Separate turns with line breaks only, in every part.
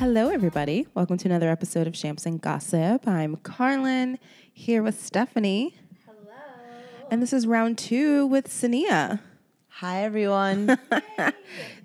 everybody. Welcome to another episode of Shamps and Gossip. I'm Carlin here with Stephanie. Hello. And this is round two with Sania.
Hi, everyone.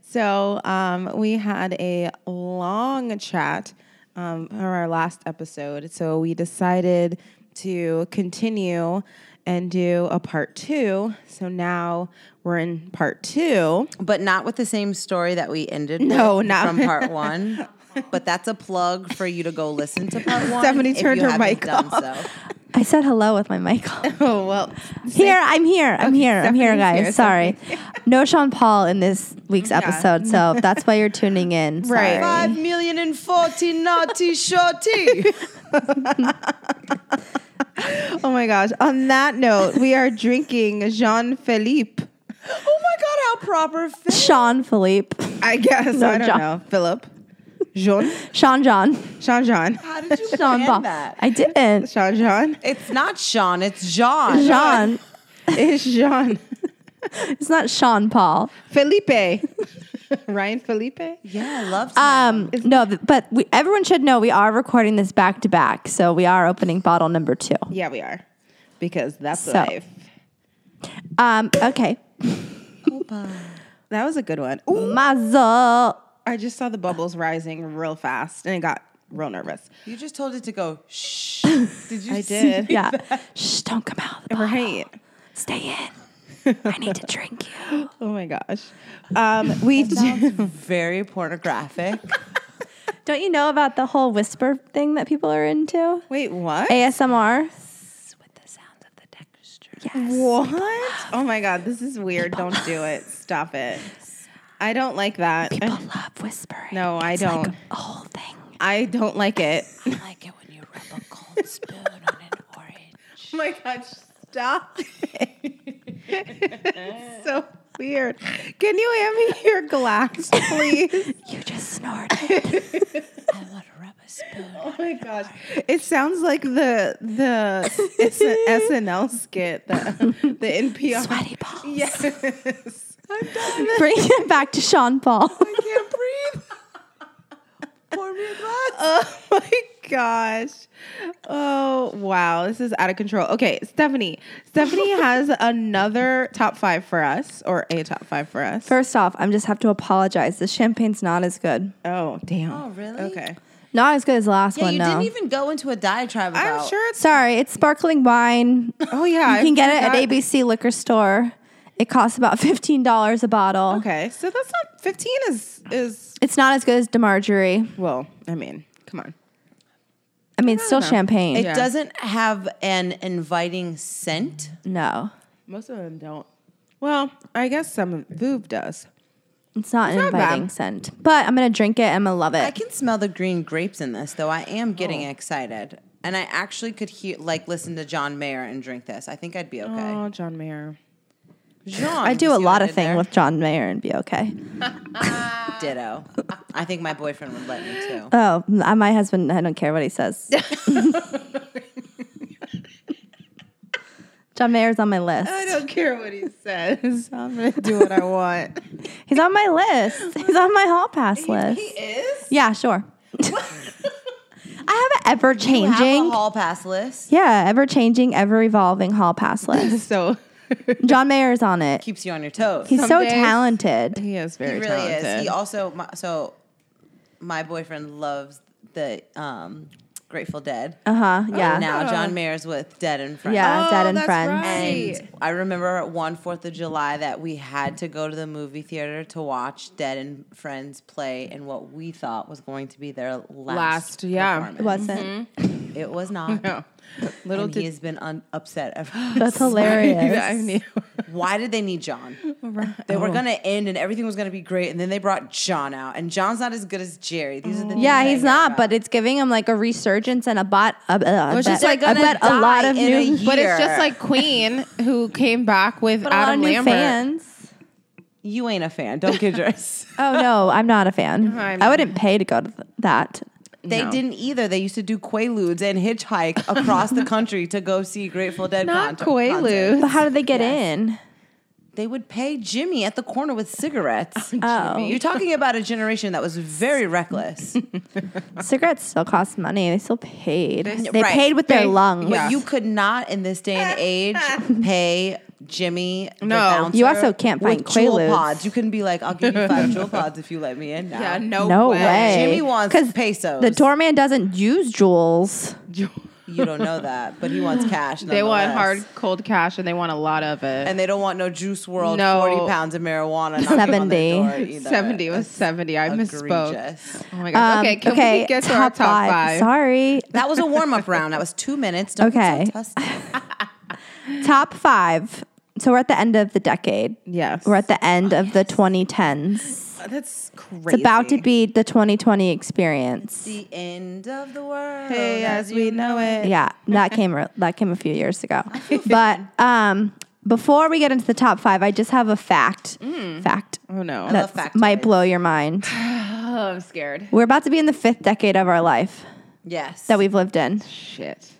So um, we had a long chat um, on our last episode. So we decided to continue and do a part two. So now we're in part two. um,
but not with the same story that we ended
Oh, No,
with
not-
from part one. But that's a plug for you to go listen to part one.
Stephanie
if you
turned her
haven't
mic
done
off.
so.
I said hello with my mic on.
Oh well.
Here, I'm here. I'm here. I'm here,
Stephanie's
guys.
here,
Sorry. No Sean Paul in this week's episode. So that's why you're tuning in.
Right.
Sorry.
Five million and forty naughty shorty.
Oh my gosh. On that note, we are drinking Jean Philippe.
oh my god, how proper! Fit.
Sean Philippe.
I guess
No,
I don't
Jean.
know. Philip. Jean.
Sean John.
Jean Jean.
How did you
Sean
plan
Paul.
that?
I didn't.
Jean Jean.
It's not Sean. It's John.
Sean.
It's Jean.
It's not Sean Paul.
Felipe. Ryan Felipe.
Yeah, I love.
Uh,
Um, no, th- but we, everyone should know we are recording this back to back. So we are opening bottle number two.
Yeah, we are. Because that's
So.
life.
Um, okay.
That was a good one. Ooh,
Mazel.
I just saw the bubbles rising real fast and it got real nervous.
you just told it to go. Shh. Did you?
I did.
Yeah. Shh, don't come out of the bottle.
Right.
Stay in. I need to drink you.
Oh my gosh. Um, we do.
Very pornographic.
Don't you know about the whole whisper thing that people are into?
Wait, what?
ASMR.
With the sound of the texture.
Yes.
What? Oh my god, this is weird. Don't do it. Stop it. I don't like that.
People love whispering.
No, I
It's
don't.
Like a whole thing.
I don't like it.
I like it when you rub a cold spoon on an orange.
Oh my gosh, stop it. it's so weird. Can you hand me your glass, please?
You just snorted.
I want to rub a spoon.
oh my gosh. It sounds like the the S- SNL skit, the the NPR.
Sweaty balls.
Yes. I'm done.
Bring it back to Sean Paul.
I can't breathe.
Pour me a glass.
Oh my gosh. Oh, wow. This is out of control. Okay, Stephanie. Stephanie has another top five for us, or a top five for us.
First off, I'm just have to apologize. The champagne's not as good.
oh, damn.
Oh, really?
Okay.
Not as good as the last
Yeah,
one.
you
no.
didn't even go into a diatribe about.
I'm sure it's.
Sorry, it's sparkling wine.
Oh, yeah.
you can get it at
forgot-
ABC liquor store. It costs about fifteen dollars a bottle.
Okay, so that's not 15 is is
It's not as good as DeMargerie.
well, I mean, come on.
I mean, it's still champagne.
It
Yeah.
doesn't have an inviting scent.
no,
Most of them don't. Well, I guess some of Voob does.
it's not an
not bad.
inviting scent. But I'm gonna drink it. and I'm gonna love it.
I can smell the green grapes in this, though. I am getting
Oh.
excited, and I actually could hear, like, listen to John Mayer and drink this. I think I'd be okay.
Oh, John Mayer.
John,
I do a
see what
lot
I
of
did
things
there?
with John Mayer and be okay.
ditto. I think my boyfriend would let me too.
Oh, m- my husband, I don't care what he says. John Mayer's on my
I
list.
don't care what he says. I'm gonna do what I want.
He's on my list. He's on my hall pass list.
is?
Yeah, sure. I have an ever
Have a
changing,
hall pass list
yeah, ever changing, ever evolving hall pass list.
So
John Mayer's on it.
keeps you on your toes.
He's
Some
so
days-
talented.
he is very
he really
talented.
is. He also my, so my boyfriend loves the um, Grateful Dead.
Uh huh.
Yeah.
Yeah. Oh.
now John Mayer's with Dead and Friends.
Yeah. Dad and
Oh, that's
friends.
right.
And I remember at one Fourth of July that we had to go to the movie theater to watch Dead and Friends play in what we thought was going to be their last,
Last, yeah.
It
performance.
wasn't.
It was not.
No. Little
And he
did
has been un- upset ever.
That's hilarious.
I knew.
Why did they need John? They were gonna end and everything was gonna be great, and then they brought John out, and John's not as good as Jerry. These are the
Yeah,
things I
he's
hear
not,
about.
but it's giving him like a resurgence and a bot. A, a,
it's
a-
just like
I
gonna
bet a lot
die
of
in a
new,
year.
But it's just
Here.
like Queen who came back with
but a lot of
Adam
new
Lambert.
fans.
you ain't a fan. Don't kid yourself.
Oh no, I'm not a fan.
I'm-
I wouldn't pay to go to th- that.
They
No.
didn't either. They used to do Quaaludes and hitchhike across the country to go see Grateful Dead.
Not
con- concerts.
Quaaludes.
But how did they get in?
they would pay Jimmy at the corner with cigarettes.
Oh. Jimmy.
You're talking about a generation that was very reckless.
Cigarettes still cost money. They still paid. They,
right.
paid with their
They-
lungs.
yeah.
But you could not in this day and age pay Jimmy the
No.
bouncer
You also can't find
with jewel
Quaaludes.
pods. You couldn't be like, I'll give you five jewel pods if you let me in now.
Yeah, no,
No
way.
way.
Jimmy wants
'Cause
pesos.
The doorman doesn't use jewels.
You don't know that, but he wants cash.
They want
nonetheless.
hard, cold cash, and they want a lot of it.
and they don't want no juice world
No.
40 pounds of marijuana knocking on their
70.
door either.
70 was 70. I misspoke.
Egregious.
Oh my gosh.
Um,
okay, can we get to our top five?
Sorry.
that was a warm-up round that was two minutes Don't be so
Okay.
testy.
top five. So we're at the end of the decade.
Yes.
We're at the end of the 2010s.
That's crazy.
It's about to be the 2020 experience.
the end of the world
Hey, Oh, as we know it.
Yeah, that came re- that came a few years ago. But um, before we get into the top five, I just have a fact. Fact.
Oh no.
That
love factoids.
might blow your mind.
Oh, I'm scared.
We're about to be in the fifth decade of our life
yes
that we've lived in.
Shit.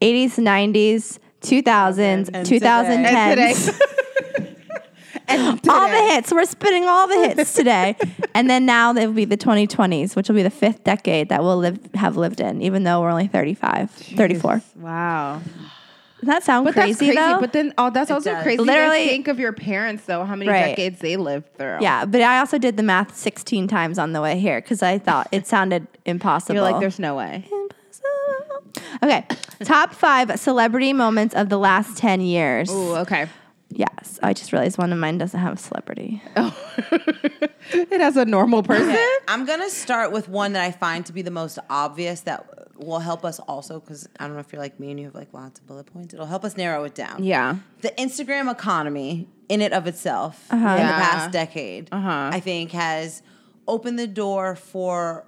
80s, 90s, 2000s,
And today.
2010s.
And today. and
All the
today.
hits. We're spinning all the hits today. and then now it will be the 2020s, which will be the fifth decade that we'll live have lived in, even though we're only 35, 34. Doesn't
Wow.
that sound
But
crazy,
that's crazy.
though?
But then oh, that's also
does.
crazy. Literally
Literally-
think of your parents though, how many
Right.
decades they lived through.
yeah, but I also did the math 16 times on the way here because I thought it sounded impossible.
You're like, there's no way.
Impossible. Okay, top five celebrity moments of the last 10 years.
Ooh, okay.
Yes, I just realized one of mine doesn't have a celebrity.
It has a normal person.
i'm gonna start with one that i find to be the most obvious that will help us also because i don't know if you're like me and you have like lots of bullet points it'll help us narrow it down
Yeah.
the Instagram economy in it of itself in the
Yeah. Uh-huh.
past decade, I think has opened the door for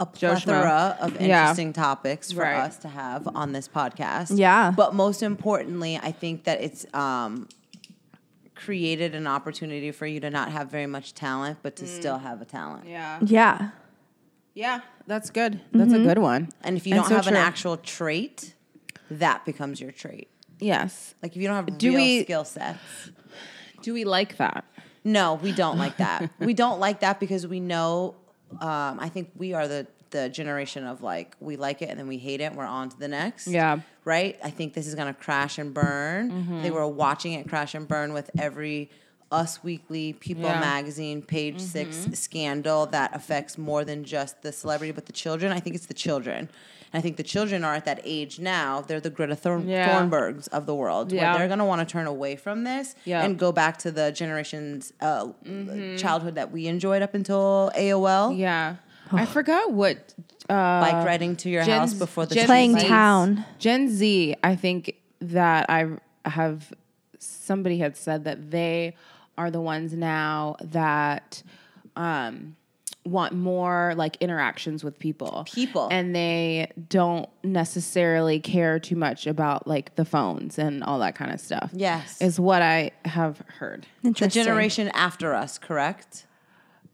a
Joe
plethora of
Yeah.
interesting topics for
Right.
us to have on this podcast.
Yeah.
But most importantly, I think that it's um, created an opportunity for you to not have very much talent, but to still have a talent.
Mm. Yeah.
Yeah.
Yeah. That's good. That's a good one.
And if you
And
don't
so
have
true.
an actual trait, that becomes your trait.
Yes.
Like if you don't have
Do
real
we-
skill sets.
Do we like that?
No, we don't like that. we don't like that because we know. Um, I think we are the the generation of like we like it and then we hate it. We're on to the next.
Yeah. Mm-hmm.
Right. I think this is gonna crash and burn. They were watching it crash and burn with every Us Weekly, People
Yeah. Mm-hmm.
Magazine, Page Six scandal that affects more than just the celebrity, but the children. I think it's the children. And I think the children are at that age now. They're the Greta Thor-
Yeah.
Thornbergs of the world,
Yeah.
where they're gonna want to turn away from this
Yeah.
and go back to the generations uh, childhood that we enjoyed up until AOL.
Mm-hmm. Yeah. I forgot what uh
Bike riding to your
Gen
house
Z-
before the
Gen
train
Playing
leaves.
town.
Gen Z, I think that I have somebody had said that they are the ones now that um, want more like interactions with people.
People.
And they don't necessarily care too much about like the phones and all that kind of stuff.
Yes.
Is what I have heard.
The
Interesting.
generation after us, correct?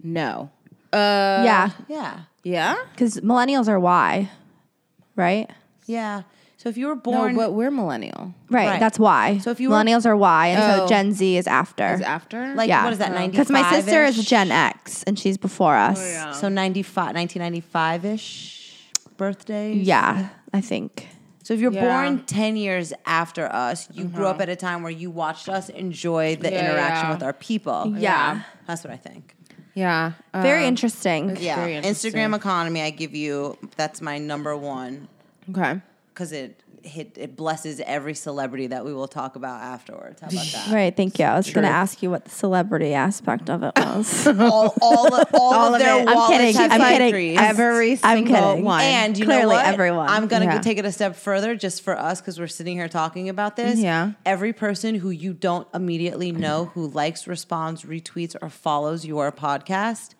No. Uh,
yeah,
Yeah.
yeah.
because millennials are Y, right?
Yeah. So if you were
No,
born
but we're millennial.
Right,
Right.
that's Y.
So if you were-
millennials are Y, and
Oh.
so Gen Z is after.
Is after?
like
yeah.
what is that, 95
Because my sister is Gen X, and she's before us.
yeah.
So 95, 1995-ish birthday.
Yeah, I think.
So if you're
Yeah. Uh-huh.
born 10 years after us, you grew up at a time where you watched us enjoy the
Yeah,
interaction
yeah.
with our people.
Yeah.
That's what I think.
yeah.
Very
um,
interesting.
it's
Yeah.
very interesting.
Instagram economy, I give you, that's my number one
Okay.
because it hit it blesses every celebrity that we will talk about afterwards. How about that?
Right, thank you. I was going to ask you what the celebrity aspect of it was.
all, all, of- all,
All
of
of
their
it.
I'm
wallets
kidding.
have
I'm kidding.
increased.
I'm-
Every
I'm
single
kidding.
one.
and you know
Clearly
what?
everyone.
I'm gonna
Yeah.
go take it a step further just for us because we're sitting here talking about this.
Yeah.
Every person who you don't immediately know who likes, responds, retweets, or follows your podcast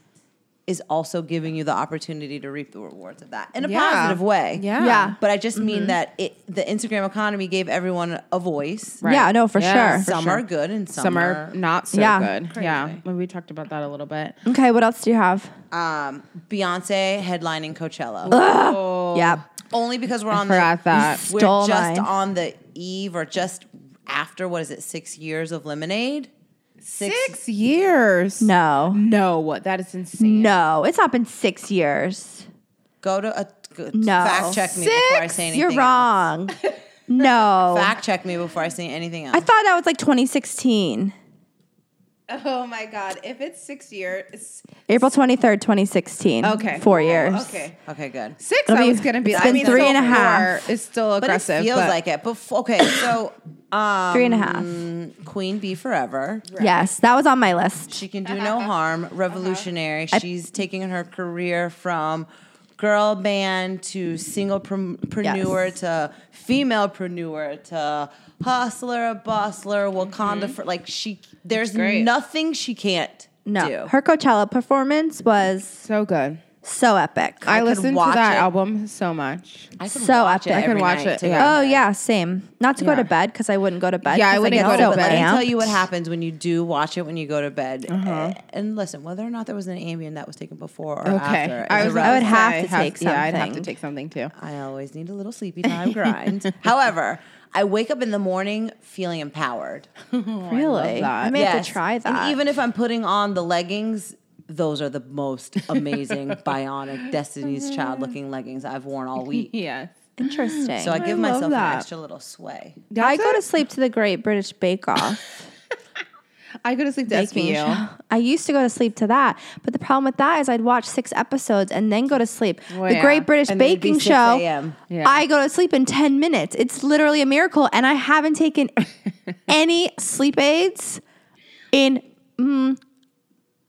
is also giving you the opportunity to reap the rewards of that in a
Yeah.
positive way.
Yeah. Mm-hmm.
Yeah.
But I just mean that it, the Instagram economy gave everyone a voice.
Right.
Yeah, no, for
Yeah,
sure.
for
some
sure.
are good and some,
Some
are
are not so
Yeah.
good. Yeah. Well, we talked about that a little bit.
Okay, what else do you have?
um, Beyonce headlining Coachella.
Oh.
Yeah.
Only because we're on
forgot
the
that.
we're
Stole
just
mine.
on the eve or just after what is it, six years of lemonade? Six.
Six years.
No.
No, that is insane.
No. It's not been six years.
Go to a go-
No.
fact check me before I say
Six?
anything.
You're wrong. no.
Else. Fact check me before I say anything else.
I thought that was like 2016.
Oh my God. If it's six years,
April 23rd, 2016.
okay.
Four
Cool.
years.
Okay.
okay, good.
Six,
It'll
I
be-
was going to be.
it's
I
been
mean,
three
so
and a half.
Four is still
But it
aggressive.
feels like it. But f- okay, so um,
Three and a half.
Queen Bee Forever.
Yes. That was on my list.
She can do no harm. Revolutionary. She's taking her career from girl band to singlepreneur to femalepreneur to hustler, bustler, Wakanda. For, like she, there's
great.
nothing she can't
No.
do.
Her Coachella performance was
so good.
so epic.
I,
could
listened to
watch
that
it.
album so much.
I can
so
watch it
epic. I can
every
watch
night
it,
to
yeah.
go to
Oh,
bed.
yeah. Same. Not to go to bed because I wouldn't go to bed.
Yeah, I
'cause
wouldn't
get
go to
so
bed.
Let me tell
amped.
you what happens when you do watch it when you go to bed. A- And listen, whether or not there was an Ambien that was taken before or after, is
I, was
irrelevant.
gonna
I would have
say,
to take
Yeah, I'd have to
something.
take something too.
I always need a little sleepy time grind. However, I wake up in the morning feeling empowered.
Really?
that.
I, may have to try that.
And even if I'm putting on the leggings, those are the most amazing bionic
Mm-hmm.
Destiny's Child looking leggings I've worn all week.
Yes.
Interesting.
So I give
love
myself
that.
an extra little sway.
I
That's
go
it.
to sleep to the Great British Bake Off.
I go to sleep to SVU.
baking show. I used to go to sleep to that, but the problem with that is I'd watch six episodes and then go to sleep. the
yeah.
Great British
Oh, And then it'd be
Baking
6
Show.
a.m..
Yeah.
I go to sleep in ten minutes. It's literally a miracle, and I haven't taken any sleep aids in mm,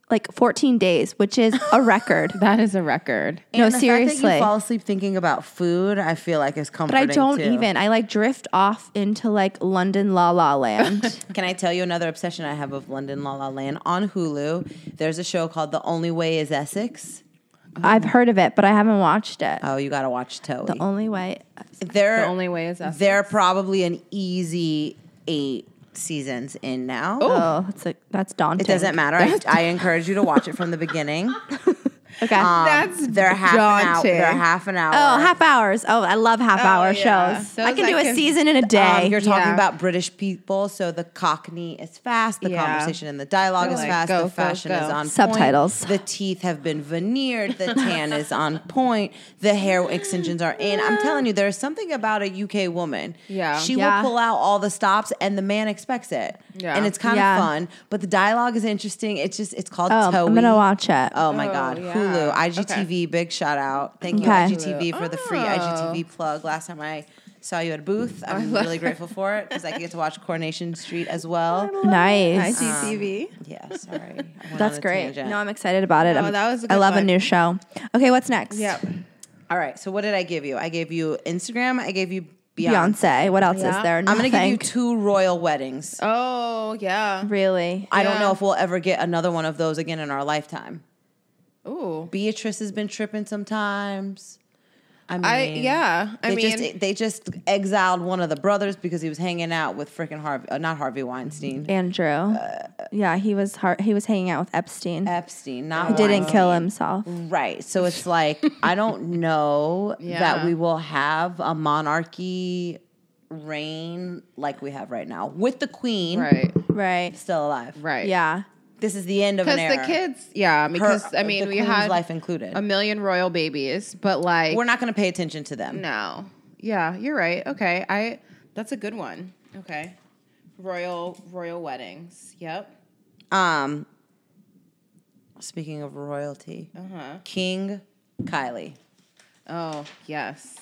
like fourteen days, which is a record.
That is a record.
no,
And the fact that
seriously.
you fall asleep thinking about food, I feel like is
but I
comforting.
don't
too.
even. I like drift off into like London La La Land.
Can I tell you another obsession I have of London La La Land on Hulu? There's a show called The Only Way Is Essex.
I've heard of it, but I haven't watched it.
Oh, you gotta watch Toey.
The only way.
they're
The only way is Essex.
They're probably an easy eight seasons in now.
Oh, that's a, that's daunting.
It doesn't matter. I, I encourage you to watch it from the beginning.
Okay.
Um,
That's
they're half an hour.
daunting.
They're half an hour.
oh, half hours. Oh, I love half hour
yeah.
shows.
Those
I can
I
do a
can-
season in a
Um,
day.
you're talking
Yeah.
about British people, so the Cockney is fast, the
Yeah.
conversation and the dialogue
They're
is
like,
fast,
go,
the fashion
go,
is
go.
on point,
Subtitles.
the teeth have been veneered, the tan is on point, the hair extensions are in. I'm telling you, there's something about a UK woman.
Yeah.
she
Yeah.
will pull out all the stops, and the man expects it,
Yeah.
and it's kind
Yeah.
of fun. But the dialogue is interesting. It's just it's called.
oh,
Towie.
I'm gonna watch it.
Oh my God,
yeah.
Hulu, IGTV, big shout out. Thank you,
Okay.
IGTV, for the free
Oh.
IGTV plug. Last time I saw you at a booth, I'm really grateful for it because I get to watch Coronation Street as well.
nice.
IGTV.
Yeah, sorry. I went on
that's
a
great.
tangent.
No, I'm excited about it.
No,
I'm-
that was a
I
good
love a
one.
new show. Okay, what's next?
Yep.
All right, so what did I give you? I gave you Instagram, I gave you Beyonce.
Beyonce. What else is
Yeah.
there?
I'm going to give you
Nothing.
two royal weddings.
Oh yeah.
really.
I don't know if we'll ever get another one of those again in our lifetime.
Ooh.
Beatrice has been tripping sometimes. I mean,
I yeah. I
they
mean,
just they just exiled one of the brothers because he was hanging out with freaking Harvey, uh, not Harvey Weinstein,
Andrew. yeah, he was har he was hanging out with Epstein.
Epstein. Not
he didn't
Weinstein.
kill himself.
Right. So it's like I don't know that
Yeah.
we will have a monarchy reign like we have right now with the queen
right,
Right.
still alive.
right.
Yeah.
This is the end of an
Because
era.
the kids. Yeah.
Her- uh,
Because I mean,
the
we
queen's
had
life included.
a million royal babies, but like
We're not going to pay attention to them.
No. Yeah, you're right. Okay. I that's a good one. Okay. Royal royal weddings. Yep.
Um. Speaking of royalty, King Kylie.
Uh-huh. Oh, yes.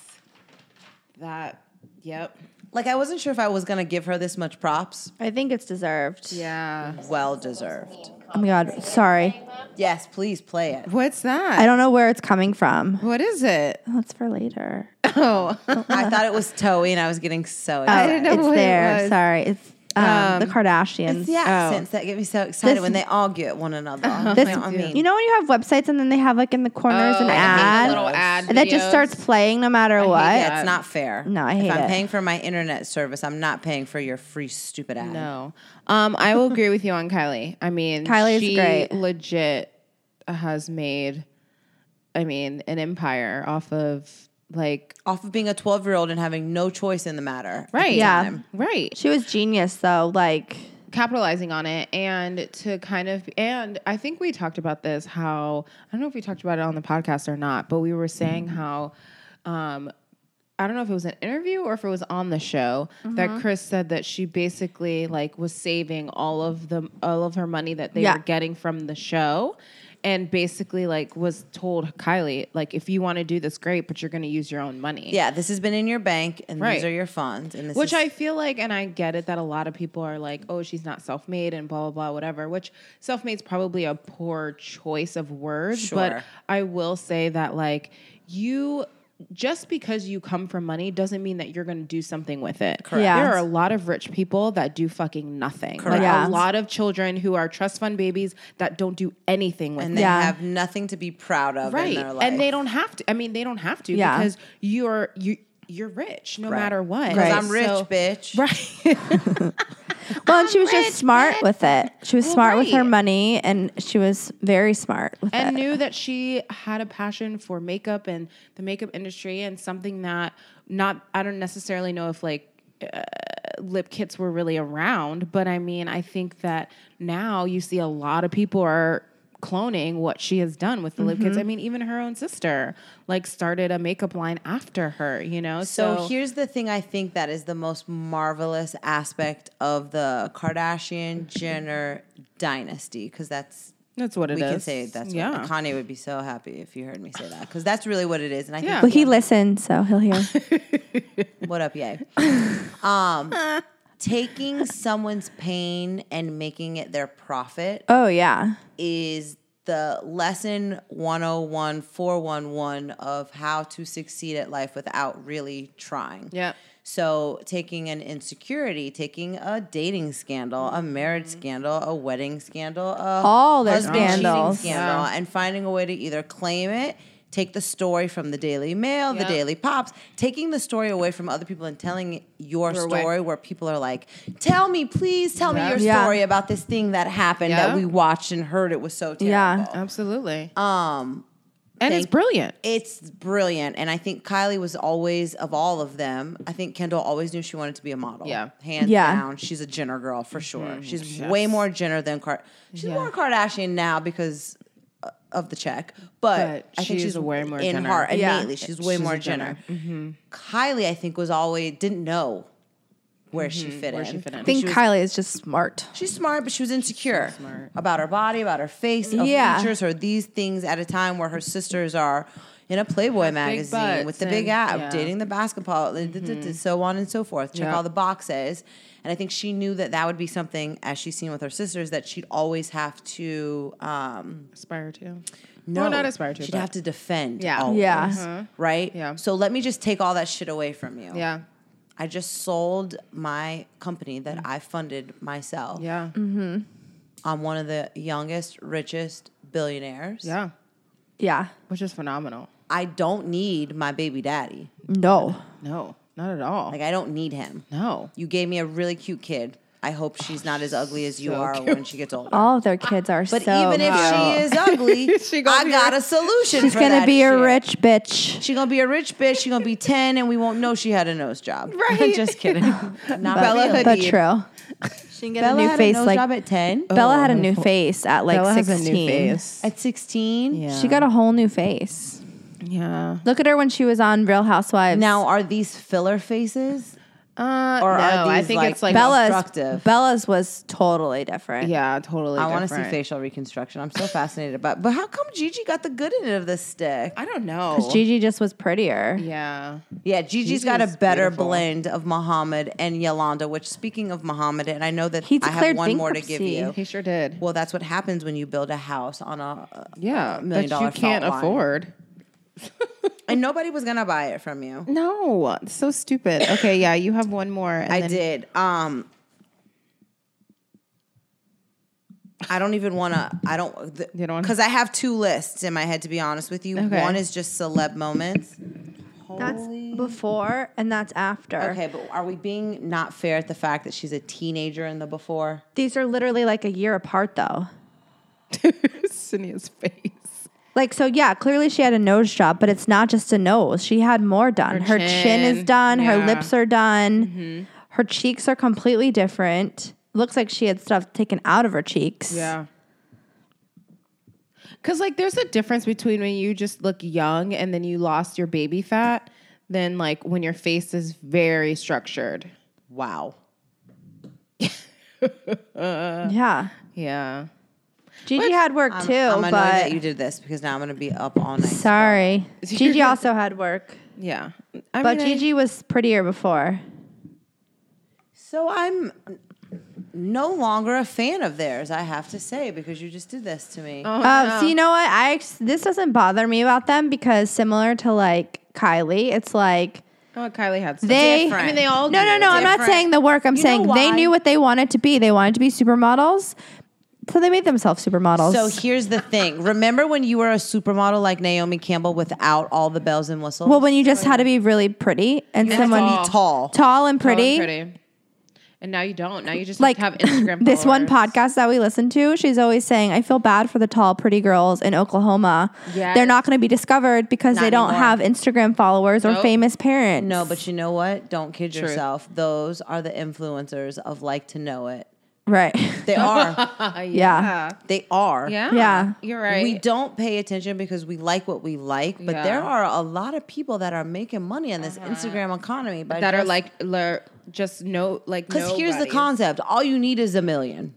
That yep.
Like I wasn't sure if I was gonna give her this much props.
I think it's deserved.
Yeah.
Well deserved.
Oh my god. Sorry.
Yes, please play it.
What's
I
that?
don't know where it's coming from.
What is it?
That's for later.
Oh.
I thought it was Toey, and I was getting so
Oh,
excited.
didn't know
it's
what it
there.
was.
Sorry, it's um, the Kardashians.
It's the accents that get me so excited when they argue at one another.
Uh-huh.
This-
you know what Oh, I mean?
you know when you have websites and then they have like in the corners an
Oh, I hate
ad
little ad
that just
videos.
starts playing no matter what.
yeah, it's not fair.
No, I hate
If I'm
it.
paying for my internet service, I'm not paying for your free stupid ad.
No. Um, I will agree with you on Kylie. I mean,
Kylie's
she
great.
legit has made I mean, an empire off of like
off of being a 12 year old and having no choice in the matter.
right,
Yeah.
um, right.
She was genius though. Like
capitalizing on it and to kind of and I think we talked about this how I don't know if we talked about it on the podcast or not, but we were saying how um I don't know if it was an interview or if it was on the show that Chris said that she basically like was saving all of the all of her money that they
Yeah.
were getting from the show and basically like was told Kylie like if you want to do this great but you're going to use your own money.
Yeah, this has been in your bank and
Right.
these are your funds. And this
Which
is-
I feel like, and I get it that a lot of people are like, oh, she's not self made and blah, blah, blah, whatever, which self made's probably a poor choice of words. But
Sure.
I will say that, like, you. Just because you come from money doesn't mean that you're going to do something with it.
Correct. Yeah.
There are a lot of rich people that do fucking nothing. Like
Yeah.
a lot of children who are trust fund babies that don't do anything with
and
it
they
Yeah.
have nothing to be proud of in their life.
and they don't have to i mean they don't have to
Yeah.
because you're you you're rich no matter what
Because I'm
Right.
rich,
So-
bitch.
right
well, and she was just smart with it. She was smart with her
right.
money and she was very smart with
and
it.
knew that she had a passion for makeup and the makeup industry and something that not i don't necessarily know if like uh, lip kits were really around but i mean i think that now you see a lot of people are cloning what she has done with the lip
Mm-hmm.
kits i mean even her own sister like started a makeup line after her you know
So, here's the thing I think that is the most marvelous aspect of the Kardashian Jenner dynasty, because that's
that's what it is.
we can say that's
yeah
what Kanye would be so happy if you heard me say that because that's really what it is. And I
Yeah.
think
But he listened, so he'll hear.
What up, yay? um, taking someone's pain and making it their profit
oh yeah.
is the lesson 101 411 of how to succeed at life without really trying.
Yep.
So, taking an insecurity, taking a dating scandal, a marriage scandal, a wedding scandal, a
All their
husband cheating
scandals.
scandal, and finding a way to either claim it, take the story from the Daily Mail, the Daily Pops, taking the story away from other people and telling your
way.
story where people are like, "Tell me, please, tell me
Yeah.
your
Yeah.
story about this thing that happened
Yeah.
that we watched and heard it was so terrible."
Yeah.
absolutely
Um,
and it's
thank-
brilliant
it's brilliant. And I think Kylie was always, of all of them, I think Kendall always knew she wanted to be a model.
Yeah. Mm-hmm.
Hands
Yeah.
down. She's a Jenner girl for sure. She's way more Jenner than Kar. She's more Kardashian now because uh, of the check. But,
But
I think
she's
she's
a way more
in
Jenner.
heart.
Yeah.
Innately, she's way
She's
more
a Jenner. Mm-hmm.
Jenner. Kylie, I think, was always, didn't know where she fit
Mm-hmm. where
in.
she fit in.
I think Kylie is just smart.
She's smart, but she was insecure about her body, about her face, of
Yeah.
features, or these things at a time where her sisters are in a Playboy magazine
butts
with the big
and-
ab,
yeah. Mm-hmm.
dating the basketball, d- d- d- so on and so forth. Check
Yeah.
all the boxes. And I think she knew that that would be something, as she's seen with her sisters, that she'd always have to. Um,
aspire to
no,
well, not aspire to
She'd
but-
have to defend.
Yeah.
always,
Yeah. Mm-hmm.
Uh-huh. Right.
Yeah.
So let me just take all that shit away from you.
yeah
I just sold my company that
Mm.
I funded myself.
yeah
I'm one of the youngest, richest billionaires.
yeah
Yeah.
which is phenomenal
I don't need my baby daddy.
No.
No, not at all.
Like I don't need him.
no.
You gave me a really cute kid. I hope she's not as ugly as you
so
are
cute.
when she gets older.
All of their kids are
but
Oh, so
even if
cute.
she is ugly,
She gonna
I
be
got
rich.
a solution.
She's
for
gonna
that
be a
shit.
rich bitch.
She gonna be a rich bitch. She gonna be ten, and we won't know she had a nose job. Right? Just kidding. Not Bella Hadid.
But- But true. She can get
Bella
a new
had
face
a nose
like
job at ten.
Bella had a new face at like sixteen.
oh, At sixteen.
She got a whole new face.
Yeah.
Look at her when she was on Real Housewives.
Now, are these filler faces?
Uh, no,
Or are
I
these,
think
like,
it's like
Bella-
Bella's
obstructive.
Bella's was totally different.
Yeah, totally.
I want to see
different.
facial reconstruction. I'm so fascinated by. But how come Gigi got the good end of the stick?
I don't know.
Gigi just was prettier.
yeah.
Yeah, Gigi's got a
Gigi's
better
beautiful.
blend of Muhammad and Yolanda. Which, speaking of Muhammad, and I know that
He
I have
declared
one more to give you.
He
bankruptcy.
sure did.
Well, that's what happens when you build a house on a
yeah,
a million
that
dollar
you can't
fault line.
afford.
and nobody was gonna buy it from you.
No, it's so stupid. Okay, yeah, you have one more. and
I
then-
did. Um, I don't even want to. I don't. The,
You don't wanna-
Because I have two lists in my head. To be honest with you,
Okay.
one is just celeb moments.
That's before and that's after.
Okay, but are we being not fair at the fact that she's a teenager in the before?
These are literally like a year apart though.
Cynthia's face.
Like so, yeah. Clearly, she had a nose job, but it's not just a nose. She had more done. Her,
Her
chin. is
chin,
done. Her
yeah. Mm-hmm.
lips are done. Her cheeks are completely different. Looks like she had stuff taken out of her cheeks.
Yeah. Cause like there's a difference between when you just look young and then you lost your baby fat than like when your face is very structured.
Wow.
Yeah.
Yeah.
Gigi had work too,
I'm annoyed
but
that you did this because now I'm gonna be up all night.
sorry. Gigi also had work,
Yeah. I
but
mean, I-
Gigi was prettier before.
So I'm no longer a fan of theirs, I have to say, because you just did this to me.
oh,
Uh,
no.
So you know what? I ex- this doesn't bother me about them because similar to like Kylie, it's like
Oh, Kylie had some.
they.
I mean, they all.
No,
do.
no, no. I'm not
different.
saying the work. I'm
know
saying they
why?
knew what they wanted to be. They wanted to be supermodels, so they made themselves supermodels.
So here's the thing. Remember when you were a supermodel like Naomi Campbell without all the bells and whistles?
well, when you just had to be really pretty and someone
tall.
tall.
tall and
Tall and
pretty.
pretty. And now you don't. Now you just
Like
have Instagram.
this one
followers.
podcast that we listen to, she's always saying, "I feel bad for the tall, pretty girls in Oklahoma.
Yes.
They're not going to be discovered because
Not
they don't
anymore.
have Instagram followers or
Nope.
famous parents."
No, but you know what? Don't kid
Truth.
yourself. Those are the influencers of like to know it.
right?
They are.
Uh,
Yeah.
they are.
yeah.
Yeah.
You're right.
We don't pay attention because we like what we like, but
Yeah. Uh-huh.
there are a lot of people that are making money on this Instagram economy by
that are
just-
like le- just no like.
Because here's the
nobodies.
concept: all you need is a million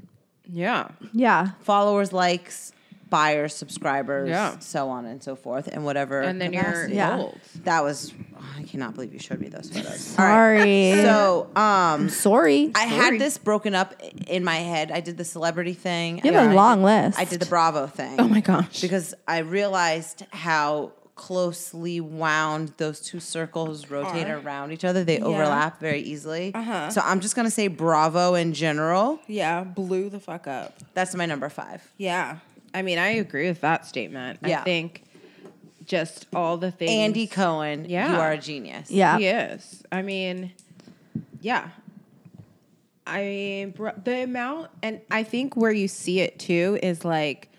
Yeah.
yeah.
followers, likes, buyers, subscribers,
Yeah.
so on and so forth, and whatever.
And then you're
capacity.
Yeah.
old.
That was. oh, I cannot believe you showed me those photos. All right.
Sorry.
So, um,
sorry.
I had this broken up in my head. I did the celebrity thing.
You
and
have a
then I
long
did-
list.
I did the Bravo thing.
Oh my gosh.
Because I realized how closely wound those two circles rotate around each other. They overlap very easily. Uh-huh. So I'm just gonna say Bravo in general.
Yeah. Blew the fuck up.
That's my number five.
Yeah. I mean, I agree with that statement.
Yeah.
I think just all the things.
Andy Cohen, you
Yeah.
are a genius.
yeah.
Yes. I mean, yeah. I mean, bro, the amount, and I think where you see it too is like,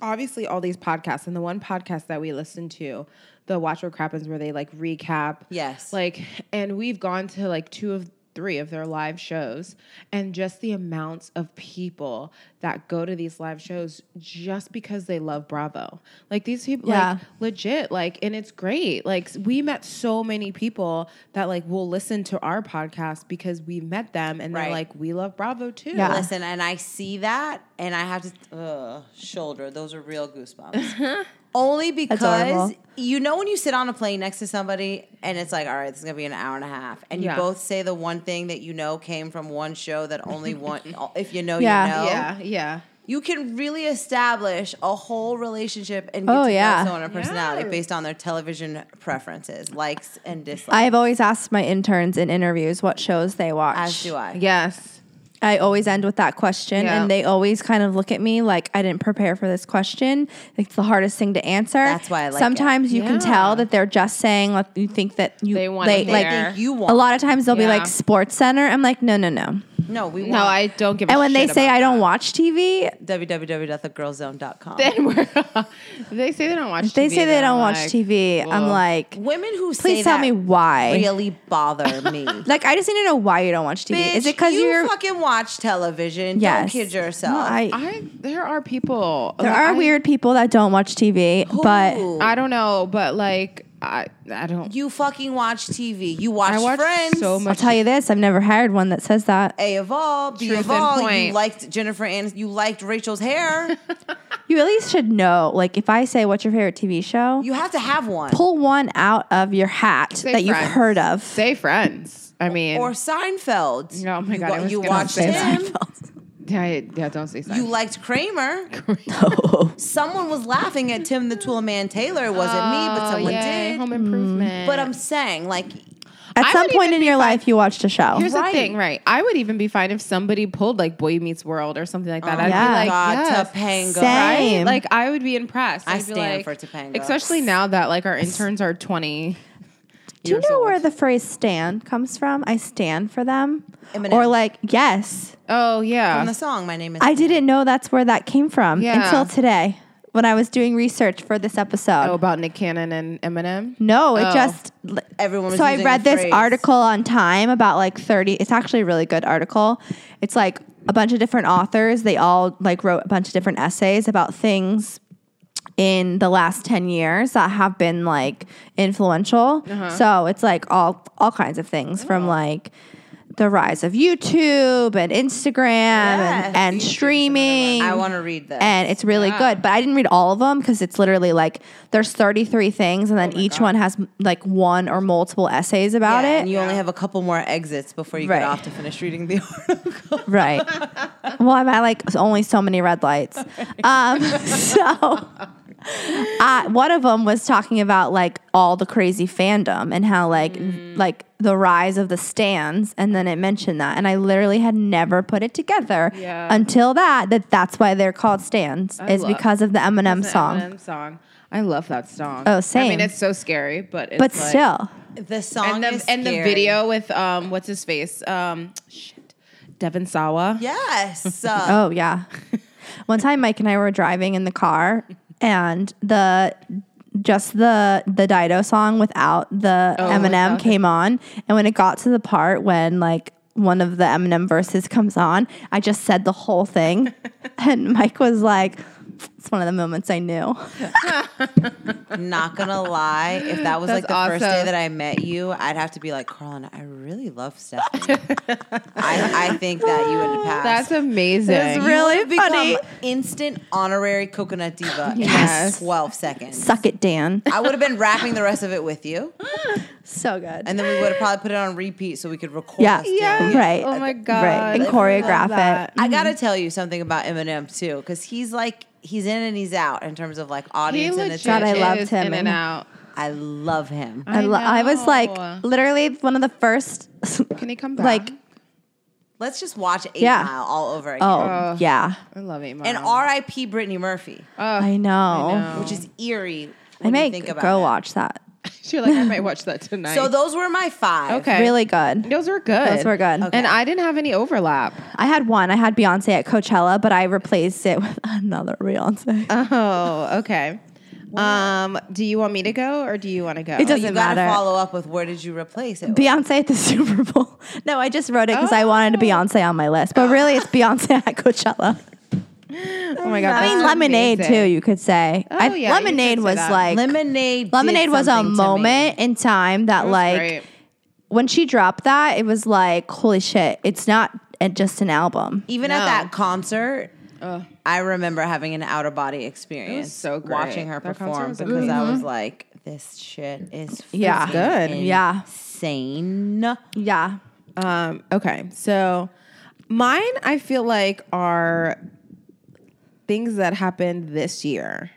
obviously, all these podcasts, and the one podcast that we listen to, the Watch What Happens, where they like recap.
Yes.
Like, and we've gone to like two of three of their live shows, and just the amounts of people that go to these live shows just because they love Bravo. Like, these people,
Yeah.
like, legit like and it's great like we met so many people that like will listen to our podcast because we met them and
Right.
they're like we love bravo too
Yeah.
Listen, and I see that, and I have to ugh, shoulder. Those are real
Uh-huh.
goosebumps. Only because
horrible.
you know when you sit on a plane next to somebody, and it's like, all right, this is gonna be an hour and a half, and
Yeah.
you both say the one thing that you know came from one show that only one. if you know,
Yeah.
you know.
yeah yeah
You can really establish a whole relationship and get
Oh,
to
yeah.
know someone and personality
Yeah.
based on their television preferences, likes and dislikes.
I have always asked my interns in interviews what shows they watch.
as do I.
yes
I always end with that question,
Yeah.
and they always kind of look at me like I didn't prepare for this question. It's the hardest thing to answer.
That's why I like it.
Sometimes you can
Yeah.
tell that they're just saying like you think that you
They wanna
They
like
hear.
think you want.
a lot of times they'll be
Yeah.
like Sports Center. I'm like no no no.
No, we want.
no i don't give a
And when they
shit
say
about
I don't watch TV,
www.thegirlzone.com.
that. they say they don't watch
they
TV,
say they
then
don't
I'm
watch
like,
TV. I'm
well,
like
Women who
please
say
tell
that
me why.
really bother me.
Like I just need to know why you don't watch TV. Is it because
Bitch, you
you're
fucking watch television? Don't
Yes.
kid
No,
yourself.
I,
i there are people
there
like,
are
I-
weird people that don't watch TV, but
Ooh.
i don't know but like i i don't
you fucking watch TV. You watch,
i watch
Friends.
so
I'll
much
tell you this: I've never hired one that says that.
A of all, B
Truth
of
and
all. You
point.
liked Jennifer Aniston. You liked Rachel's hair.
You at least should know. Like, if I say, "What's your favorite TV show?"
you have to have one.
pull one out of your hat
Say
that you've
Friends.
heard of.
say friends i mean
or Seinfeld.
Oh my
you,
God,
wa-
I was
you
gonna
watched
say
him.
yeah, yeah don't say
You
friends.
liked Kramer. Someone was laughing at Tim the Tool Man Taylor. It wasn't me,
Oh,
but someone did.
home improvement
But I'm saying, like,
At
I
some
would
point
even
in your life, you watched a show.
Here's
Right.
the thing, right? I would even be fine if somebody pulled like Boy Meets World or something like that. I'd
Oh, yeah.
be like,
God,
yes.
Topanga.
Say-
Right?
Same.
Like I would be impressed.
I
I'd be
stand
like-
for Topanga.
especially now that like our interns are twenty.
Do you know where the phrase "stand" comes from? I stand for them,
Eminem.
or like, yes,
Oh yeah,
From the song, my name is.
I didn't know that's where that came from
Yeah.
until today. when I was doing research for this episode.
Oh, about Nick Cannon and Eminem.
No, it
Oh.
just
Everyone was
So I
using
read
the
this
phrase.
article on Time about like thirty. It's actually a really good article. It's like a bunch of different authors. They all like wrote a bunch of different essays about things in the last 10 years that have been like influential.
Uh-huh.
So it's like all all kinds of things from
Oh.
like the rise of YouTube and Instagram
Yes.
and, and streaming.
I want to read this.
and it's really good. But I didn't read all of them because it's literally like there's 33 things, and then each one has m- like one or multiple essays about
Yeah,
it.
And you only have a couple more exits before you
Right.
get off to finish reading the article.
right. well, I'm at like only so many red lights. Um, so uh, one of them was talking about like all the crazy fandom and how like like the rise of the stands, and then it mentioned that, and I literally had never put it together
Yeah.
until that that that's why they're called stands is
love-
because of the Eminem
It's an
song.
Eminem song. I love that song.
Oh,
I
same.
mean, it's so scary, but it's
But
like-
still,
The song
and the
is
and the
scary.
video with um, what's his face? Um, shit, Devin Sawa.
Yes. Uh,
Oh yeah. One time Mike and I were driving in the car and the just the the Dido song without the
Oh
Eminem
without
came on and when it got to the part when like one of the Eminem verses comes on, I just said the whole thing and Mike was like it's one of the moments I knew.
Not gonna lie, if that was
That's
like the first day
awesome.
that I met you, I'd have to be like, Carlin, I really love Stephanie. I, I think that you would pass.
That's amazing.
It's really
You've become
funny.
Instant honorary coconut diva
Yes.
in twelve seconds.
Suck it, Dan.
I would have been rapping the rest of it with you,
So good.
and then we would have probably put it on repeat so we could record.
yeah.
us doing
yeah.
it.
Right. Mm-hmm.
Oh my
Right.
God.
And
I love
choreograph
that.
it.
I gotta tell you something about Eminem too, because he's like he's in and he's out in terms of like
He
audience and
legit
attention.
God, I loved
is in
him and-
and out.
I love him.
I, lo- I was like
know.
literally one of the first
Can he come back?
Like
Let's just watch Eight
Yeah.
Mile all over again.
oh
Oh.
yeah.
I love him.
And R.I.P. Brittany Murphy,
Oh,
I know.
know.
which is eerie.
Oh. I
When
may
you think
g-
about
go
it.
watch that.
You're like, I might watch that tonight.
So those were my five.
okay,
Really good.
Those were good.
Those were good.
And I didn't have any overlap.
I had one. I had Beyonce at Coachella, but I replaced it with another Beyonce.
Oh, okay. Um, do you want me to go or do you want to go?
It doesn't
You gotta
matter.
follow up with where did you replace it? with?
Beyonce at the Super Bowl. No, I just wrote it because I wanted a Beyonce on my list, but really it's Beyonce at Coachella.
Oh my god.
I mean,
that's
Lemonade
amazing.
too. You could say.
Oh,
I-
yeah, you could
lemonade
say
was
that.
like
Lemonade.
Lemonade
did
was a
something to me.
moment in time that
That was
like
great.
when she dropped that, it was like holy shit! It's not uh, just an album.
Even
No.
at that concert, I remember having an out of body experience.
so great.
watching her
That concert
perform
was
because I was like, "This shit is
Yeah.
freaking
Good.
Yeah.
insane."
Yeah.
Um, okay. So mine I feel like are things that happened this year.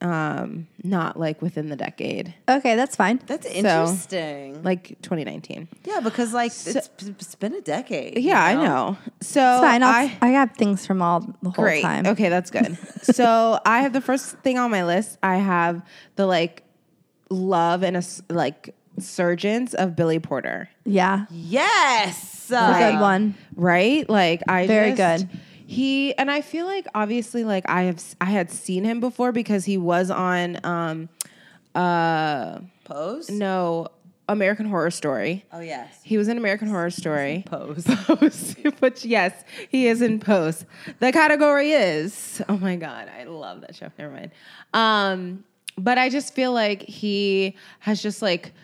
Um, not like within the decade.
Okay, that's fine.
That's interesting.
Like 2019.
yeah, because like it's, it's been a decade.
Yeah, I know. So
It's fine. I'll,
Oh, I
I, have things from all the whole
Great.
time.
Okay, that's good. so I have the first thing on my list. I have the like love and a s- like surgeons of Billy Porter.
Yeah.
Yes.
That's a
Like,
good one.
Right? Like I
Very
just-
good.
He and I feel like obviously like I have s- I had seen him before because he was on um uh
Pose.
no American Horror Story.
Oh yes.
He was in American Horror Story.
Pose.
Pose, which yes, he is in Pose. The category is oh my god, I love that show. Never mind. Um, but I just feel like he has just like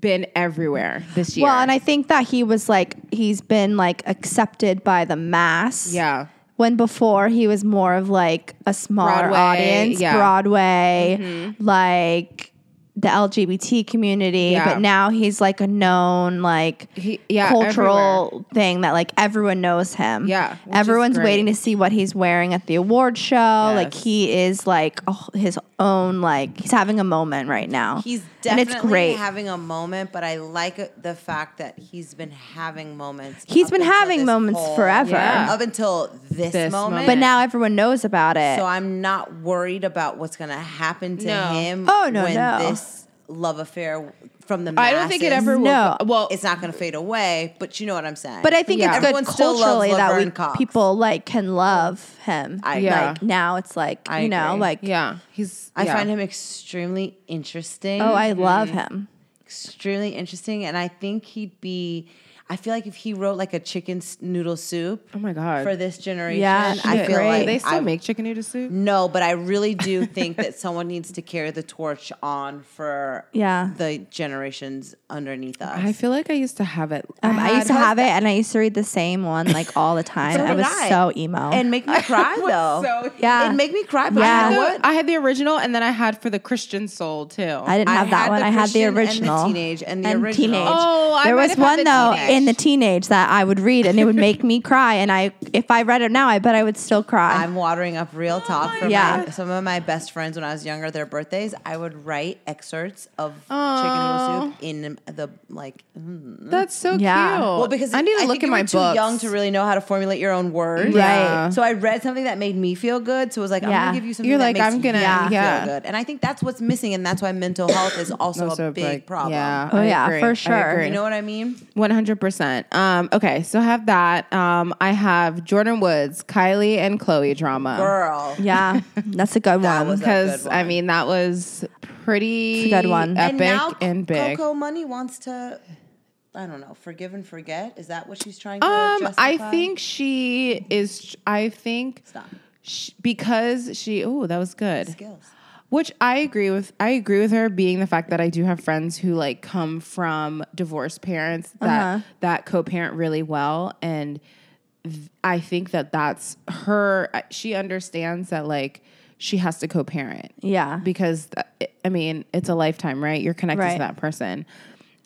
been everywhere this year.
Well, and I think that he was like he's been like accepted by the mass.
yeah,
When before he was more of like a smaller
Broadway,
audience,
yeah. Mm-hmm.
Broadway, like the LGBT community,
Yeah.
but now he's like a known like
He- yeah,
cultural thing that like everyone knows him.
Yeah, which is
everyone's
great.
waiting to see what he's wearing at the award show. Like
Yes.
he is like oh, his own like he's having a moment right now.
He's
and
definitely
it's great.
having a moment, but I like it- the fact that he's been having moments.
He's
up
been
until
having
this
moments
whole-
forever.
Yeah.
Up until this,
This
moment.
moment.
but now everyone knows about it.
So I'm not worried about what's going to happen to
Eh. No.
him
Oh, no,
when
no.
this love affair from the
I
masses.
don't think it ever
No.
will. Well,
It's not going to fade away, but you know what I'm saying.
But I think
Yeah.
it's good
Everyone still loves
culturally that we
Laverne Cox.
people like can love him.
I-
Yeah.
Like now it's like
I
you know
agree.
like
yeah, he's.
I
yeah.
find him extremely interesting.
oh I love him.
extremely interesting, and I think he'd be. I feel like if he wrote like a chicken s- noodle soup
Oh my god.
for this generation,
Yeah,
I
shit,
feel
right.
like Mm.
they still
I-
make chicken noodle soup.
No, but I really do think that someone needs to carry the torch on for
Yeah.
the generations underneath us.
I feel like I used to have it.
Um, I,
had-
used to have it and I used to read the same one like all the time. I
did
was
I.
so emo.
and make me cry though.
so-
Yeah.
it make me cry. But
Yeah.
I
No,
know what?
I had the original, and then I had for the Christian soul too.
I didn't
I
have that
had
one.
the
I had
Christian
the
and the
original,
teenage and the original.
teenage.
Oh, I
there
might
was
have had
one
the
though
teenage.
in the teenage that I would read and it would make me cry. And I, if I read it now, I bet I would still cry.
I'm watering up real
Oh
talk for
Yeah.
my, some of my best friends when I was younger. Their birthdays, I would write excerpts of chicken noodle soup in the like.
That's so
Yeah.
cute.
Mm-hmm. Well, because
I need to look
think
at
you
my
were too
books.
young to really know how to formulate your own words.
Yeah.
So I read something that made me feel good. So it was like, I'm
Yeah.
gonna give you something
You're
that
like,
makes
I'm gonna-
you
yeah.
feel
Yeah.
good. And I think that's what's missing, and that's why mental health is also
Also,
a big
like,
problem.
Yeah.
Oh,
I
yeah,
agree.
for
I
sure.
agree.
You know what I mean?
One hundred percent. Um, okay, so I have that. Um, I have Jordan Woods, Kylie, and Chloe drama.
Girl.
yeah, that's a good
That
one.
was a good
Because I
one.
mean, that was pretty
It's a good one.
epic
and
and,
now
big.
Coco Money wants to, I don't know, forgive and forget. Is that what she's trying to
um, I
justify?
think she is. I think
Stop.
sh- because she. Oh, that was good.
skills.
Which I agree with. I agree with her being the fact that I do have friends who like come from divorced parents
Uh-huh.
that that co-parent really well, and th- I think that that's her. I- She understands that like she has to co-parent.
Yeah.
because th- I mean it's a lifetime, right? You're connected
Right.
to that person.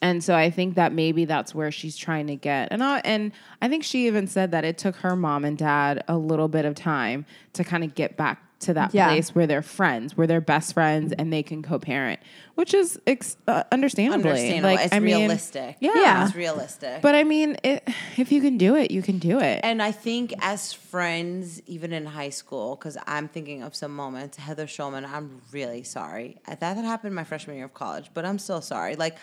And so I think that maybe that's where she's trying to get. And I, and I think she even said that it took her mom and dad a little bit of time to kind of get back to that
Yeah.
place where they're friends, where they're best friends, and they can co-parent, which is ex- uh, understandably
Understandable.
Like
it's
I mean,
realistic.
yeah.
Yeah.
It's realistic.
But I mean, it, if you can do it, you can do it.
And I think as friends, even in high school, because I'm thinking of some moments, Heather Schulman, I'm really sorry. That, that happened my freshman year of college, but I'm still sorry. Like,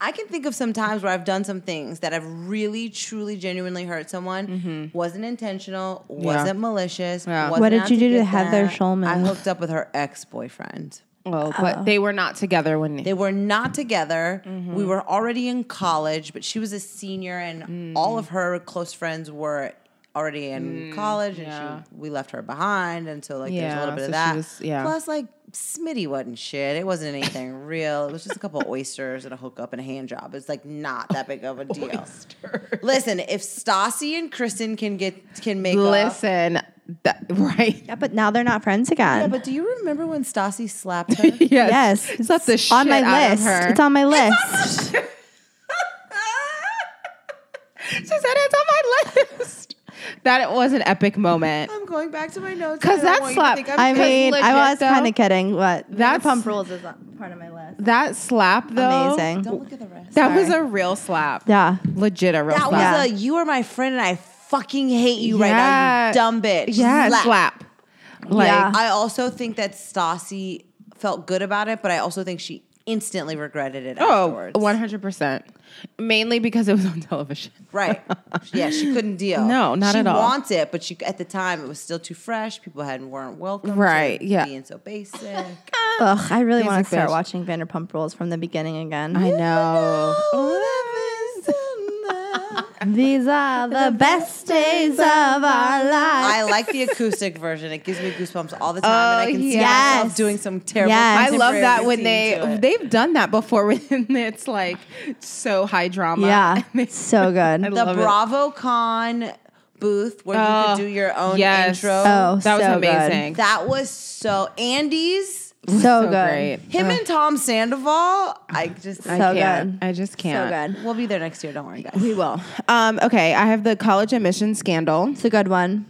I can think of some times where I've done some things that have really, truly, genuinely hurt someone. Wasn't intentional, wasn't malicious. wasn't
What did
out
you do to
get
Heather
them.
Schulman?
I hooked up with her ex boyfriend.
well,
uh,
but they were not together when
They were not together.
Mm-hmm.
We were already in college, but she was a senior, and
Mm-hmm.
all of her close friends were already
Mm,
in college, and she, we left her behind. And so, like, there's a
Yeah,
little bit
so
of
she
that.
was- yeah.
Plus, like, Smitty wasn't shit. It wasn't anything real. It was just a couple oysters and a hookup and a hand job. It's like not that big of a deal. Listen, if Stassi and Kristen can get can make up.
listen, that, right?
yeah, but now they're not friends again.
Yeah, but do you remember when Stassi slapped her?
yes,
It's not the shit
on my
out
list.
Of her.
It's on my list.
she said it's on my list. That was an epic moment.
I'm going back to my notes.
'Cause
I don't
that
want you to
slap-
think
I
crazy.
mean,
legit,
I was
though.
kind of kidding, but
That's-
that pump rules is not part of my list.
That slap though,
Amazing.
Don't look at the rest.
That was a real slap.
Yeah.
legit a real
That
slap.
was
Yeah.
a you are my friend and I fucking hate you right now,
Yeah.
you dumb bitch.
yeah, slap. Like
Yeah.
I also think that Stassi felt good about it, but I also think she instantly regretted it
oh,
afterwards.
one hundred percent. Mainly because it was on television.
Right. Yeah, she couldn't deal.
No, not
she
at all.
She wants it, but she at the time it was still too fresh. People hadn't weren't welcome. to
Right, yeah.
Being so basic.
Ugh, I really want
Basic
to start
bitch.
watching Vanderpump Rules from the beginning again.
I know.
Oh,
These are the best days of our lives.
I like the acoustic version. It gives me goosebumps all the time, and I can see
yes.
myself doing some terrible.
Yes.
Uh, I love that
contemporary
when
routine
they
to it.
they've done that before when it's like so high drama.
Yeah,
And they-
so good.
love-
the
it.
BravoCon booth where
Oh,
you could do your own
yes.
intro.
Oh,
that was
so good.
amazing.
That was so Andy's
so,
so
good.
great.
him and Tom Sandoval. I just
So
Uh, I can't.
good.
I just can't.
So good.
we'll be there next year. Don't worry, guys.
We will. Um, okay, I have the college admission scandal.
It's a good one.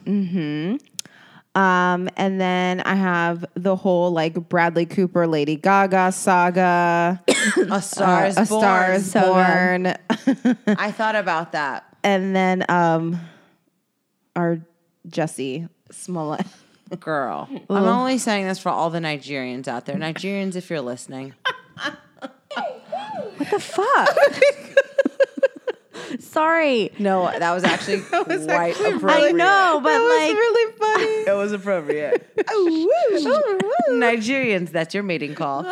Um, and then I have the whole like Bradley Cooper, Lady Gaga saga,
A Star is
Uh, A
Born.
Star is
So
Born,
I thought about that.
and then um, our Jesse Smollett.
Girl, I'm only saying this for all the Nigerians out there. Nigerians, if you're listening,
What the fuck? Sorry.
No, that was actually quite
actually really-
appropriate.
I know, but
that was
like,
really funny. Oh,
It was appropriate. Nigerians, that's your mating call.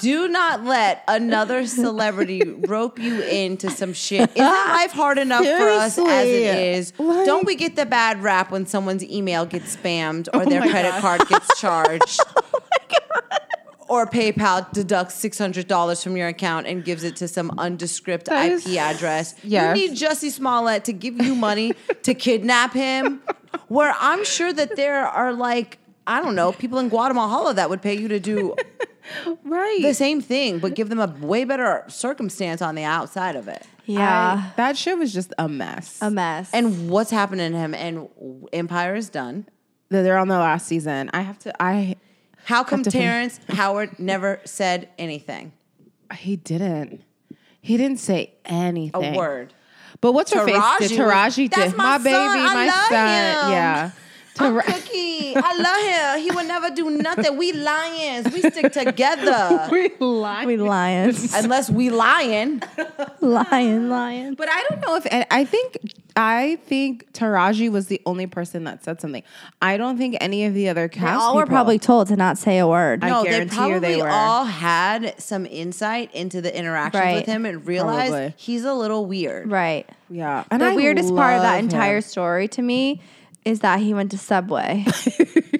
Do not let another celebrity rope you into some shit. Isn't life hard enough for us as
Seriously.
it is?
Like-
Don't we get the bad rap when someone's email gets spammed or their
Oh my
credit
God. Oh
card gets charged? Or PayPal deducts six hundred dollars from your account and gives it to some undescript
That
IP
is-
address.
Yes.
You need Jussie Smollett to give you money to kidnap him. Where I'm sure that there are like I don't know people in Guatemala that would pay you to do
right.
the same thing, but give them a way better circumstance on the outside of it.
yeah,
I- that shit was just a mess.
Um,
a mess.
And what's happening to him? And Empire is done.
That They're on the last season. I have to. I
How come
to think.
Terrence Howard never said anything?
he didn't. He didn't say
A
anything.
word.
But what's her face?
Taraji
Did
was-
Taraji
That's
did
my
baby,
son. I
my
love
son.
him.
Yeah.
I'm
Tara-
Cookie, I love him. He would never do nothing. We lions. We stick together.
we lied.
we lions.
Unless we lying.
lion, lion.
But I don't know if and I think I think Taraji was the only person that said something. I don't think any of the other cast
All were
people-
probably told to not say a word.
I
No, they
guarantee
probably
you they were.
all had some insight into the interactions
Right.
with him and realized
Probably.
he's a little weird.
right.
yeah. And
the
I
weirdest part of that
love
entire
him.
story to me is that he went to Subway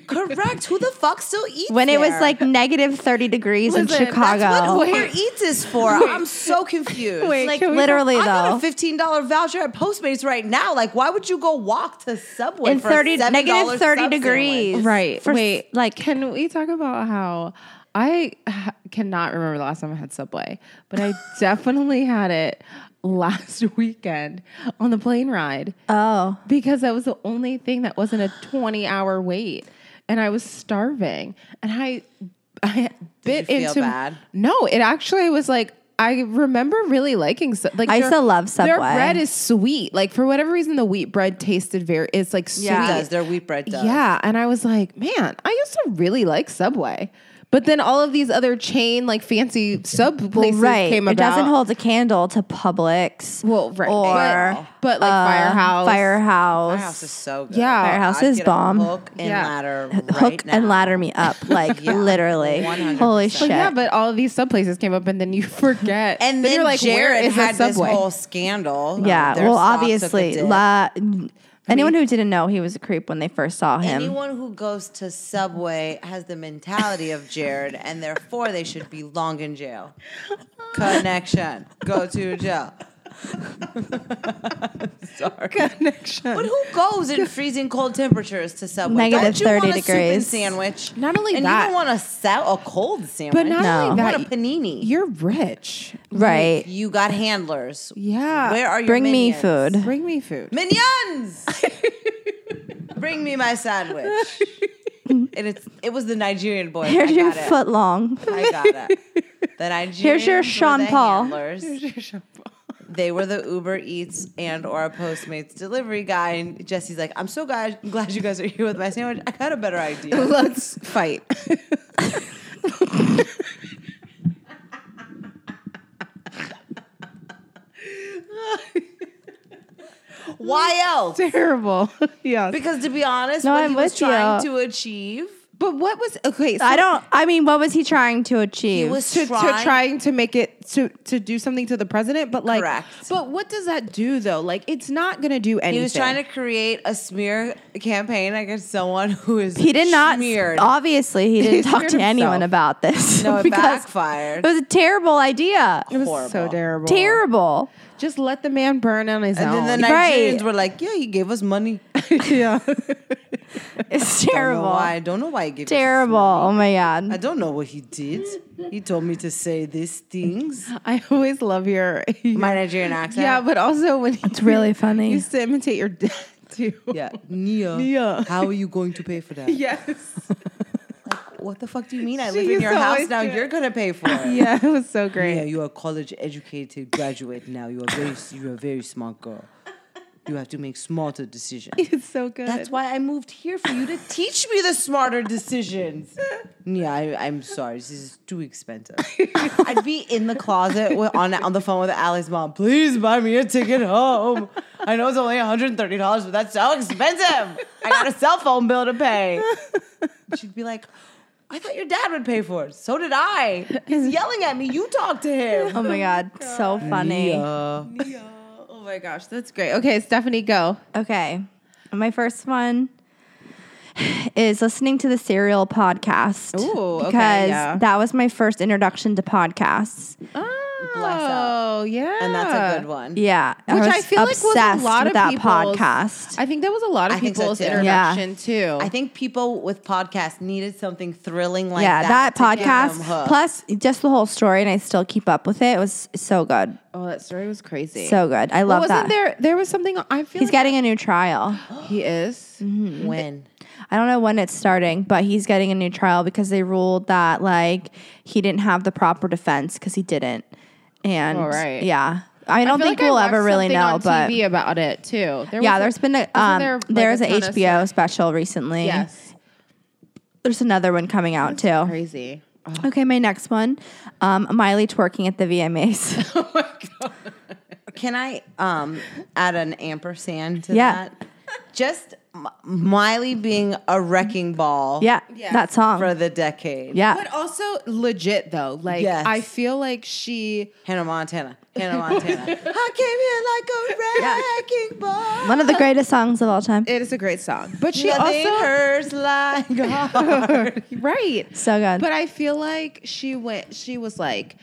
Correct. Who the fuck still eats
when it was
there?
like negative 30 degrees
Listen,
in
that's what-
Chicago.
wait,
Where eats is for? I'm so confused.
Wait,
like
can we go-
literally
I got a
though.
fifteen dollar voucher at Postmates right now. Like, why would you go walk to Subway
In
for
30
$7
negative
sub
30
sandwich?
degrees.
Right.
For s-
Wait.
like-
Like, can we talk about how I ha- cannot remember the last time I had Subway, but I definitely had it last weekend on the plane ride
Oh.
because that was the only thing that wasn't a 20 hour wait. And I was starving. And I, I bit
you feel
into.
bad?
No, it actually was like, I remember really liking Sub- like
I used
their-
to love
Their
Subway.
bread is sweet. Like for whatever reason, the wheat bread tasted very. It's like sweet.
Yeah.
It does. Their wheat bread does.
Yeah, and I was like, man, I used to really like Subway, but then all of these other chain like fancy sub
Well,
places
right.
came
it
about.
doesn't hold a candle to Publix.
well, right,
Or
but, but, like
uh,
Firehouse,
Firehouse.
Firehouse is so good.
Yeah.
Firehouse
I'd
is
get a
bomb.
Hook and
Yeah.
ladder.
Hook
right now.
and ladder me up. Like
Yeah.
literally.
100%.
Holy
But
shit.
Yeah, but all of these sub places came up, and then you forget,
And
you're
then
like,
Jared
where is
had
a Subway?
this whole scandal.
Yeah,
Their
well,
stock took a
obviously,
dip.
la, anyone who didn't know he was a creep when they first saw him.
Anyone who goes to Subway has the mentality of Jared, and therefore they should be long in jail. Connection. Go to jail. Sorry.
Connection.
But who goes in freezing cold temperatures to Subway?
Negative
Don't you want
30
a soup and
degrees.
sandwich.
Not only
and
that-
you don't want a, sa- a cold sandwich.
but not
No.
only
you
that,
want a panini.
you're rich.
right.
you got handlers.
Yeah,
Where are your
Bring me
minions?
food.
bring me food?
Minions! Bring me my sandwich. and it's it was the Nigerian boy.
Here's
I
your
got it.
foot long.
I got it. The Nigerians were
Sean
the
Paul.
handlers. They were the Uber Eats and or a Postmates delivery guy. And Jesse's like, I'm so glad, glad you guys are here with my sandwich. I got a better idea.
Let's fight.
Why else?
Terrible. yeah.
Because to be honest,
No,
what
I'm
he was
with you.
trying to achieve,
But what was okay? So
I don't. I mean, what was he trying to achieve?
he was
to, to
trying
trying to make it to to do something to the president, but like,
Correct.
but what does that do though? Like, it's not gonna do anything.
He was trying to create a smear campaign against someone who is
he did not.
smeared.
Obviously, he didn't talk
smeared
to anyone
himself.
about this.
no, it
because
backfired.
it was a terrible idea.
It was
Horrible.
so terrible.
Terrible.
Just let the man burn on his
and
own.
then the Nigerians
Right.
were like, "Yeah, he gave us money.
yeah.
It's
I don't know why.
terrible.
I don't know why he gave
Terrible.
us
Oh my
money. I
god.
don't know what he did. He told me to say these things.
I always love your,
My Nigerian accent.
yeah, but also when
It's really funny.
you used to imitate your dad too.
yeah, Nia.
Nia.
How are you going to pay for that?
Yes.
What the fuck do you mean? I
She
live in
used
your
to
house
always
now.
do it.
You're gonna pay for it.
Yeah, it was so great.
Yeah, you are a college educated graduate now. You are very you are a very smart girl. You have to make smarter decisions.
It's so good.
That's why I moved here for you to teach me the smarter decisions. Yeah, I, I'm sorry. This is too expensive. I'd be in the closet with, on on the phone with Ali's mom. Please buy me a ticket home. I know it's only $130, but that's so expensive. I got a cell phone bill to pay. She'd be like, I thought your dad would pay for it. So did I. He's yelling at me. You talk to him.
Oh my god, so funny.
Yeah.
oh my gosh, that's great. Okay, Stephanie, go.
Okay. My first one is listening to the Serial podcast.
Ooh, okay,
because
yeah.
that was my first introduction to podcasts.
Oh,
Bless up.
yeah.
And that's a good one.
Yeah,
Which
was
I feel like was
obsessed
a lot
with
of
that
people's-
podcast.
I think that was a lot of
I think so,
people's
too.
Yeah.
introduction too.
I think people with podcasts needed something thrilling like
yeah,
that.
that,
to get them
podcast
hooked.
plus just the whole story, and I still keep up with it. It was so good,
oh, that story was crazy.
so good. I love
Well, wasn't
that.
there? There was something. I feel
He's
like
getting a new trial.
he is.
when
I don't know when it's starting, but he's getting a new trial because they ruled that like he didn't have the proper defense because he didn't. And
All right.
yeah, I don't
feel
think
like I
we'll ever
watched
really
something
know,
on
but
TV about it too. There
yeah,
was
there's been a
wasn't
um,
there, like,
there's
a
an
ton of
HBO
stuff?
special recently.
Yes,
there's another one coming out too.
crazy.
Okay, my next one, um, Miley twerking at the VMAs.
Can I um, add an ampersand to
Yeah.
that? Just M- Miley being a wrecking ball
yeah,
Yeah.
that song.
for the decade.
yeah,
But also legit though. Like
Yes.
I feel like she.
Hannah Montana. Hannah Montana. I came here like a wrecking ball.
one of the greatest songs of all time.
It is a great song, but she
Nothing
also
hurts like God.
right.
so good.
But I feel like she went. She was like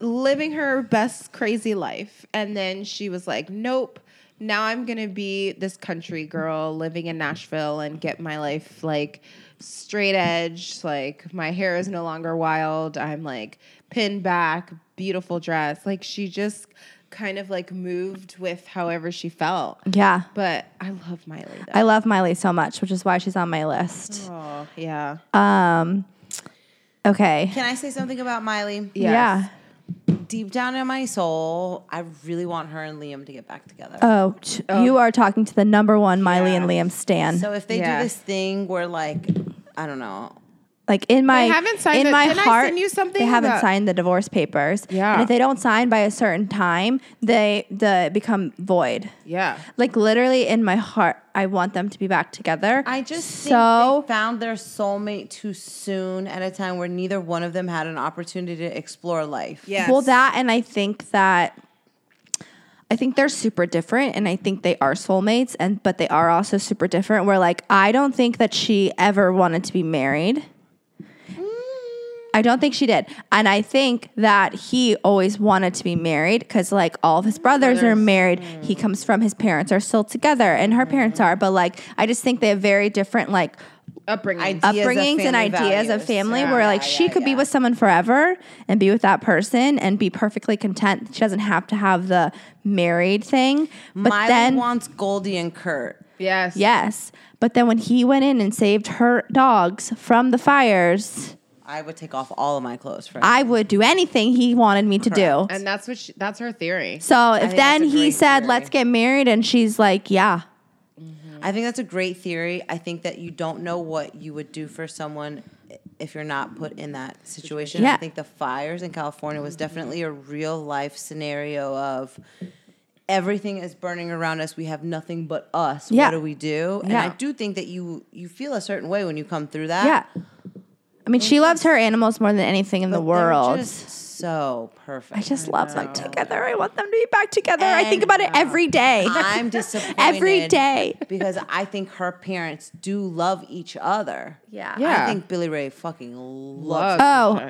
living her best crazy life, and then she was like, "Nope, now I'm gonna be this country girl living in Nashville and get my life like straight edge. Like my hair is no longer wild. I'm like pinned back, beautiful dress. Like she just." Kind of like moved with however she felt.
yeah,
But I love Miley though.
I love Miley so much, which is why she's on my list.
oh, yeah.
Um, okay.
Can I say something about Miley?
Yes.
Yeah.
Deep down in my soul, I really want her and Liam to get back together.
Oh, t- you are talking to the number one Miley and Liam stan.
so if they
Yeah.
do this thing where, like, I don't know,
like in my
haven't signed
in
the-
my
didn't I
heart,
send you something
they haven't
that-
signed the divorce papers.
Yeah.
And if they don't sign by a certain time, they the become void.
Yeah.
Like literally in my heart, I want them to be back together.
I just
so
think they found their soulmate too soon at a time where neither one of them had an opportunity to explore life.
Yes.
well that, and I think that. I think they're super different and I think they are soulmates and but they are also super different. Where like I don't think that she ever wanted to be married. I don't think she did. And I think that he always wanted to be married because, like, all of his brothers, Mm. are married. He comes from his parents are still together, and her parents are. But, like, I just think they have very different, like,
upbringing.
Ideas of
upbringings and
family
ideas of
values.
family
Yeah,
where, like,
yeah,
she
yeah,
could be
yeah.
with someone forever and be with that person and be perfectly content. She doesn't have to have the married thing. But
Miley
then,
wants Goldie and Kurt.
yes.
yes. But then when he went in and saved her dogs from the fires,
I would take off all of my clothes for him.
I would do anything he wanted me to do.
And that's what she, that's her theory.
So if
think
then
that's a
he
great
said,
theory.
"Let's get married," and she's like, "Yeah,
I think that's a great theory. I think that you don't know what you would do for someone i- if you're not put in that situation.
Yeah.
I think the fires in California was definitely a real life scenario of everything is burning around us. We have nothing but us.
Yeah.
What do we do? And
Yeah.
I do think that you you feel a certain way when you come through that.
yeah." I mean, she loves her animals more than anything in the
They're
world.
just so perfect.
I just love them together. I want them to be back together. I
And,
think about it
uh,
every day.
I'm disappointed
Every day.
because I think her parents do love each other.
Yeah.
Yeah.
I think Billy Ray fucking
Love.
loves.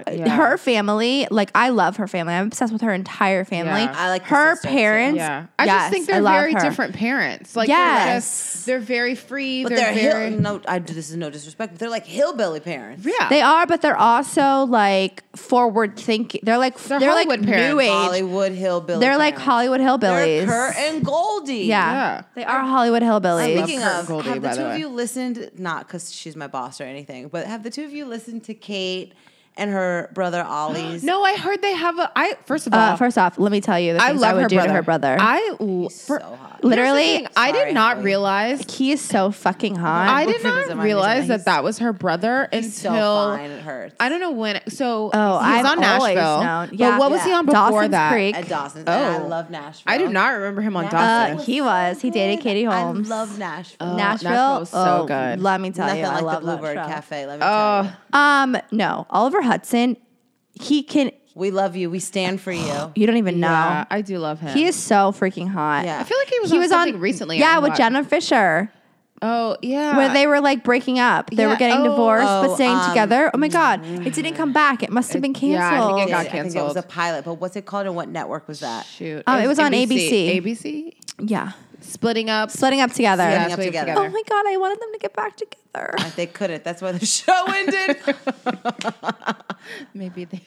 Oh,
Yeah.
her family. Like I love her family. I'm obsessed with her entire family.
Yeah.
I like the
her
sister, too.
parents.
Yeah. I
Yes,
just think
I
they're
love
very
her.
different parents. Like they're
Yes.
just they're very free.
But
they're,
they're,
very
hill, no. I do this is no disrespect, but they're like hillbilly parents.
Yeah.
They are, but they're also like forward thinking. They're like they're,
They're
like
Hollywood
new
parents.
age.
Hollywood hillbilly.
They're like
parents.
Hollywood hillbillies.
They're Kurt and Goldie.
yeah.
Yeah.
they are Hollywood hillbillies.
Speaking
Kurt and
of,
Goldie,
have the
by the
two of
way.
you listened? Not because she's my boss or anything, but have the two of you listened to Kate and her brother Ollie's.
No, I heard they have a. I first of all,
Uh, first off, let me tell you, the
I
things I
love
would
her,
do
brother.
to her brother.
I l-
so hot.
Literally-
Here's the thing, I
Sorry,
did not
Hallie.
realize.
he is so fucking hot.
I
look
did
for this in
not
my
realize
name.
that that was her brother
He's so
until
fine. It hurts.
I don't know when. So
Oh,
he was
I've
on
always
Nashville.
known.
but
Yeah.
what was
Yeah.
he on before
Dawson's
that?
Creek.
At Dawson. and I
Oh.
love Nashville.
I do not remember him on
Uh,
Dawson.
he was. He dated Katie Holmes.
I love Nashville.
Oh, Nashville.
Nashville was so
oh,
good.
Let me tell
Nothing
you, I
like
love
the Bluebird
Nashville.
Cafe. Let me tell you.
oh,
Um, no, Oliver Hudson. He can.
We love you. We stand for you.
You don't even know.
yeah, I do love him.
He is so freaking hot.
Yeah.
I feel like he was.
he
on
was
something
on
recently. I
Yeah, with
watched.
Jenna Fisher,
Oh yeah,
where they were like breaking up. They
Yeah,
were getting
oh,
divorced
oh,
but staying
um,
together. Oh my god, it didn't come back. It must have been
yeah, I
canceled.
think it got
I think that was
canceled.
a pilot, but what's it called and what network was that?
Ah, shoot.
Um, it was on
ABC.
yeah,
Splitting up.
splitting up together.
Yeah,
up
splitting
together.
Oh my god, I wanted them to get back together.
They couldn't. That's why the show ended.
Oh, Maybe they.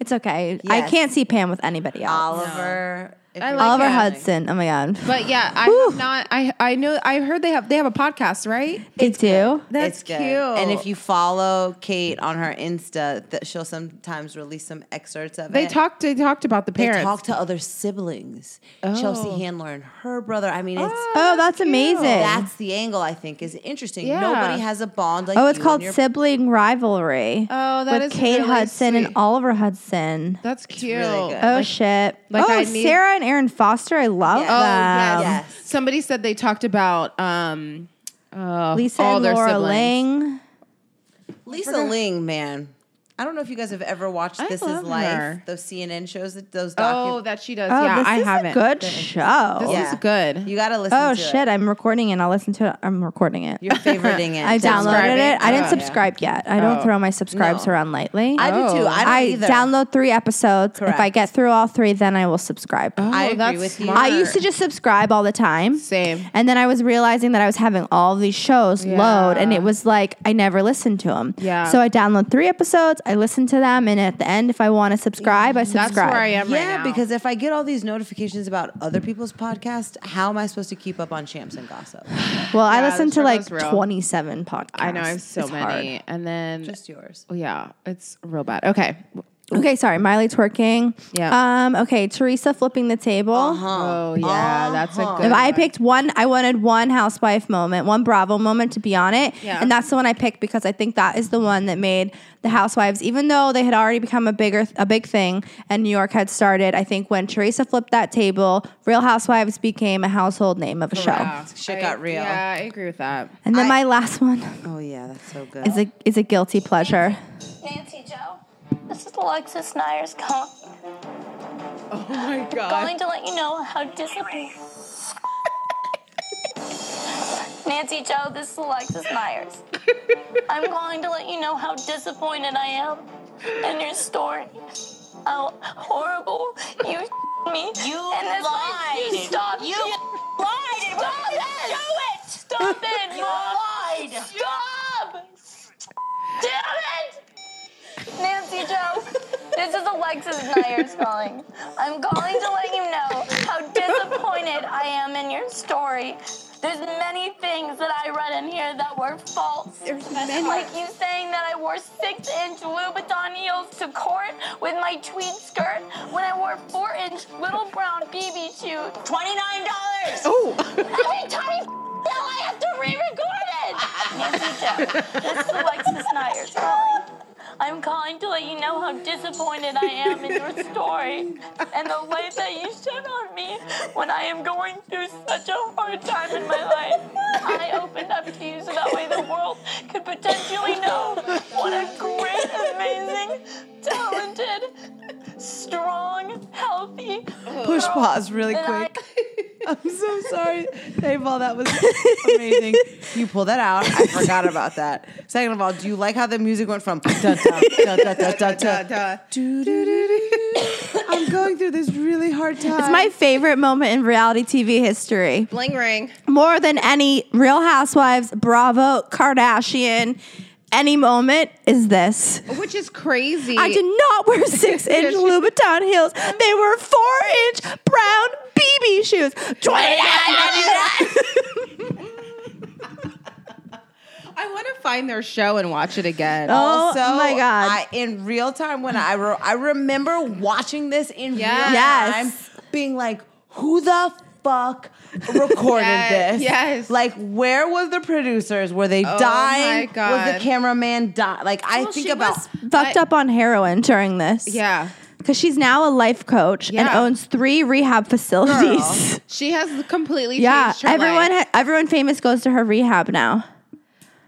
It's okay. I
Yes.
can't see Pam with anybody else.
Oliver. if
I
you're
like
Oliver
him.
listening.
Hudson. Oh my god,
But yeah, I have not. I I know. I heard they have. They have a podcast, right?
they do.
That's
it's good.
cute.
And if you follow Kate on her Insta, that she'll sometimes release some excerpts of
they
it.
talked. They talked about the
They
parents.
talk to other siblings.
Oh.
Chelsea Handler and her brother. I mean, it's
Oh, that's amazing.
that's the angle I think is interesting.
Yeah.
Nobody has a bond like
Oh, it's
you and
called
your-
sibling rivalry.
Oh, that
with
is
Kate
really
Hudson and
sweet.
Oliver Hudson.
That's cute.
really good.
Oh shit!
like
oh,
I need-
Sarah and Aaron Foster. I love
Yeah.
Oh
them.
yes.
Yes.
Somebody said they talked about um, uh,
Lisa
all
and
their
Laura
siblings.
Ling.
Lisa Ling, man. I don't know if you guys have ever watched
I
This Is
love
Life,
her.
those CNN shows, that those
Oh,
docu-
that she does.
Oh,
yeah,
this
I
is
haven't.
a good show.
This
Yeah.
is good.
You got to listen
oh
to it.
shit! I'm recording it. I'll listen to it. I'm recording it.
You're favoriting it.
I downloaded
subscribing?
it. I didn't
Oh.
subscribe yet. I don't
Oh.
throw my subscribes
No.
around lightly.
I do too.
Oh.
I don't
I
either.
download three episodes. If I
Correct.
get through all three, then I will subscribe.
I
Oh,
agree
that's
with you.
smart.
I used to just subscribe all the time.
same.
And then I was realizing that I was having all these shows load, and it was like I never listened to them.
Yeah.
So I download three episodes, I listen to them, and at the end, if I want to subscribe, I subscribe.
That's where I am
yeah,
right now.
because if I get all these notifications about other people's podcasts, how am I supposed to keep up on champs and gossip?
Well, I
Yeah,
listen
this
to
one
like
was real.
27 podcasts.
I know I have so
It's hard.
many, and then oh,
Just yours.
yeah, it's real bad. Okay.
Okay, sorry. Miley twerking.
Yeah.
Um, okay, Teresa flipping the table.
Oh yeah, that's a good.
If I picked one, I wanted one housewife moment, one Bravo moment to be on it.
Yeah.
And that's the one I picked because I think that is the one that made the housewives, even though they had already become a bigger, a big thing and New York had started. I think when Teresa flipped that table, Real Housewives became a household name of a show.
Yeah.
Shit
I-
got real.
Yeah, I agree with that.
And then my last one
Oh yeah, that's so good.
is a, is a guilty pleasure.
Nancy Joe, this is Alexis Nyers call,
Oh my god.
calling to let you know how disappointed. Nancy Joe, this is Alexis Nyers. I'm calling to let you know how disappointed I am in your story. How horrible you me. You and that's Why you stop. You lied. Stop it. Do it. Stop it. You lied. Stop. Damn it. Nancy Joe, this is Alexis Nyers calling. I'm calling to let you know how disappointed I am in your story. There's many things that I read in here that were false. There's many. Like you saying that I wore six-inch Louboutin heels to court with my tweed skirt when I wore four-inch little brown BB shoes. Twenty-nine dollars.
Oh.
Every time you yell, I have to re-record it. Nancy Joe, this is Alexis Nyers calling. I'm calling to let you know how disappointed I am in your story and the light that you shed on me when I am going through such a hard time in my life. I opened up to you so that way the world could potentially know what a great, amazing, talented, strong, healthy.
Push
girl
pause really
that I
quick. I'm so sorry. Hey, Paul, that was amazing. you pull that out. I forgot about that. Second of all, do you like how the music went from dun, dun, dun, dun, dun, dun, dun, doo, doo, doo, doo. I'm going through this really hard time.
It's my favorite moment in reality TV history.
Bling ring.
more than any Real Housewives, Bravo, Kardashian, any moment is this.
Which is crazy.
I did not wear six inch Louboutin heels. They were four inch brown BB shoes. $29.99.
I want to find find their show and watch it again.
Oh
also,
my God.
I, in real time when I re- I remember watching this in real
Yes.
time, being like, "Who the fuck recorded
Yes,
this?
yes. Oh
like where was the producers? Were they
my
dying? Was
God.
the cameraman dying? Like I think
she
about
was fucked up on heroin during this.
Yeah.
Because she's now a life coach and
Yeah.
owns three rehab facilities.
She has completely
Yeah,
changed her
everyone,
life.
ha- everyone famous goes to her rehab now.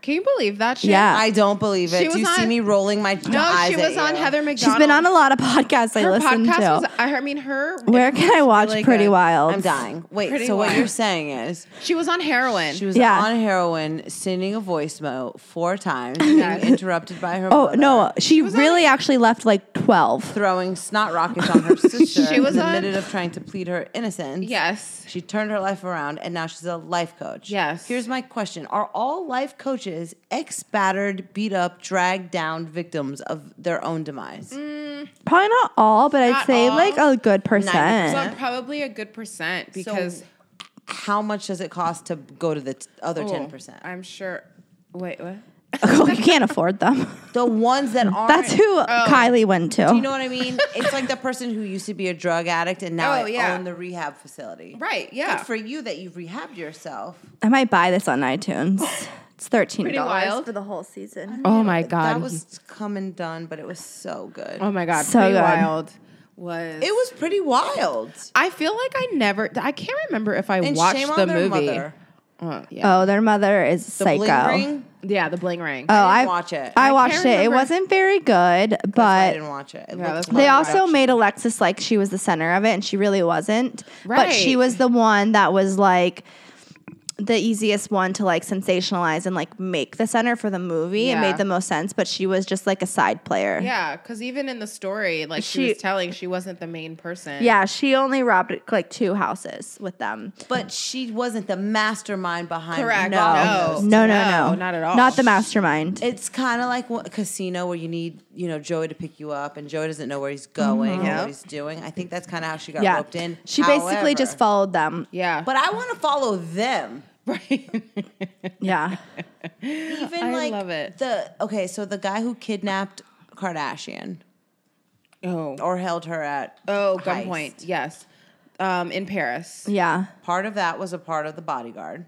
Can you believe that shit?
Yeah.
I don't believe it.
She
Do you
was
see
on-
me rolling my
No,
eyes
she
at
was on
you?
Heather McDonald.
She's been on a lot of podcasts I
her
listen
podcast
to.
was I I mean her
Where can I watch
really
Pretty
good.
Wild?
I'm dying. Wait,
Pretty
so what
wild.
you're saying is
She was on heroin.
she was
Yeah.
on heroin, sending a voicemail four times,
Yes.
being interrupted by her.
Oh
mother.
no, she really actually left like twelve.
throwing snot rockets on her sister.
She was
in the
on-
minute of trying to plead her innocence.
yes.
She turned her life around and now she's a life coach.
Yes.
Here's my question Are all life coaches ex battered, beat up, dragged down victims of their own demise?
Mm.
Probably not all, but I'd
Not
say
all.
like a good percent.
But probably a good percent because
So how much does it cost to go to the t- other
Oh,
10%?
I'm sure. Wait, what?
you can't afford them.
The ones that aren't.
That's who
Oh.
Kylie went to.
You know what I mean? It's like the person who used to be a drug addict and now
Oh,
I
yeah.
own the rehab facility.
Right, yeah.
Good for you that you've rehabbed yourself.
I might buy this on iTunes. It's thirteen dollars
wild.
for the whole season.
Oh my
That was come and done, but it was so good.
oh my god.
So
Pretty
good.
wild was.
It was pretty wild.
I feel like I never. I can't remember if I
And
watched
shame
the
on their
movie.
mother.
Oh yeah.
Oh, their mother is
The
psycho.
bling ring.
yeah, the bling ring.
Oh,
I
I
didn't watch it.
I
I
watched it.
can't
It
remember.
wasn't very good,
I
but
didn't watch it. It
Yeah,
looked
that's
like
They
Right.
also made Alexis like she was the center of it and she really wasn't. But she
Right.
was the one that was like the easiest one to like sensationalize and like make the center for the movie. It
Yeah.
made the most sense, but she was just like a side player.
yeah, because even in the story, like she,
She-
was telling, she wasn't the main person.
Yeah, she only robbed like two houses with them.
but she wasn't the mastermind behind.
Correct.
No.
No.
No, no, no,
Oh, No, not at all.
Not the mastermind.
It's kind of like a casino where you need, you know, Joey to pick you up, and Joey doesn't know where he's going or
Yep.
what he's doing. I think that's kind of how she got
Mm-hmm. yeah.
roped in.
She basically just
However-
followed them.
yeah.
But I want to follow them.
right.
Yeah.
Even
I
like
love it.
the okay, so the guy who kidnapped Kardashian
oh.
or held her at
Oh,
heist.
gunpoint. Yes. Um, in Paris.
Yeah.
Part of that was a part of the bodyguard.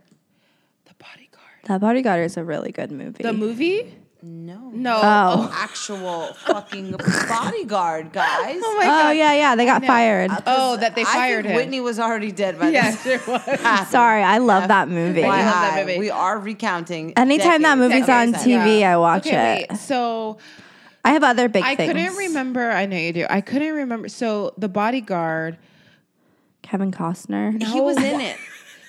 The bodyguard.
That Bodyguard is a really good movie.
The movie?
No,
No.
Oh.
actual fucking bodyguard guys.
Oh my
Oh
god.
yeah, yeah. They got fired.
Oh, that they
I
fired
think
him.
Whitney was already dead by
Yes,
this.
it was.
time.
Sorry, I love that movie.
I love that
FYI,
movie.
We are recounting.
Anytime that
decades
movie's
of
on
sex.
TV. I watch
okay,
it.
Wait. So
I have other big
I
things.
couldn't remember. I know you do. I couldn't remember. So the bodyguard,
Kevin Costner.
He was in it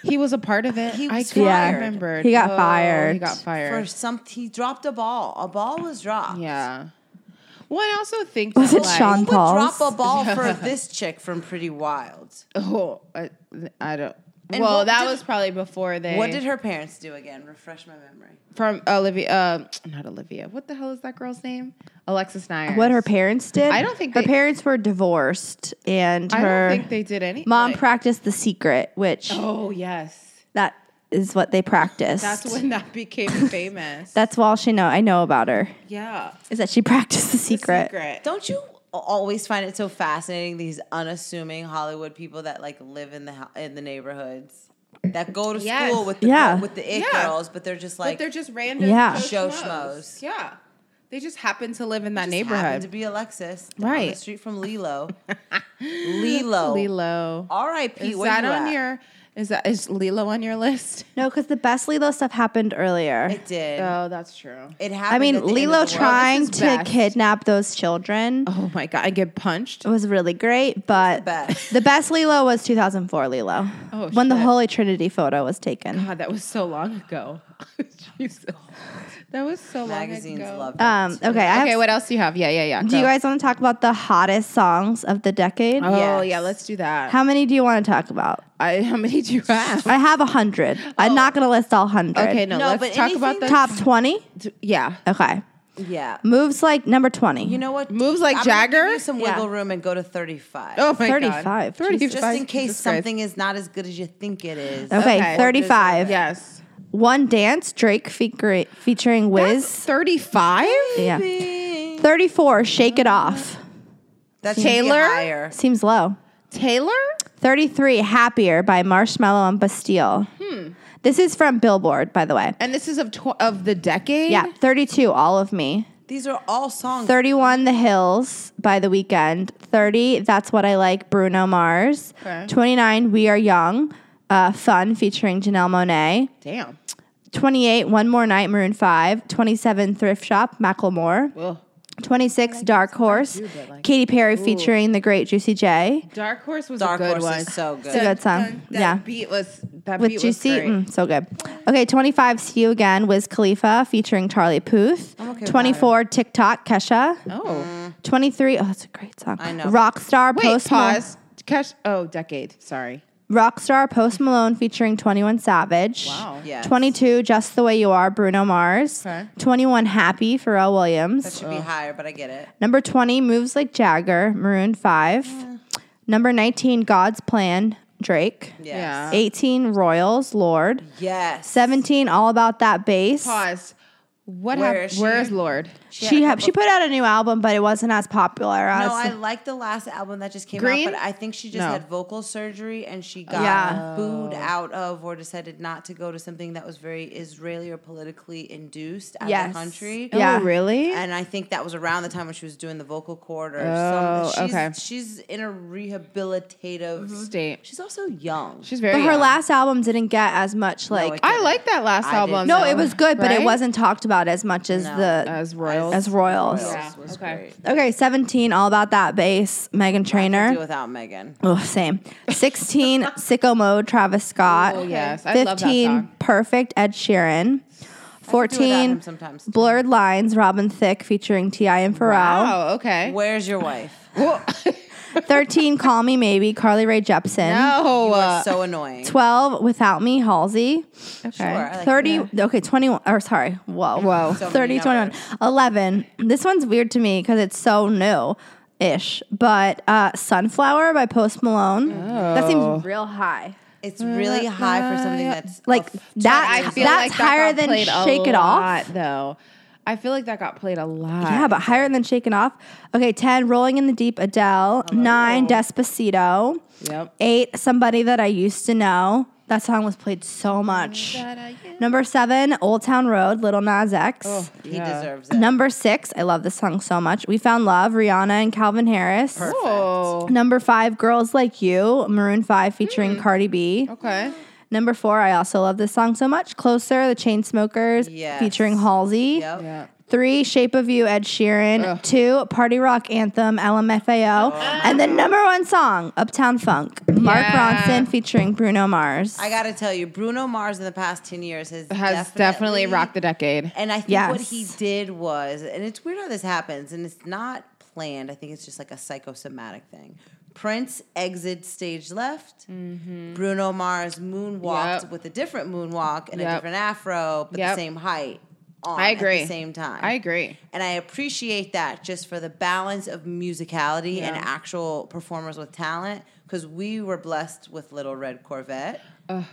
he was a part of it.
He
I
was
could
fired.
remember.
He got
Oh,
fired.
He got
for
fired.
some. He dropped a ball. A ball was dropped.
yeah. Well, I also think
Was
that,
it
like,
Sean
Who would drop a
Paul's?
ball for this chick from Pretty Wild?
Oh, I, I don't.
And
well,
what
that
did-
was probably before they.
What did her parents do again? Refresh my memory.
from Olivia? Uh, not Olivia. What the hell is that girl's name? Alexis Nyers.
What her parents did?
I don't think
her
they-
parents were divorced, and
I
her
don't think they did any.
mom
like-
practiced The Secret, which
Oh yes,
that is what they practiced.
that's when that became famous.
That's all she know. I know about her
yeah.
is that she practiced The
The
Secret.
Don't you always find it so fascinating these unassuming Hollywood people that like live in the hou- in the neighborhoods that go to
Yes.
school with the
Yeah.
with the it
Yeah.
girls, but they're just
But
like
they're just random
Yeah.
Show
show
schmoes.
schmoes. Yeah. They just happen to live in that
just happened to
neighborhood.
be Alexis right on the
Right.
street from Lilo. Lilo,
Lilo.
R.I.P.
Is
where
that
you
on
at?
your is that is Lilo on your list?
No, because the best Lilo stuff happened earlier.
It did.
Oh, that's true.
it happened.
I mean,
at the end of the
Lilo
world.
trying
is
to
best.
kidnap those children
Oh my god, I get punched. Oh
was really great, but
best.
the best Lilo was 2004 Lilo,
Oh,
when the
shit.
Holy Trinity photo was taken.
God, that was so long ago. Jesus. That was so
Magazines
long ago.
love it.
Um, okay, I have
Okay, what else do you have? Yeah, yeah, yeah.
Do you
go.
guys want to talk about the hottest songs of the decade?
Oh
Yes.
yeah, let's do that. How,
How many do you want to talk about?
I, how many do you have?
I have a hundred. I'm not going to list all hundred.
Okay, no,
No, but
let's talk
anything
about the
Top twenty.
Yeah,
Okay,
yeah.
moves like number twenty.
You know what?
Moves like
I'm gonna give
Jagger?
you some
Yeah.
wiggle room and go to thirty-five.
Oh my
35.
god. 35.
just in case
Jesus Christ.
something is not as good as you think it is.
okay,
okay.
thirty-five.
Yes.
One Dance, Drake feature- featuring Wiz.
35?
yeah. 34, Shake It Off.
That's
Taylor?
Higher.
Seems low.
Taylor?
33, Happier by Marshmello and Bastille. This is from Billboard, by the way.
And this is of tw- of the decade?
Yeah. 32, All of Me.
These are all songs.
31 The Hills by The Weekend. 30 That's What I Like Bruno Mars.
Okay.
29 We Are Young uh, Fun featuring Janelle Monet.
Damn.
28 One More Night Maroon 5. 27 Thrift Shop Macklemore.
Well,
26 Dark Horse Katy Perry featuring the great Juicy J.
Dark Horse was
Dark
a good
Horse
one.
is so good.
a good song.
that
Yeah.
beat was that
With
beat
Juicy,
was great.
mm, so good. Okay, 25 See You Again Wiz Khalifa featuring Charlie Puth. 24 TikTok Kesha.
Mm.
Oh,
23 Oh, that's a great song. I
know.
Rockstar
wait,
Post Malone-
pause. Cash. Oh, decade. Sorry.
Rockstar Post Malone featuring 21 Savage.
Wow.
Yes.
22 Just the Way You Are Bruno Mars.
Okay.
21 Happy Pharrell
That
Williams.
should be higher, but I get it.
Number 20 Moves Like Jagger Maroon 5. Number 19 God's Plan Drake.
Yes.
Yeah.
18 Royals Lord.
Yes.
17 All About That Bass.
Pause. What
Where
happened?
is she?
Where's Lord?
She ha- she put out a new album but it wasn't as popular as
No, I like the last album that just came
Green?
out, but I think she just
No.
had vocal surgery and she got
Yeah.
booed out of or decided not to go to something that was very Israeli or politically induced out
Yes.
of the country.
Oh, Yeah.
really?
And I think that was around the time when she was doing the vocal cord or
Oh,
something. She's,
okay.
she's in a rehabilitative
State.
She's also young.
She's very.
but her
young.
last album didn't get as much like
it
I like that last
I
album.
didn't.
No,
though,
it was good, but it
right?
wasn't talked about as much as
No.
the
as royals.
as Royals.
Royals
Yeah,
was
okay.
great.
Okay, 17, all about that bass, Megan
Do
Trainor.
without Megan.
Oh, same. 16, Sicko Mode, Travis Scott.
Oh, yes. I
15,
love that song.
Perfect, Ed Sheeran.
Do without him
14,
sometimes.
Blurred Lines, Robin Thicke featuring T.I. and Pharrell.
Wow. Okay.
Where's your wife?
13, Call Me Maybe, Carly Rae Jepsen.
Oh,
You
uh,
are so annoying.
12, Without Me, Halsey.
okay.
Sure, I like
30, okay, 21, or sorry, whoa.
Whoa.
So many
30, 21. 11. This one's weird to me because it's so new ish, but uh, Sunflower by Post Malone. That seems real high.
It's
uh,
really high for something that's oh,
Like
a-
that, that's higher
got
than
played a
Shake It
lot,
Off.
though. I feel like that got played a lot.
Yeah, but higher than Shake It Off. Okay, 10, Rolling in the Deep, Adele. 9, Despacito.
Yep.
8, Somebody That I Used to Know. That song was played so much. Number 7, Old Town Road, Little Nas X.
Oh,
he deserves it.
Number 6, I love this song so much. We Found Love, Rihanna and Calvin Harris.
Oh.
Number five, Girls Like You, Maroon 5 featuring Cardi B.
Okay.
Number four, I also love this song so much. Closer, The Chainsmokers
Yes.
featuring Halsey.
Yep.
Yeah.
Three, Shape of You, Ed Sheeran. Two, Party Rock Anthem, LMFAO. And the number one song, Uptown Funk, Mark
Yeah.
Ronson featuring Bruno Mars.
I gotta tell you, Bruno Mars in the past ten years has
Has definitely, rocked the decade.
And I think what he
Yes.
did was, and it's weird how this happens, and it's not planned. I think it's just like a psychosomatic thing. Prince exits stage left. Bruno Mars moonwalked
Mm-hmm. Yep.
with a different moonwalk and
Yep.
a different afro, but
Yep.
the same height. On
I
At
agree.
the same time,
I agree.
and I appreciate that just for the balance of musicality and
Yeah.
actual performers with talent because we were blessed with Little Red Corvette.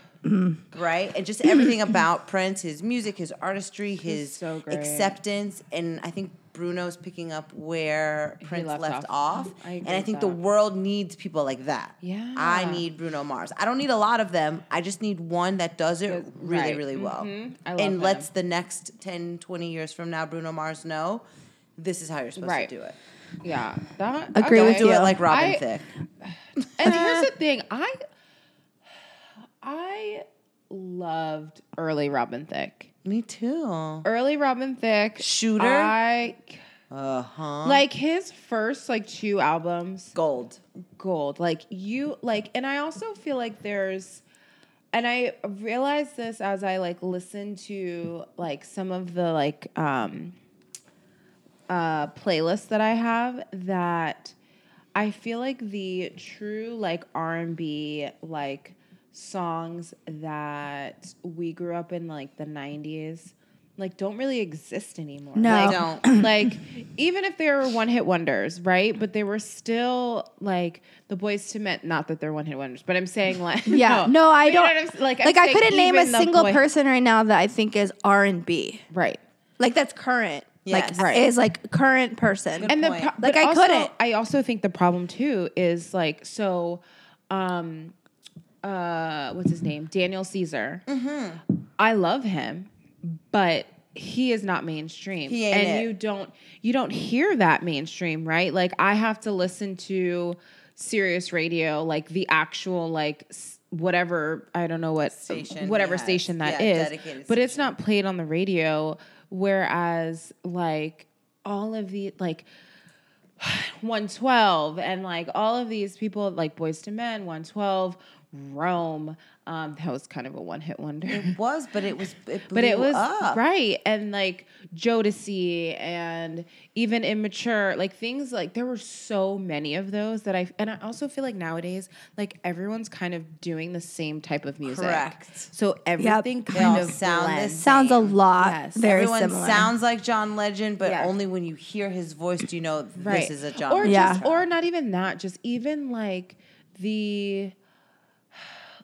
Right, and just everything about Prince, his music, his artistry, his
so great.
acceptance, and I think Bruno's picking up where Prince
left
left,
off.
off.
I agree
and I
with
think the
that.
world needs people like that.
Yeah.
I need Bruno Mars. I don't need a lot of them. I just need one that does it really,
right. Mm-hmm.
really well.
I love
and
him.
lets the next 10, 20 years from now, Bruno Mars know this is how you're supposed
Right.
to do it.
Yeah. That
Agree
Don't
with
do
you. Uh-huh.
it like Robin
I-
Thicke.
And here's the thing, I I loved early Robin Thicke.
Me too.
Early Robin Thicke.
Shooter?
I
Uh huh.
like his first like two albums.
Gold.
gold. Like you like and I also feel like there's and I realized this as I like listened to like some of the like um uh playlists that I have that I feel like the true like R&B like songs that we grew up in like the 90s like don't really exist anymore.
No.
Like,
They
don't.
like even if they were one hit wonders, right? But they were still like the boys to men. Not that they're one hit wonders, but I'm saying like
Yeah. No, I
But you know
don't.
what I'm s- like
like
I'm
I
saying
couldn't name a
even the
single
boy-
person right now that I think is R and B.
right?
Like that's current.
Yes.
Like
Right.
is like current person.
Good
And
and the
point.
pro-
Like,
but
I
also,
couldn't.
I also think the problem too is like so. um uh What's his name? Daniel Caesar.
Mm-hmm.
I love him, but he is not mainstream.
He ain't
and
it.
you don't you don't hear that mainstream, right? Like I have to listen to Sirius Radio, like the actual like s- whatever I don't know what
Station,
whatever
yes.
station that
Yeah,
is,
dedicated
but it's not played on the radio. Whereas like all of the like 112 and like all of these people like boys to men 112 rome um that was kind of a one-hit wonder
It was, but it was. It blew
but it was
up.
right and like Jodeci and even immature like things like there were so many of those that I and I also feel like nowadays like everyone's kind of doing the same type of music
Correct.
so everything
They all
kind of
sound the
blends.
sounds a
same.
lot
Yes.
very
Everyone
similar.
sounds like John Legend, but
Yeah.
only when you hear his voice do you know this is a John.
Or
Legend.
Yeah.
just or not even that, just even like the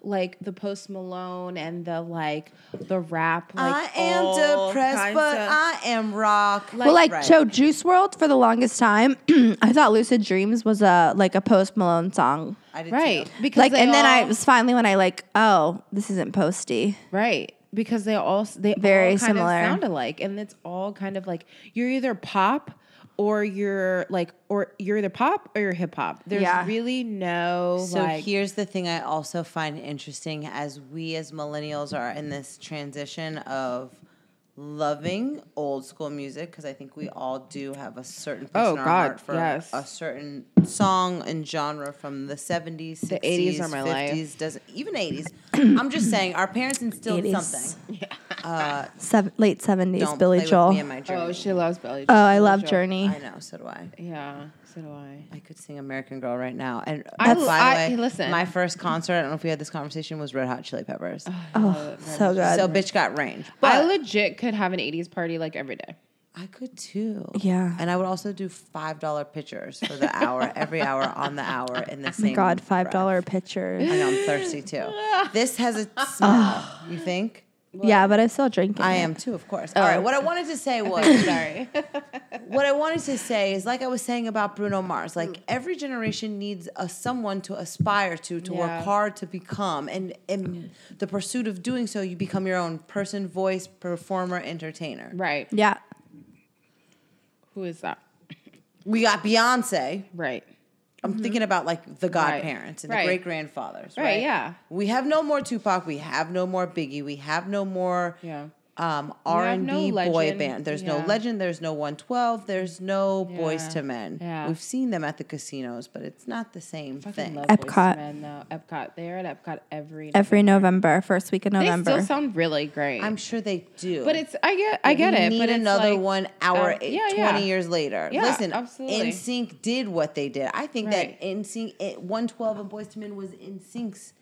like the post Malone and the like the rap like
I am
all
depressed,
kinds
but
of-
I am rock.
Like-
well, like
Right.
Joe Juice World for the longest time, I thought "Lucid Dreams" was a like a Post Malone song.
I did
right
too.
because
Like,
they
and then I
all-
was finally when I like, oh, this isn't posty.
right because they all s- they
Very
all kind
similar.
of sound alike and it's all kind of like you're either pop or you're like or you're either pop or you're hip hop. There's
Yeah.
really no
So
like
here's the thing I also find interesting as we as millennials are in this transition of loving old school music because I think we all do have a certain place
Oh,
in our
God,
heart for
yes.
a certain song and genre from the 70s, 60s,
80s are my
50s,
life.
doesn't even 80s. I'm just saying our parents instilled
80s.
something. Uh,
Seven, late seventies,
don't
Billy
play With me
Joel.
and my
oh
journey.
she loves Billy.
oh, I love Journey.
I know, so do I.
Yeah, so do I.
I could sing American Girl right now. And
I-
by the
I-
way,
listen.
my first concert, I don't know if we had this conversation, was Red Hot Chili Peppers.
Oh, so good.
So bitch got rained.
I
But
legit could have an 80s party like every day.
I could too.
Yeah.
And I would also do five dollar pitchers for the hour, every hour on the hour in the same.
Oh God, five
breath.
dollar pictures.
I know I'm thirsty too. this has a smell. you think?
Yeah, but I still drink.
I am too, of course. All right. What I wanted to say was
Sorry.
what I wanted to say is like I was saying about Bruno Mars, like every generation needs a someone to aspire to, to
Yeah.
work hard to become. And in the pursuit of doing so, you become your own person, voice, performer, entertainer.
right.
Yeah.
Who is that?
We got Beyonce.
Right.
I'm thinking about like the godparents and
Mm-hmm. Right.
the great grandfathers.
Right,
Right,
yeah.
We have no more Tupac. We have no more Biggie. We have no more
Yeah.
um, R
have
and
no
B boy
legend.
band. There's
Yeah.
no legend. There's no 112. There's no Boys
Yeah.
to Men.
Yeah.
We've seen them at the casinos, but it's not the same
Fucking
thing.
love
Epcot.
Boyz II Men, though. Epcot. They're at Epcot every.
Every November, first week of
They
November.
still sound really great.
I'm sure they do.
but it's I get I get
we
it.
Need
but it's
another
like,
one hour,
um,
eight-
yeah, yeah.
twenty years later.
Yeah,
Listen,
absolutely.
NSYNC did what they did. I think
Right.
that NSYNC, One Twelve, and Boys to Men was NSYNC's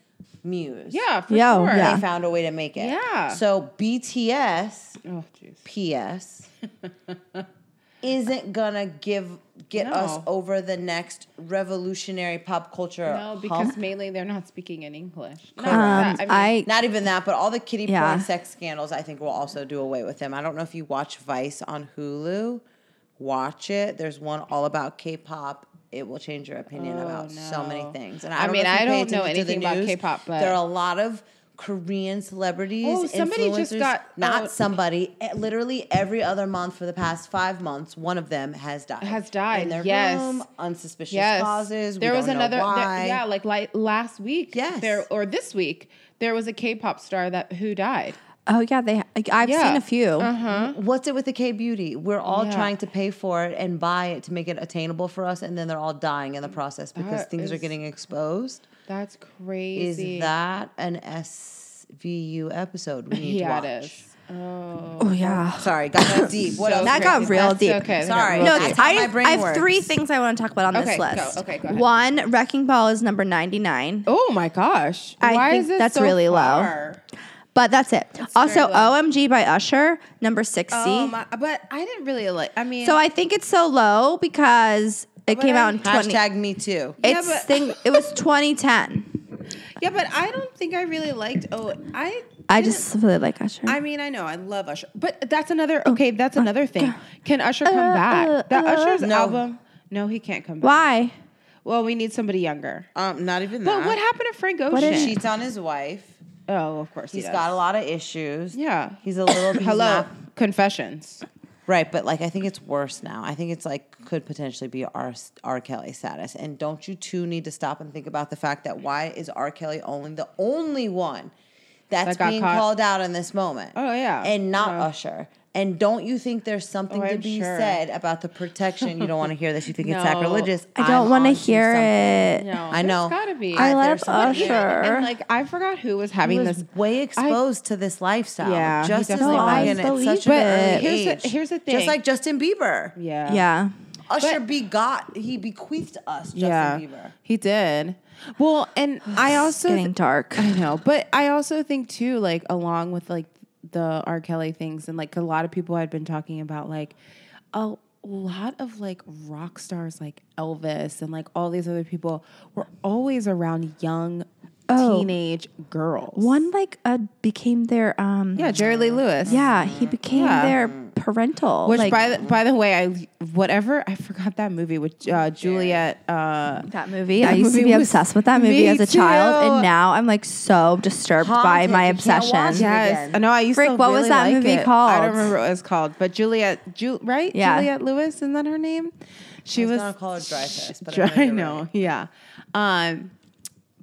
muse.
Yeah, for
Yeah,
sure.
yeah.
they found a way to make it.
Yeah.
So BTS,
Oh jeez.
PS, isn't gonna give get
No.
us over the next revolutionary pop culture.
No, because
hump.
mainly they're not speaking in English. Not
Correct.
that-
um, I,
not even that, but all the kitty
Yeah.
porn sex scandals, I think will also do away with them. I don't know if you watch Vice on Hulu. Watch it. There's one all about K-pop. It will change your opinion about so many
Oh, no.
things. And
I
I, don't
mean,
know if you
I
pay
don't know
attention to the
anything about
news.
K-pop, but-
there are a lot of Korean celebrities.
Oh, somebody just
influencers-
got
not
out-
somebody. eh, Literally every other month for the past five months, one of them has died.
Has died,
In their
yes.
room, unsuspicious
yes.
causes. We
There was
don't know
another. there-
why.
yeah, like, like last week.
Yes.
There or this week there was a K-pop star that who died.
oh yeah, they. Like, I've
Yeah. Uh-huh.
seen a few.
What's it with the K beauty? We're all
Yeah.
trying to pay for it and buy it to make it attainable for us, and then they're all dying in the process because
That
things are
is-
getting exposed.
That's
Is
crazy.
that an SVU episode we need
yeah,
to
it
watch?
is. Oh.
Oh yeah.
Sorry, got that deep. What else?
That
Rick?
got real
That's
deep.
okay. That got
Sorry.
real
No,
deep.
that's
okay.
how
I
my
have,
brain
I have
works.
three things I want to talk about on
Okay,
this
go.
list.
Okay, go ahead.
One, Wrecking Ball is number 99.
Oh my gosh.
I
Why
think
is it
that's
so
really low.
far?
But that's it. also, OMG by Usher, number 60.
Oh my! But I didn't really like. I mean,
so I think it's so low because it came out in 20.
Hashtag me too.
it's
but-
thing, it was 2010.
yeah, but I don't think I really liked. Oh, I.
I
didn't-
just really like Usher.
I mean, I know I love Usher, but that's another. Okay, that's another thing. Can Usher come
Uh, uh,
back? That
uh.
Usher's
No.
album. No, he can't come back.
Why?
Well, we need somebody younger.
Um, not even that.
But what happened to Frank Ocean?
He cheats on his wife.
oh, of course he
He's
does.
got a lot of issues.
Yeah.
He's a little. He's
Hello,
not-
confessions.
right, but like I think it's worse now. I think it's like could potentially be R. R. Kelly status. And don't you two need to stop and think about the fact that why is R. Kelly only the only one
That
that's
got
being
caught.
called out in this moment?
Oh, yeah.
and not
No.
Usher. And don't you think there's something
Oh,
to
I'm
be
sure.
said about the protection? You don't want to hear this. You think it's
No.
sacrilegious.
I don't
want to
hear it.
No,
I know.
There's gotta be.
I love
there's something
Usher.
here.
And like I forgot who was having
He was
this.
way exposed to this lifestyle.
Yeah, he
Justin
definitely was.
Roiland
I
at such an
believe it.
early
Here's
age.
the- here's the
Just
thing.
like Justin Bieber.
Yeah.
Yeah.
Usher begot, he bequeathed us Justin
yeah.
Bieber.
He did. Well, and I also
Getting dark.
I know, but I also think too, like along with like the R. Kelly things, and like a lot of people had been talking about, like a lot of like rock stars, like Elvis and like all these other people, were always around young
Oh.
teenage girls.
One like uh, became their um
yeah, Jerry Lee Lewis.
yeah, he became
Yeah.
their parental.
Which
like,
by the, by the way, I whatever I forgot that movie with uh, Juliet. Uh,
that movie, I
that
used to
movie
be
was-
obsessed with that movie
Me
as a child,
too.
and now I'm like so disturbed by
Haunted,
my
you can't watch
obsession.
it.
yes,
again.
I know. I used
Frick,
to.
what was
really
that
like
movie
it. I
called?
don't remember what it was called, but Juliet, Ju- right?
Yeah.
Juliet Lewis, isn't that her name? She
I was
was.
gonna call her Dreyfus, but I
Dry, I
know you're
know,
right.
yeah. Um,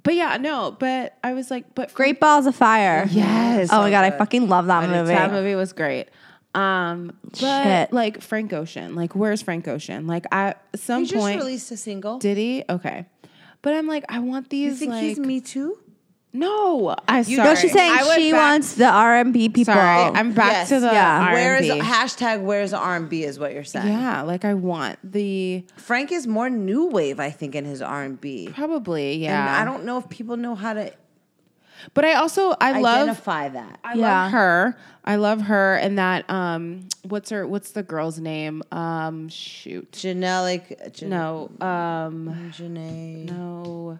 but yeah, no. But I was like, but
Great Balls of Fire.
Yes.
Oh my god, I fucking love that
That
movie.
That movie was great. Um, but
Shit.
like Frank Ocean, like where's Frank Ocean? Like I some
He just
point
released a single.
did he? Okay. But I'm like, I want these.
you think
like,
he's Me Too?
No, I sorry.
No, she's saying
I went
she
back-
wants the R&B people.
Sorry, I'm back
Yes.
to the
Yeah.
R&B.
Where is hashtag Where's R&B is what you're saying.
Yeah, like I want the
Frank is more new wave, I think, in his R&B.
probably
And
yeah.
I don't know if people know how to
But I also I love
identify that.
I
Yeah.
love her. I love her and that um what's her what's the girl's name? Um shoot.
Genelic, gen-
No. Um
Janae,
no.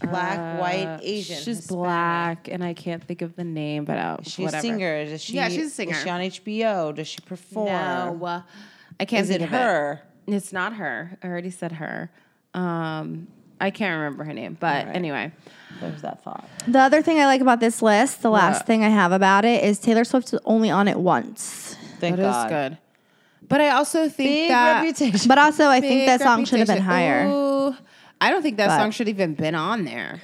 black,
uh,
white, Asian.
She's
Hispanic.
black and I can't think of the name but uh,
She's
whatever.
a singer. Does she?
Yeah, she's a
Is she
singer.
on HBO? Does she perform?
No. uh, I can't
Is
think
it
of it.
her?
It's not her. I already said her. Um, I can't remember her name, but anyway.
There's that thought.
The other thing I like about this list, the last thing I have about it, is Taylor Swift is only on it once.
Thank
That is
God.
good. But I also think
Big
that
reputation.
But also, I think
Big
that song should have been
reputation.
higher.
Ooh, I don't think that
But-
song should even been on there.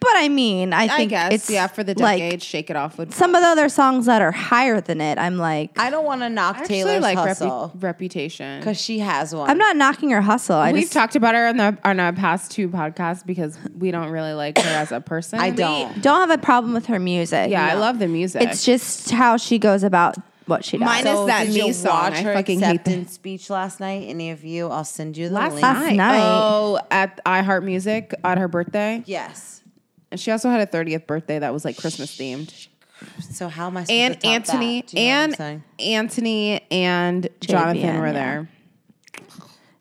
But I mean, I
I,
think
guess
it's
yeah for the
like,
decade. shake it off would.
some of the other songs that are higher than it, I'm like,
I don't want to knock
I actually
Taylor's
like repu-
hustle
reputation.
because she has one.
I'm not knocking her hustle. I
We've
just
talked about her on the on our past two podcasts because we don't really like her as a person.
I don't.
don't have a problem with her music.
Yeah, I love the music.
It's just how she goes about what she does.
Mine is-
So
that
did
me
you
song.
watch
I
her
fucking hate that.
acceptance speech last night? Any of you? I'll send you the
last
link.
night.
night.
Oh, at iHeart Music at her birthday.
Yes.
And she also had a 30th birthday that was like Christmas themed.
So how am I? Supposed to
And
top
Anthony
that? Do you know what I'm
and
saying?
Anthony and Jonathan were
yeah.
there.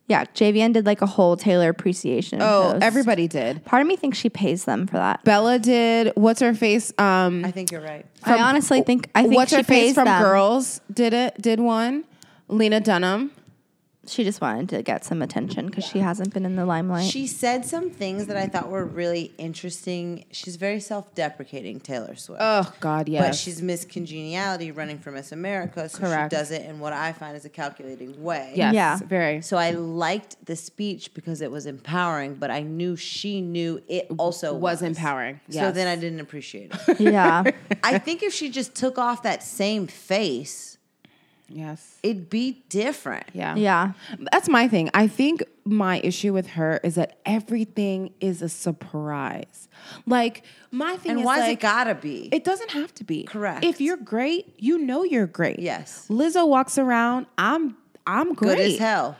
yeah, JVN did like a whole Taylor appreciation.
Oh,
post.
everybody did.
Part of me thinks she pays them for that.
Bella did. What's her face? Um,
I think you're right.
I honestly think I think
what's
she
her
pays
face from
them.
Girls? Did it? Did one? Lena Dunham.
She just wanted to get some attention because she hasn't been in the limelight.
She said some things that I thought were really interesting. She's very self-deprecating, Taylor Swift.
Oh God, yes.
But she's Miss Congeniality running for Miss America, so
Correct.
she does it in what I find is a calculating way.
yes,
Yeah.
very.
So I liked the speech because it was empowering, but I knew she knew it also
Was
was,
empowering,
So
yes.
then I didn't appreciate it.
yeah,
I think if she just took off that same face,
Yes.
it'd be different.
Yeah.
yeah.
That's my thing. I think my issue with her is that everything is a surprise. Like my thing
And
is
why
like,
has it gotta be?
It doesn't have to be.
Correct.
If you're great, you know you're great.
Yes.
Lizzo walks around, I'm I'm
Good
great.
as hell.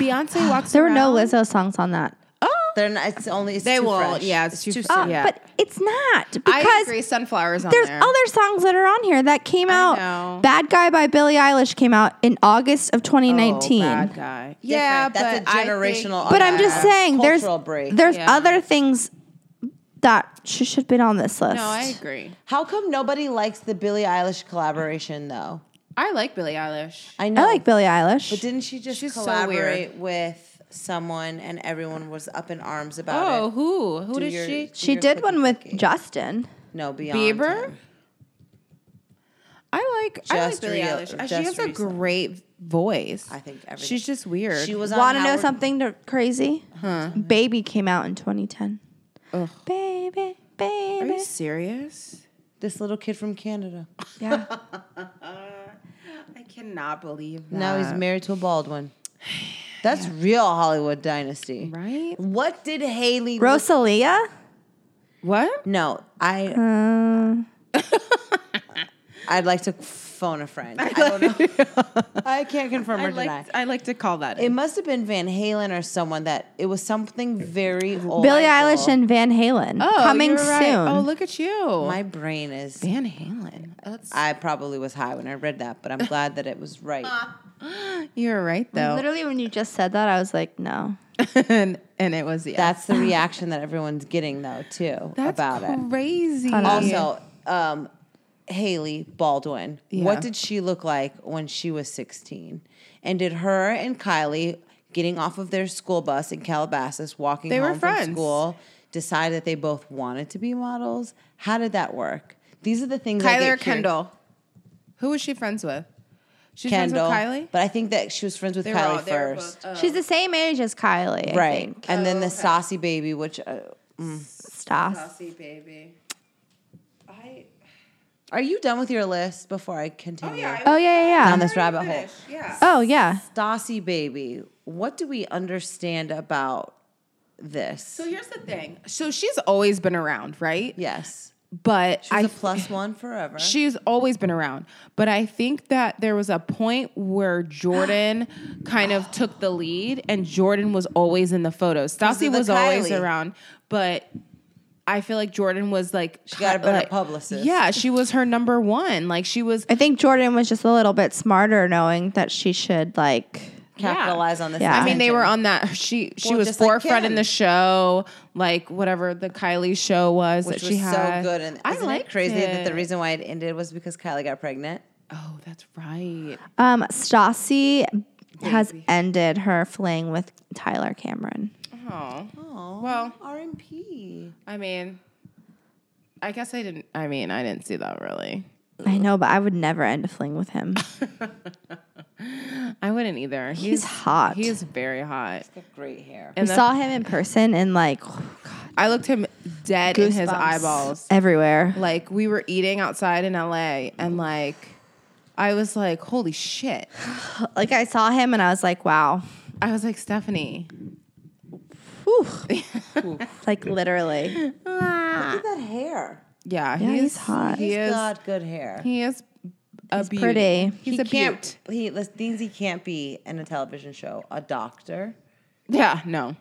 Beyonce walks
There were
around.
no Lizzo songs on that.
Oh,
They're not. It's only. It's
They
too
won't.
fresh.
Yeah, it's too
too
fresh.
fresh.
Uh,
Yeah.
But it's not because
I agree. Sunflowers on
there's
there.
Oh,
other songs that are on here that came out.
know.
Bad Guy by Billie Eilish came out in August of 2019.
Oh, bad guy.
yeah,
That's
but
a
I think-
generational.
Oh,
but I'm just
unrest,
saying there's
cultural break.
there's
Yeah.
other things that sh- should have been on this list.
no, I agree.
How come nobody likes the Billie Eilish collaboration though?
I like Billie Eilish.
I know.
I like Billie Eilish.
But didn't she just
She's so
collaborate with someone and everyone was up in arms about it?
Oh, who? Who
Do
did
your-
she?
do
she
your
did
cookie
one with
cookie.
Justin.
no beyond
Bieber.
him.
I like I like
Just
Billie
re-
Eilish. Uh,
just
she has a
recent.
great voice.
I think everything.
she's just weird.
She was on
Want to know
Howard-
something to- crazy? Baby came out in 2010. Baby,
Are
baby.
you serious?
This little kid from Canada.
Yeah.
I cannot believe that.
Now he's married to a Baldwin. That's real Hollywood dynasty.
right.
What did Haley look-
Rosalia?
What?
No, I
Uh,
I'd like to phone a friend. I don't know. I can't confirm or
I
deny.
like I like to call that.
It must have been Van Halen or someone that it was something very old.
Billie Eilish and Van Halen. coming
Oh, you're right.
soon.
Oh, look at you.
my brain is.
Van Halen. That's
I probably was high when I read that, but I'm glad that it was right.
Uh-huh. you're right though.
Literally, when you just said that, I was like, no.
and and it was yeah.
That's the reaction that everyone's getting though too
That's
about it.
crazy.
Also, um, Haley Baldwin.
Yeah.
What did she look like when she was 16? And did her and Kylie getting off of their school bus in Calabasas, walking
They were
home
friends.
from school, decide that they both wanted to be models? How did that work? These are the things. I
Kyler
get here-
Kendall. Who was she friends with? She's
Kendall.
friends with Kylie.
But I think that she was friends with
They were
Kylie
all- they were both- uh,
first,
She's the same age as Kylie. I
right?
think.
And
Oh,
then the saucy baby, which uh,
Stas.
baby. I
are you done with your list before I continue?
Oh, yeah, yeah,
Down
yeah.
this rabbit hole.
Yeah.
Oh, yeah.
Stassi baby, what do we understand about this?
So here's the thing. So she's always been around, right?
Yes.
But
She's
I
a plus one forever.
She's always been around. But I think that there was a point where Jordan kind of took the lead and Jordan was always in the photos.
are
Stassi
the
was always
Kylie.
around, but I feel like Jordan was like she
got a better publicist.
Yeah, she was her number one. Like she was
I think Jordan was just a little bit smarter knowing that she should, like,
Capitalize on this.
Yeah.
I mean, they were on that. She she
Well,
was
just like
forefront
Kim.
in the show, like whatever the Kylie show was
which
that
was
she had.
so good. And
I
isn't
liked
it crazy that the
it.
reason why it ended was because Kylie got pregnant?
Oh, that's right.
um, Stassi has ended her fling with Tyler Cameron.
Oh,
Oh,
Well-
RMP.
I mean, I guess I didn't. I mean, I didn't see that really.
I know, but I would never end a fling with him.
I wouldn't either. He's,
hot.
He's very hot.
Great hair.
We
And the-
saw him in person and, like,
I looked him dead in his
goosebumps
eyeballs.
everywhere.
Like we were eating outside in LA, and like I was like, holy shit.
Like, I saw him and I was like, wow.
I was like, Stephanie.
Whew. like, literally.
Look at that hair.
Yeah,
Yeah, he's
he's
hot.
He
He's
is.
got good hair.
He is a beauty.
pretty.
He's
he
a
can't.
beaut.
He the things he can't be in a television show: a doctor,
Yeah, no.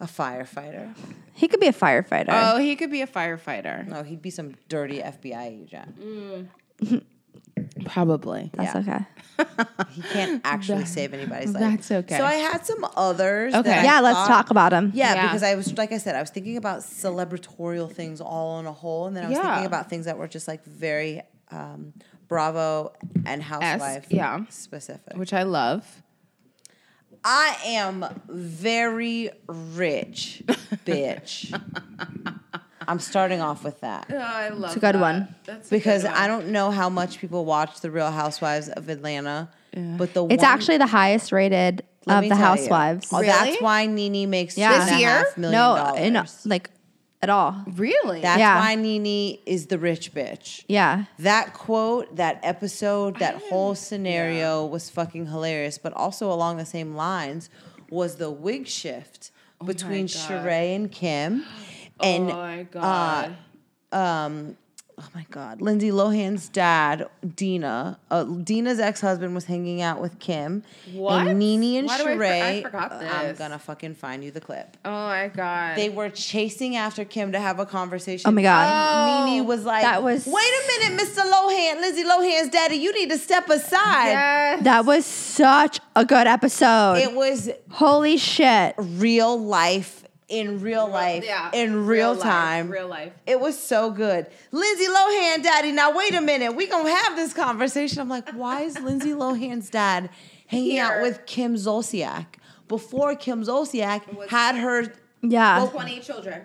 a firefighter.
He could be a firefighter.
Oh, he could be a firefighter.
No, he'd be some dirty FBI agent.
Probably.
That's okay.
He can't actually save anybody's life.
that's okay.
So I had some others. that
Okay.
I
Yeah, let's
thought-
talk about him.
Yeah,
Yeah.
because I was like I said, I was thinking about celebratorial things all in a whole, and then I was
Yeah.
thinking about things that were just like very um, Bravo and Housewife
yeah.
specific.
Which I love.
I am very rich, bitch. I'm starting off with that.
I love
It's a good one.
because I don't know how much people watch The Real Housewives of Atlanta, but the
It's
one,
actually the highest rated
let
of
me
the
tell you.
Housewives.
Oh, That's why Nene makes yeah.
This
year?
No, in, like at all.
Really?
That's
Yeah.
why Nene is the rich bitch.
Yeah.
That quote, that episode, that whole scenario was fucking hilarious. But also along the same lines was the wig shift
Oh uh,
between Sheree and Kim. And
my Oh God.
uh, um, oh my god, Lindsay Lohan's dad, Dina. Uh, Dina's ex-husband was hanging out with Kim.
What?
And Nene and
Why do I for-
Sheree.
I forgot
am
this.
gonna fucking find you the clip.
Oh my god.
They were chasing after Kim to have a conversation.
Oh my God.
And
Oh.
Nene was like,
That was-
"Wait a minute, Mr. Lohan, Lindsay Lohan's daddy. You need to step aside."
yes.
That was such a good episode.
It was
Holy shit.
real life in real life
Yeah.
in real,
life,
time.
real life.
It was so good. Lindsay Lohan, daddy. Now wait a minute. We gonna have this conversation. I'm like, why is Lindsay Lohan's dad hanging out
Here.
with Kim Zolciak before Kim Zolciak had her?
Yeah.
Well,
Twenty children.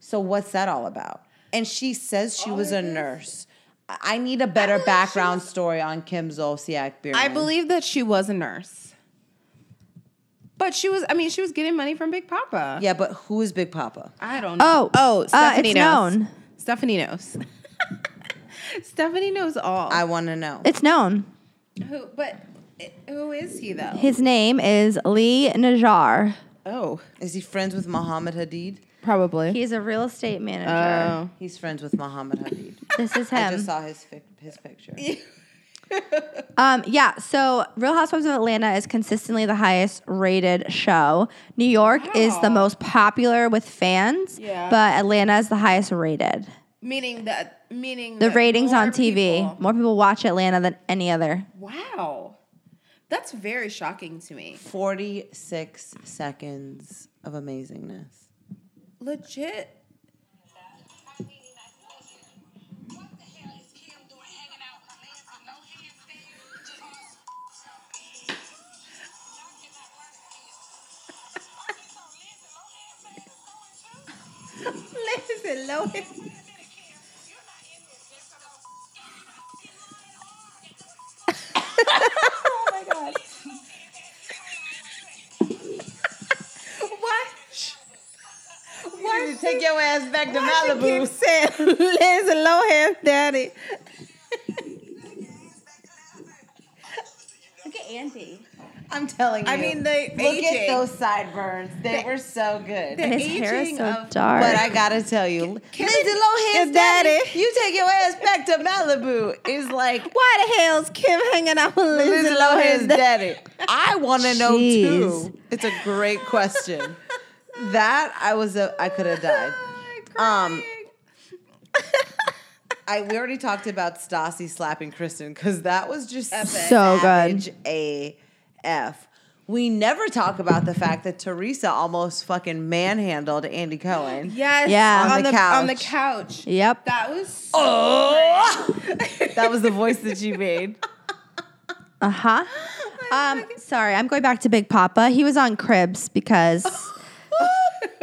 So what's that all about? And she says she was a nurse. I I need a better background story on Kim Zolciak.
I
Bierman.
believe that she was a nurse. But she was I mean, she was getting money from Big Papa.
Yeah, but who is Big Papa?
I don't know.
Oh,
oh,
uh,
Stephanie
it's
knows.
known.
Stephanie knows. Stephanie knows all.
I want to know.
It's known.
who but who is he though?
His name is Lee Najjar.
Oh,
Is he friends with Muhammad Hadid?
probably.
He's a real estate manager.
Oh.
He's friends with Muhammad Hadid.
This is
I just
him.
saw his fic- his picture.
Um, yeah, so Real Housewives of Atlanta is consistently the highest rated show. New York is the most popular with fans,
Yeah.
but Atlanta is the highest rated.
meaning that meaning
The
that
ratings
more
on TV,
people-
more people watch Atlanta than any other.
Wow. That's very shocking to me.
46 seconds of amazingness.
Legit. Listen, Lois. Why? Why she,
Take your ass back to
why she keep
Malibu.
saying Lindsay Lohan's daddy?
Look at Andy.
I'm telling you.
I mean, they
look
aging.
at those sideburns. They were so good.
His hair is
aging
so
of-
dark.
But I gotta tell you, Lindsay
Kim Daddy.
Lohan's daddy, you take your ass back to Malibu. Is like
Why the hell's Kim hanging out with
Lindsay
Lindsay
Lohan's
Lohan's
daddy. I want to know
Jeez.
too. It's a great question. that I was a I could have died. Um, I we already talked about Stassi slapping Kristen because that was just
So good.
savage AF. We never talk about the fact that Teresa almost fucking manhandled Andy Cohen.
Yes.
Yeah.
On,
On the
the, couch. on the
couch.
couch.
yep.
That was so
That was the voice that she made.
Uh huh. Um, sorry, I'm going back to Big Papa. He was on Cribs because.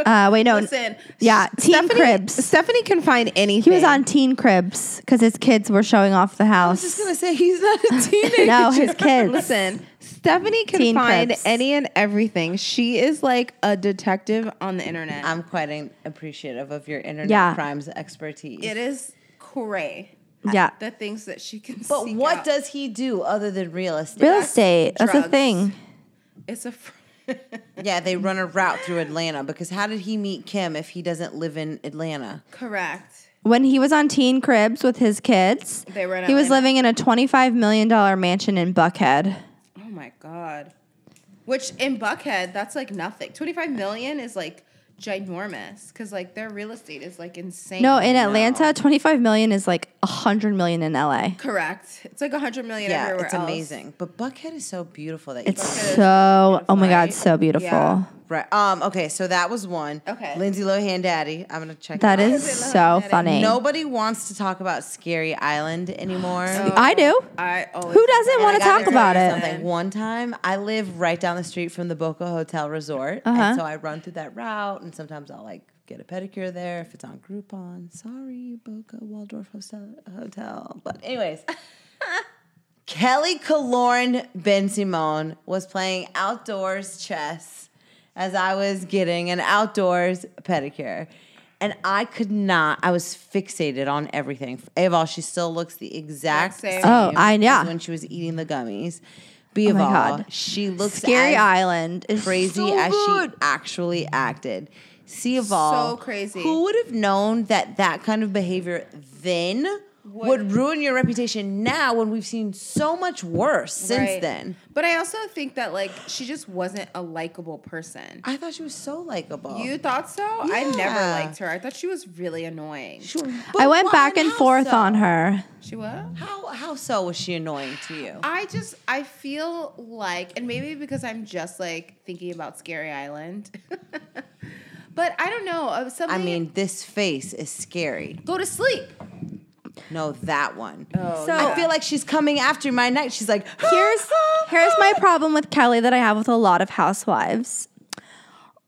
uh, wait, no.
Listen,
yeah, Teen Cribs.
Stephanie can find
He
anything.
was on Teen Cribs because his kids were showing off the
I was just
house.
gonna say he's not a teenager.
No, his kids.
Listen, Stephanie can
Teen
find
Cribs.
any and everything. She is like a detective on the internet.
I'm quite in- appreciative of your internet
Yeah.
crimes expertise.
it is cray
Yeah.
the things that she can.
But
seek
what
out.
does he do other than real estate?
Real estate. That's the
drugs.
thing.
it's a? Fr-
Yeah, they run a route through Atlanta because how did he meet Kim if he doesn't live in Atlanta?
Correct.
When he was on Teen Cribs with his kids,
They were in
he was
Atlanta.
living in a $25 million mansion in Buckhead.
Oh my god. Which in Buckhead, that's like nothing. Twenty five million is like ginormous because like their real estate is like insane.
No, in Atlanta, 25 million is like 100 million in LA.
Correct. It's like a hundred million
Yeah,
everywhere
it's
else.
amazing. But Buckhead is so beautiful that you
It's so, oh my God,
right?
so beautiful.
Yeah.
right. Um. Okay, so that was one.
Okay.
Lindsay Lohan, Daddy. I'm gonna check
That
it out.
is so funny.
Nobody wants to talk about Scary Island anymore.
Oh,
I do.
I always
Who doesn't want to
I gotta
talk about
tell you
it?
Something. One time, I live right down the street from the Boca Hotel Resort,
Uh-huh.
and so I run through that route, and sometimes I'll like get a pedicure there if it's on Groupon. Sorry, Boca Waldorf Hotel, Hotel. but anyways. Kelly Kaloran Ben Simone was playing outdoors chess as I was getting an outdoors pedicure. And I could not, I was fixated on everything. Eval, she still looks the exact
Same.
same.
Oh, I-
as
yeah.
When she was eating the gummies.
Oh
Beval,
my God.
she looks
Scary
as
Island is
crazy
so
as
good.
she actually acted. sea evolve.
So crazy.
Who would have known that that kind of behavior then would, ruin your reputation now when we've seen so much worse since
Right.
then?
But I also think that like she just wasn't a likable person.
I thought she was so
Oh.
likable.
You thought so? I never
Yeah.
liked her. I thought she was really annoying.
She-
I
but
went
why
back and
how
forth
so?
on her.
She was?
How how so was she annoying to you?
I just I feel like, and maybe because I'm just like thinking about Scary Island, but I don't know. uh,
I
Something.
mean, this face is scary.
go to sleep.
No, that one.
Oh,
So-
I feel like she's coming after my night. She's like,
here's here's my problem with Kelly that I have with a lot of housewives.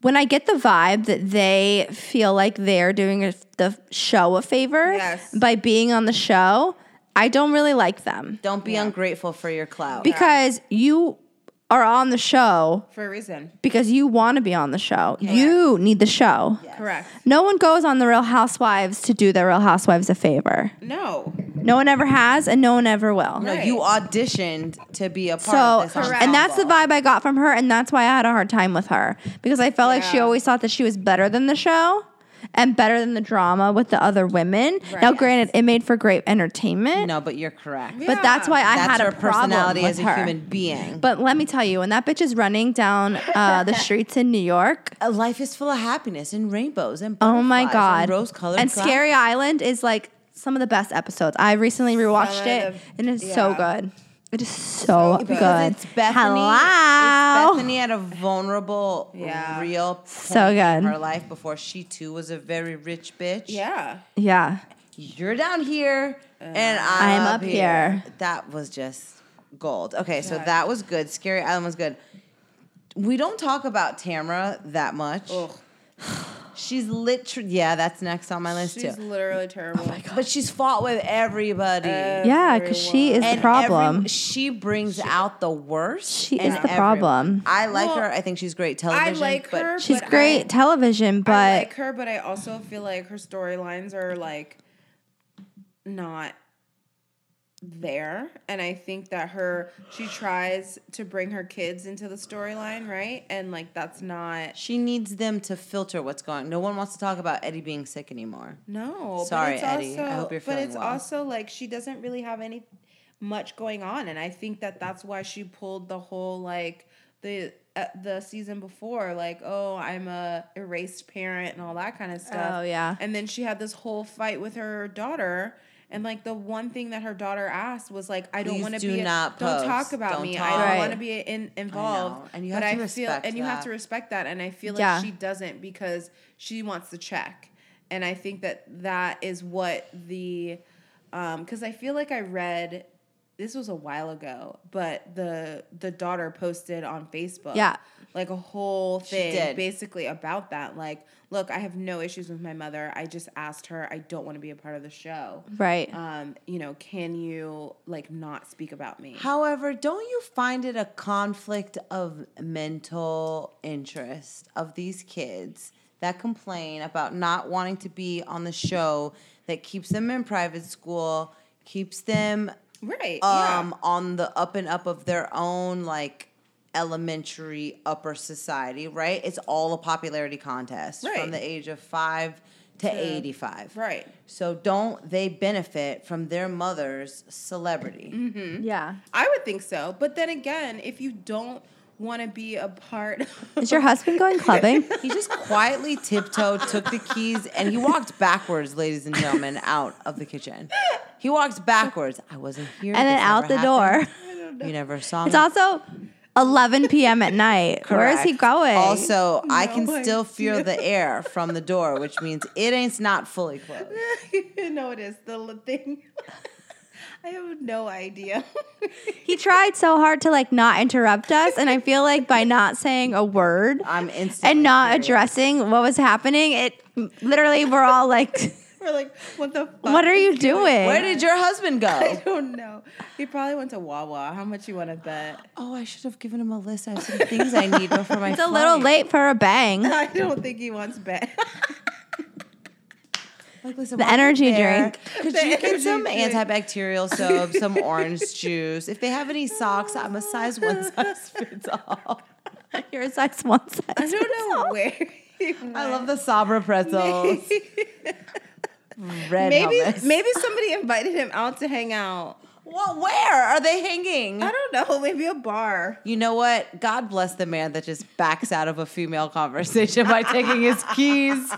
When I get the vibe that they feel like they're doing a, the show a favor
Yes.
by being on the show, I don't really like them
Don't be ungrateful for your clout.
because you are on the show
for a reason.
because you want to be on the show. You need the show.
Correct.
No one goes on the Real Housewives to do the Real Housewives a favor.
No.
No one ever has, and no one ever will.
no, you auditioned to be a part of
So,
this.
and that's the
ensemble.
vibe I got from her, and that's why I had a hard time with her because I felt like she
Yeah.
always thought that she was better than the show and better than the drama with the other women. Now,
Right.
granted, it made for great entertainment,
No, but you're correct.
but that's why I
that's
had
her
a problem
personality
with
as a
her.
human being.
But let me tell you, when that bitch is running down uh, the streets in New York,
Uh, life is full of happiness and rainbows and
oh my
butterflies
god,
and rose colored
and Scary Island is like some of the best episodes. I recently rewatched
Some of
it,
the-
and it's so
yeah.
good. It is so, good.
because it's Bethany.
Hello.
It's Bethany at a vulnerable,
Yeah.
real point
So
in
good.
her life before she too was a very rich bitch.
Yeah.
yeah.
you're down here
Uh,
and I'm, up here. That was just gold. Okay, so that was good. Scary Island was good. We don't talk about Tamara that much.
Ugh.
She's literally yeah, that's next on my list
She's
too.
literally terrible.
But she's fought with everybody.
Yeah, because she is the
And
problem.
every- she brings out the worst.
She
in
is the
everyone.
problem.
I like
Well,
her. I think she's great
I
television.
like
but
her.
She's
but I-
great television, but
I like her, but I also feel like her storylines are like not there. And I think that her she tries to bring her kids into the storyline, right? And like that's not
She needs them to filter what's going. No one wants to talk about Eddie being sick anymore.
no.
Sorry,
but it's
Eddie. I
Also,
hope you're
But
feeling
it's
well.
also like she doesn't really have any much going on, and I think that that's why she pulled the whole like the. Uh, the season before, like, oh, I'm a erased parent and all that kind of stuff.
Oh, yeah.
And then she had this whole fight with her daughter. And like the one thing that her daughter asked was like, I don't
Please
want to
do
be a-
not
don't talk
post.
about
Don't
me. I
talk."
don't
Right.
want to be in, involved.
And you
but
have to
I feel
respect
and you have
that.
to respect that. And I feel like
Yeah.
she doesn't because she wants the check. And I think that that is what the um because I feel like I read this was a while ago, but the the daughter posted on Facebook
Yeah.
like a whole thing
did.
basically about that. Like, look, I have no issues with my mother. I just asked her, I don't want to be a part of the show.
right.
Um, you know, can you like not speak about me?
However, don't you find it a conflict of mental interest of these kids that complain about not wanting to be on the show that keeps them in private school, keeps them
right.
um on the up and up of their own like elementary upper society, right? It's all a popularity contest
Right.
from the age of 5 to 85.
yeah. Right.
So don't they benefit from their mother's celebrity?
Yeah.
I would think so. But then again, if you don't want to be a part
Is your husband going clubbing?
He just quietly tiptoed, took the keys, and he walked backwards, ladies and gentlemen, out of the kitchen. He walked backwards. I wasn't here.
and then
This
out
never
the door.
happened. You never saw me.
It's also 11 p.m. at night. Where is he
Correct.
going?
Also, I can
No
still feel the air from the door, which means it ain't not fully closed.
no it is the li- thing. I have no idea.
he tried so hard to like not interrupt us, and I feel like by not saying a word
I'm instantly
and not
furious.
addressing what was happening, it literally we're all like,
We're like, what the fuck?
"What are you doing?"
Where did your husband
I
go?
don't know. He probably went to Wawa. How much you want to bet?
Oh, I should have given him a list. I have some things I need before my.
it's a little
flight.
late for a bang.
I don't think he wants bet.
Like, listen,
The
while you're
energy
there,
drink.
Could
The
you get
energy
some
drink.
antibacterial soap, some orange juice? If they have any socks, I'm a size one size fits all.
Your size one size.
I don't know where.
I love the Sabra pretzels. Red
Maybe
hummus.
maybe somebody invited him out to hang out.
Well, where are they hanging?
I don't know. Maybe a bar.
You know what? God bless the man that just backs out of a female conversation by taking his keys.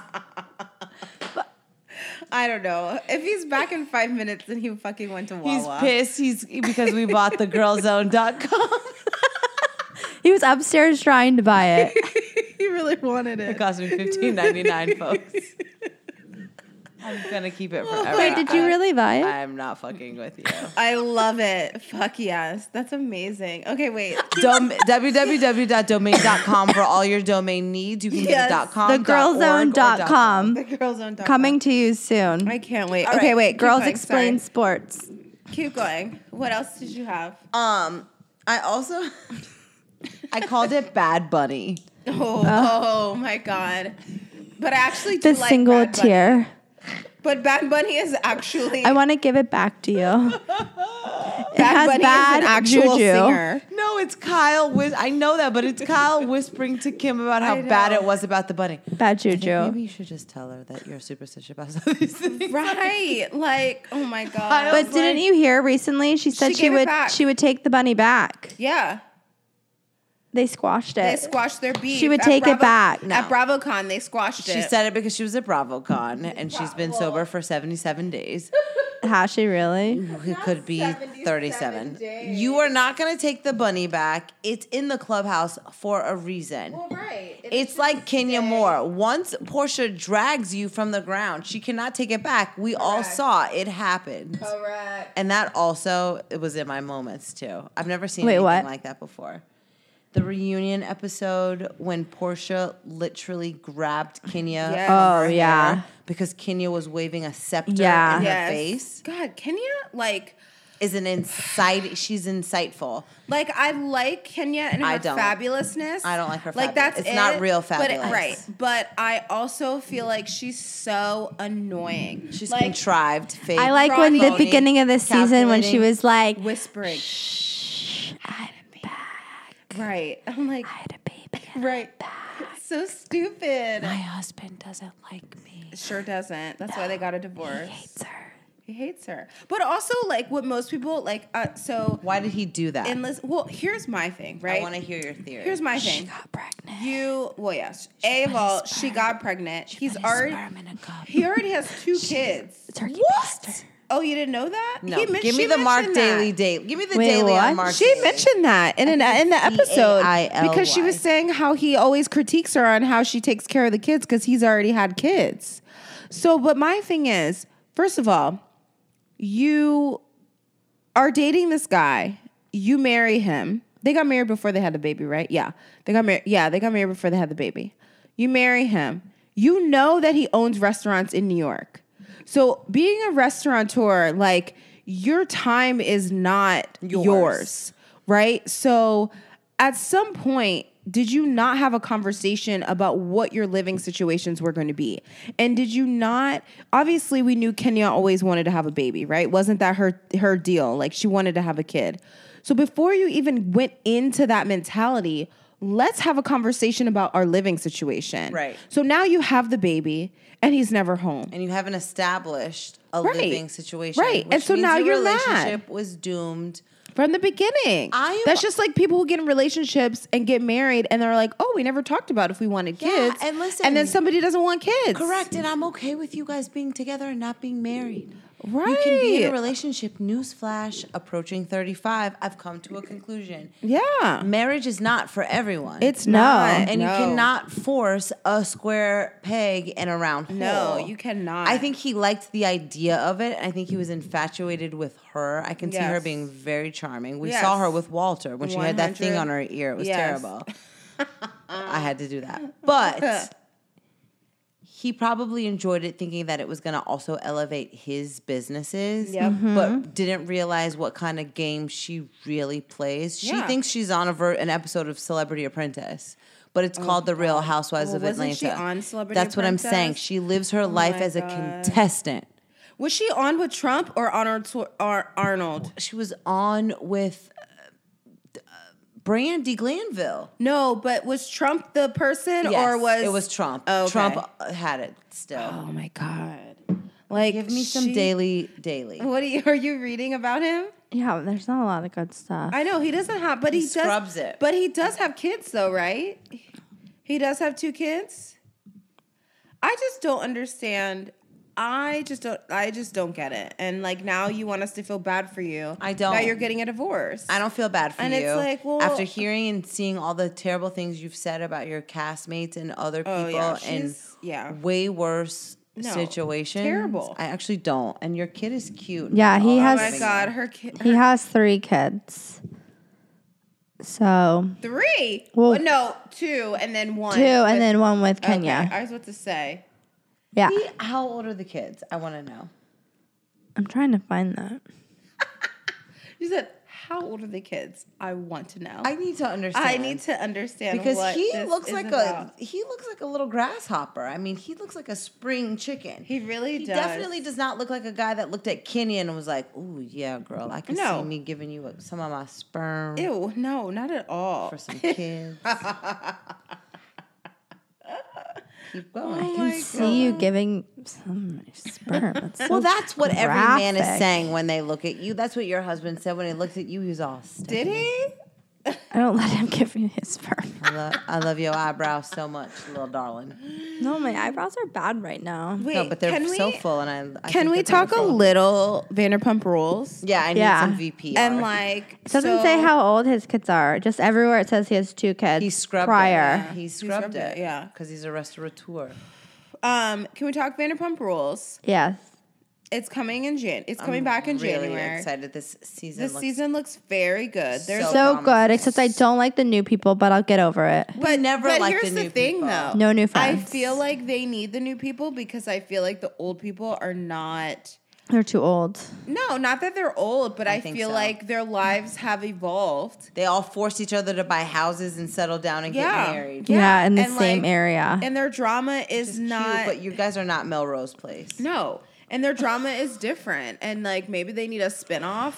I don't know. If he's back in five minutes, then he fucking went to
He's
Wawa.
pissed. He's because we bought the girlzone.com.
He was upstairs trying to buy it.
He really wanted
It
it.
cost me fifteen ninety nine, folks. I'm gonna keep it forever.
Wait, did you really buy it?
I'm not fucking with you.
I love it. Fuck yes. That's amazing. Okay, wait.
Dom- www.domain.com for all your domain needs. You can get
Yes,
a dot com. dot org, or dot com.
Thegirlzone.com.
The girls on
Coming to you soon.
I can't wait.
All
okay,
right,
wait. keep
Girls
going,
explain
sorry.
sports.
Keep going. What else did you have?
Um, I also I called it Bad Bunny.
Oh, oh my god. But I actually do
uh, The
like
single
Bad Bunny.
tier.
But Bad Bunny is actually
I want to give it back to you. it has
Bunny is an
bad
actual
juju.
singer.
No, it's Kyle. Whis- I know that, but it's Kyle whispering to Kim about how bad it was about the bunny.
Bad juju.
Maybe you should just tell her that you're superstitious about these things.
Right. Like, oh my god.
I
But
was
didn't
like-
you hear recently? She said
She
she,
gave it
would
back.
she would take the bunny back.
yeah.
They squashed
They
it.
squashed their beef.
would
at
take it back. No.
At BravoCon, they squashed
She
it.
said it because she was at BravoCon and she's been sober for 77 days.
Has she really?
It could be 37. You are not going to take the bunny back. It's in the clubhouse for a reason.
right.
It's like Kenya Moore. Once Portia drags you from the ground, she cannot take it back. We all saw it happen.
Correct.
And that also it was in my moments too. I've never seen
Wait,
anything
what?
like that before. The reunion episode when Portia literally grabbed Kenya.
Yes.
from
Oh,
her
yeah.
hair Because Kenya was waving a scepter
Yeah.
in
Yes.
her face
God, Kenya, like,
is an insight. She's insightful.
like I like Kenya and her
I don't.
fabulousness.
I don't like her
Like
fabulous.
that's
It's not
it,
real
but it-
fabulous.
right? But I also feel like she's so annoying.
She's
like
contrived. Fake.
I like when the
phony,
beginning of the season when she
calculating.
was like,
whispering.
"Shh, I'm back.
Right. I'm like
I had a baby."
right. So stupid.
My husband doesn't like me.
Sure doesn't. That's why they got a divorce.
Hates her.
He hates her. But also, like what most people like. Uh, so
Why did he do that?
in this, well, here's my thing.
I
Right.
want to hear your theory.
here's my thing.
Got pregnant.
You well, yes. A of all, she got pregnant. He's
Put his
already.
sperm in a cup.
He already has two kids.
Turkey baster.
Oh, you didn't know that?
no,
He men-
give me
she
the Mark
mentioned that.
Daily date. Give me the
Wait,
daily
what?
on Mark.
She
Daily.
mentioned that in an, in the episode
C-A-I-L-Y.
because she was saying how he always critiques her on how she takes care of the kids because he's already had kids. So, but my thing is, first of all, you are dating this guy. You marry him. They got married before they had the baby, right? Yeah, they got married. Yeah, they got married before they had the baby. You marry him. You know that he owns restaurants in New York. So, being a restaurateur, like your time is not yours, right? So, at some point, did you not have a conversation about what your living situations were going to be? And did you not obviously we knew Kenya always wanted to have a baby, right? Wasn't that her her deal? Like she wanted to have a kid. So before you even went into that mentality, let's have a conversation about our living situation.
Right.
So now you have the baby and he's never home.
and you haven't established a
Right.
living situation.
Right.
which
And so
means
now
your
you're mad.
relationship was doomed.
From the beginning.
I am-
That's just like people who get in relationships and get married and they're like, oh, we never talked about if we wanted kids.
and listen-
And then somebody doesn't want kids.
Correct. And I'm okay with you guys being together and not being married.
Right.
You can be in a relationship. Newsflash, approaching 35, I've come to a conclusion.
yeah.
Marriage is not for everyone.
It's not.
And
No.
you cannot force a square peg in a round
No,
hole.
you cannot.
I think he liked the idea of it. I think he was infatuated with her. I can see her
Yes.
being very charming. We
Yes.
saw her with Walter when she had that thing
100.
on her ear. It was
Yes.
terrible. I had to do that. But he probably enjoyed it thinking that it was going to also elevate his businesses,
Yep. Mm-hmm.
but didn't realize what kind of game she really plays. She
Yeah.
thinks she's on a ver- an episode of Celebrity Apprentice. But it's called The Real Housewives
Oh Well,
of Atlanta.
wasn't she on Celebrity
That's what I'm saying.
Apprentice?
She lives her life
Oh my
as a
God.
contestant.
Was she on with Trump or on Ar- Ar- Arnold?
She was on with uh, Brandy Glanville.
No, but was Trump the person
Yes,
or was
it was Trump?
Oh, okay.
Trump uh, had it still.
Oh my god! Like
Give me some
she-
daily, daily.
What are you, are you reading about him?
Yeah, there's not a lot of good stuff.
I know he doesn't have, but he, does-
scrubs it.
But he does have kids, though, right? He does have two kids. I just don't understand. I just don't. I just don't get it. And like now, you want us to feel bad for you.
I don't.
That you're getting a divorce.
I don't feel bad for
And
you.
it's like, well-
after hearing and seeing all the terrible things you've said about your castmates and other people,
Oh, yeah,
and
she's- yeah.
way worse
No,
situations.
terrible.
I actually don't. And your kid is cute.
Yeah, he
Oh
Oh
has-
my god, her kid.
He has three kids. So
Three.
Well-
Well, no, two, and then one.
two, and
with-
then one with
Okay,
Kenya.
I was about to say.
yeah,
He- How old are the kids? I want to know.
I'm trying to find that.
You said, "How old are the kids?" I want to know.
I need to understand.
I need to understand
because
what
he
this
looks
is
like
about.
a he looks like a little grasshopper. I mean, he looks like a spring chicken.
He really
He
does.
definitely does not look like a guy that looked at Kenny and was like, "Ooh, yeah, girl, I can
No.
see me giving you some of my sperm
Ew, no, not at all.
for some kids." Keep going.
Oh,
I can see you giving some sperm. It's so
well, that's what every man is
graphic.
saying when they look at you. That's what your husband said when he looked at you. He was all,
Did he?
I don't let him give me his sperm.
I love, I love your eyebrows so much, little darling.
No, my eyebrows are bad right now.
Wait,
no, but they're
can
so
we,
full, and I, I
Can
think
we
that they're
talk a
full.
little Vanderpump Rules?
Yeah, I need
Yeah.
some VP.
And like,
It doesn't
so-
say how old his kids are. Just everywhere it says he has two kids.
He scrubbed
prior.
it. He scrubbed,
scrubbed
it.
it, yeah.
Because he's a restaurateur.
Um, can we talk Vanderpump Rules?
Yes.
It's coming in Jan. It's coming back in
really
January.
excited this season.
This
looks-
season looks very good. There's
So
So
promising.
good, except I don't like the new people, but I'll get over it.
We never
but
liked
here's
the
the,
new
thing,
people.
though.
No new
I
friends.
feel like they need the new people because I feel like the old people are not.
They're too old.
No, not that they're old, but I,
think
feel
so.
like their lives have evolved.
They all forced each other to buy houses and settle down and
Yeah.
get married.
Yeah, in the
and,
same
like,
area.
And their drama is
Cute,
not.
but you guys are not Melrose Place.
no. And their drama is different. And like maybe they need a spinoff,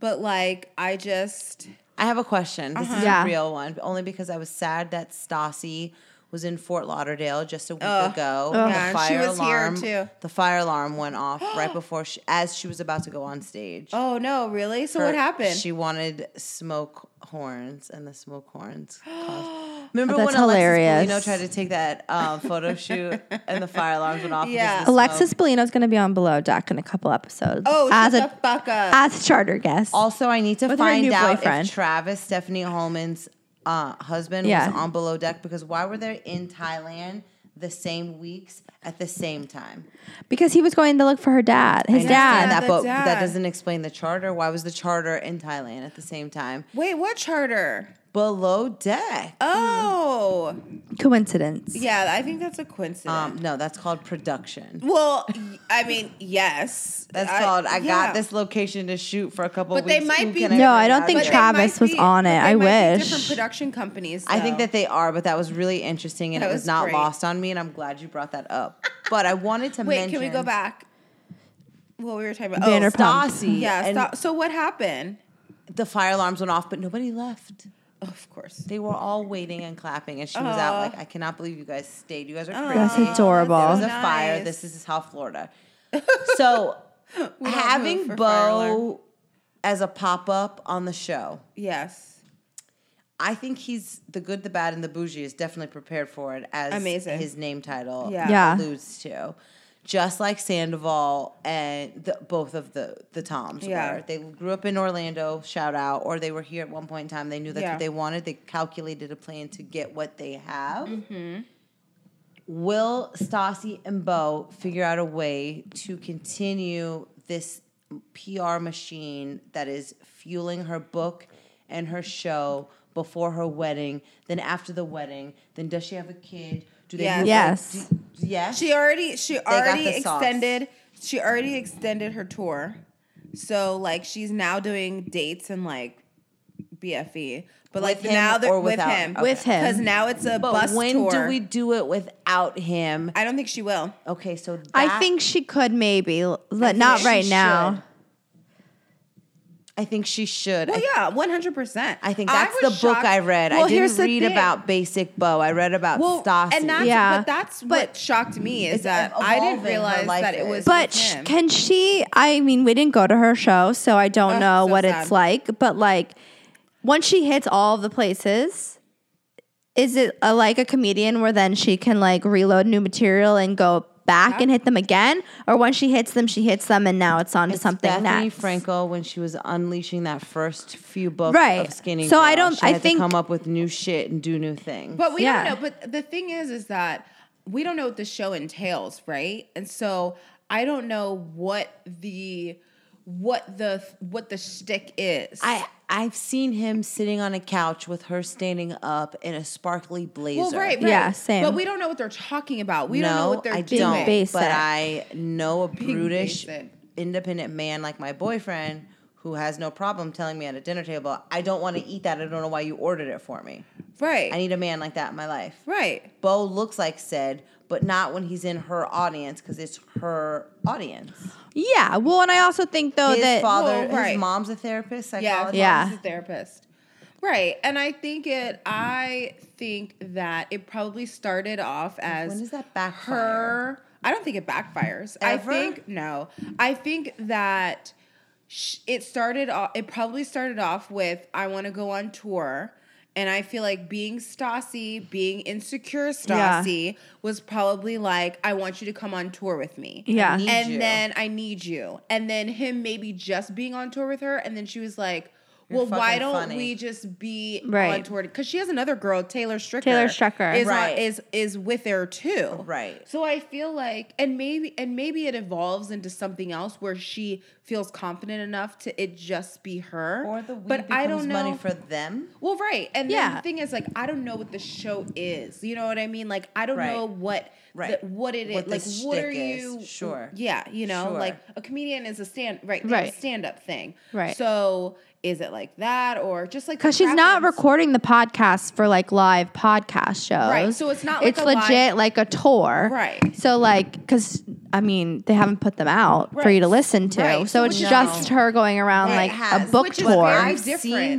but like I just.
I have a question. This is
Uh-huh.
Yeah.
a real one, but only because I was sad that Stassi was in Fort Lauderdale just a week ago.
Yeah, and she was here,
alarm,
too.
The fire alarm went off right before she, as she was about to go on stage.
Oh no, really? So what
her-
happened?
She wanted smoke horns, and the smoke horns.
Oh,
caused- Remember
That's
when Alexis Polino
hilarious.
tried to take that uh, photo shoot and the fire alarms went off? because
Yeah.
of the
Alexis
smoke?
Polino's going to be on Below Deck in a couple episodes.
oh,
as
shut
a
the fuck up.
as a charter guest.
Also, I need to
With her
find
new
out
boyfriend.
if Travis Stephanie Holman's uh, husband
Yeah.
was on Below Deck because why were they in Thailand the same weeks at the same time?
because he was going to look for her dad, his
Understand
dad.
that,
The
but that
dad.
doesn't explain the charter. Why was the charter in Thailand at the same time?
Wait, what charter?
Below Deck.
Oh,
Coincidence.
yeah. I think that's a coincidence.
Um, no, that's called production.
well, y- I mean, yes.
That's called I
yeah.
got this location to shoot for a couple
But
weeks.
they might
Who
be-
can
No,
bring
I don't
out
think
there?
But they
Travis
might
was on
but
it.
they might
I
be
wish.
different production companies.
I think
though.
that they are, but that was really interesting and
That
it was,
was
not
great.
lost on me and I'm glad you brought that up. But I wanted to
Wait,
mention
can we go back? What we were talking about? Oh,
Vanderpump.
Stassi
Yeah.
and
stop. So what happened?
the fire alarms went off, but nobody left.
Of course.
They were all waiting and clapping and she was out like, I cannot believe you guys stayed. You guys are crazy.
That's adorable.
There was
so
a fire.
nice.
This is how Florida. So having
for fire
Bo as a pop up on the show.
Yes.
I think he's the good, the bad, and the bougie is definitely prepared for it as
Amazing.
his name title
Yeah.
Yeah.
alludes to. Just like Sandoval and the, both of the the Toms
Yeah.
were. They grew up in Orlando, shout out, or they were here at one point in time. They knew that's
Yeah.
what they wanted. They calculated a plan to get what they have. Will Stassi and Bo figure out a way to continue this PR machine that is fueling her book and her show before her wedding, then after the wedding, then does she have a kid? Do they
Yes.
move-
Yes.
do- yes.
She already. She
got
already
the sauce.
extended. She already extended her tour. So like she's now doing dates and like BFE. But like
With him
now they're
or
with
without?
him.
Okay.
With him.
Because now it's a
but
bus
when
tour.
do we do it without him?
I don't think she will.
Okay, so
I
that-
think she could maybe, but not
she
right
should.
now.
I think she should. I
Well, yeah, one hundred percent.
I think that's the
was
book
shocked-
I read.
Well,
I didn't
here's the
read
thing.
about Basic Bo. I read about
Well,
Stassi.
and that's
Yeah.
but that's
But-
what shocked me is
It's
that I
evolving,
didn't
her
realize
life
that it
is.
was.
But
with
sh-
him.
can she? I mean, we didn't go to her show, so I don't
Ugh,
know
so
what
sad.
it's like. But like, once she hits all the places, is it a, like a comedian where then she can like reload new material and go back and hit them again, or once she hits them, she hits them, and now it's on to
It's
something
Bethany
next.
Frankel when she was unleashing that first few books
Right.
of Skinny
So
Girl,
I don't-
She
I
had
think-
to come up with new shit and do new things.
But we
Yeah.
don't know. But the thing is, is that we don't know what the show entails, right? And so I don't know what the what the what the shtick is.
I I've seen him sitting on a couch with her standing up in a sparkly blazer.
well, right, right,
Yeah, same.
But we don't know what they're talking about. We
no,
don't know what they're
I
doing.
don't.
Basic.
But I know a brutish,
basic.
independent man like my boyfriend who has no problem telling me at a dinner table, "I don't want to eat that. I don't know why you ordered it for me."
Right,
I need a man like that in my life.
right.
Bo looks like said, but not when he's in her audience because it's her audience.
yeah. Well, and I also think though
his
Oh, that
father,
Well, right.
his mom's a therapist,
Yeah,
psychologist.
Yeah.
yeah. a therapist. Right, and I think it. I think that it probably started off as
When does that backfire?
her i don't think it backfires
Ever?
i think no i think that sh- it started off it probably started off with i want to go on tour and i feel like being stassi being insecure
Yeah.
stassi was probably like i want you to come on tour with me
Yeah. I
need
and
you.
then i need you and then him maybe just being on tour with her and then she was like
You're
well, why
fucking
don't
funny."
we just be on
Right.
tour? Because she has another girl, Taylor Stricker.
Taylor Stricker.
is on-
Right.
is is with her too.
Right.
So I feel like and maybe and maybe it evolves into something else where she feels confident enough to it just be her.
Or the weed
but
becomes
I don't know.
money for them.
well, right. And then
Yeah.
the thing is like I don't know what the show is. You know what I mean? Like I don't
Right.
know what
Right.
the- what it is.
What the
like what
shtick
are
is.
you
Sure.
Yeah, you know,
Sure.
like a comedian is a stand right,
Right.
stand up thing.
Right.
So is it like that or just like the
because she's not
Krappens?
recording the podcast for like live podcast shows.
Right, so it's not like
it's
a live-
legit like a tour.
Right.
So like, because I mean, they haven't put them out for you to
Right.
listen to.
Right,
So
so
it's
which is-
just her going around
It
like
has,
a book
which is
tour.
very
I've seen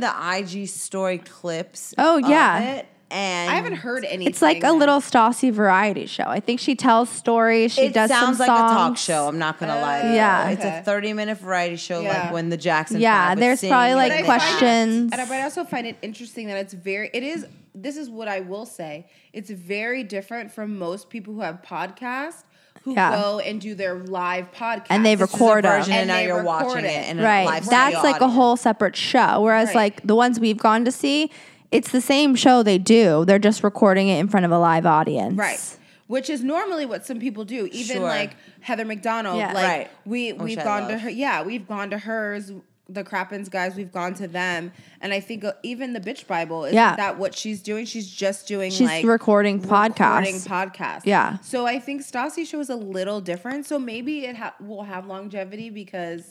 different.
the IG story clips.
Oh,
of
yeah.
it, and
I haven't heard anything.
it's like a little Stassi variety show. I think she tells stories. She
it
does
sounds
some
like a talk
songs. Oh,
show. I'm not gonna lie. To you.
Yeah.
it's a
Okay.
30 minute variety show, like
Yeah.
when the Jackson.
Yeah,
Five was
there's
singing
probably,
and
like,
they had-
But I find it-
questions.
and I, but I also find it interesting that it's very. It is. This is what I will say. It's very different from most people who have podcasts who
Yeah.
go and do their live podcast
And they
This is a
record 'em.
version, and,
And
now
they
you're
record
watching it,
it.
in a
Right.
live
That's
studio
like a
audience.
whole separate show. Whereas
Right.
like the ones we've gone to see, it's the same show they do. They're just recording it in front of a live audience.
Right. Which is normally what some people do. Even
Sure.
like Heather McDonald.
Yeah. Oh,
Like
Right.
we
Which
we've
I
gone to
love.
her yeah, we've gone to hers, the Crappens guys, we've gone to them. And I think uh, even the Bitch Bible, is
Yeah.
that what she's doing? She's just doing
She's
like
recording
recording
podcasts.
podcasts.
Yeah.
So I think Stassi show is a little different. So maybe it ha- will have longevity because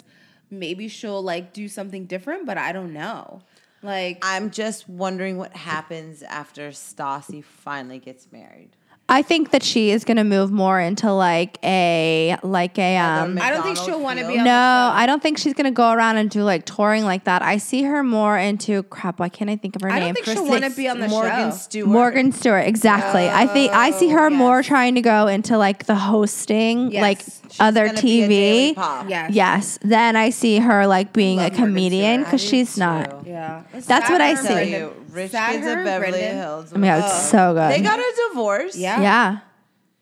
maybe she'll like do something different, but I don't know. Like
I'm just wondering what happens after Stassi finally gets married.
I think that she is going to move more into like a like a um
Heather
I don't think
McDonald
she'll wanna be
feels-
on-
no, I don't think she's gonna go around and do like touring like that. I see her more into crap. Why can't I think of her
I
name?
don't think she'll
Kristen-
want to be on the
Morgan
show.
Stewart.
Morgan Stewart, exactly. I think I see her
Oh,
more
yes.
trying to go into like the hosting,
Yes.
like
She's
other
gonna be a Daily
TV.
Pop.
yes.
Yes. Then I see her like being a comedian
I
because
do
she's
too.
not.
Yeah.
That's what I
I
see.
tell
Brendan.
you, rich
Sad
kids
her,
of Beverly
Brendan.
Hills.
I mean, Oh it's so good.
They got a divorce.
Yeah.
yeah.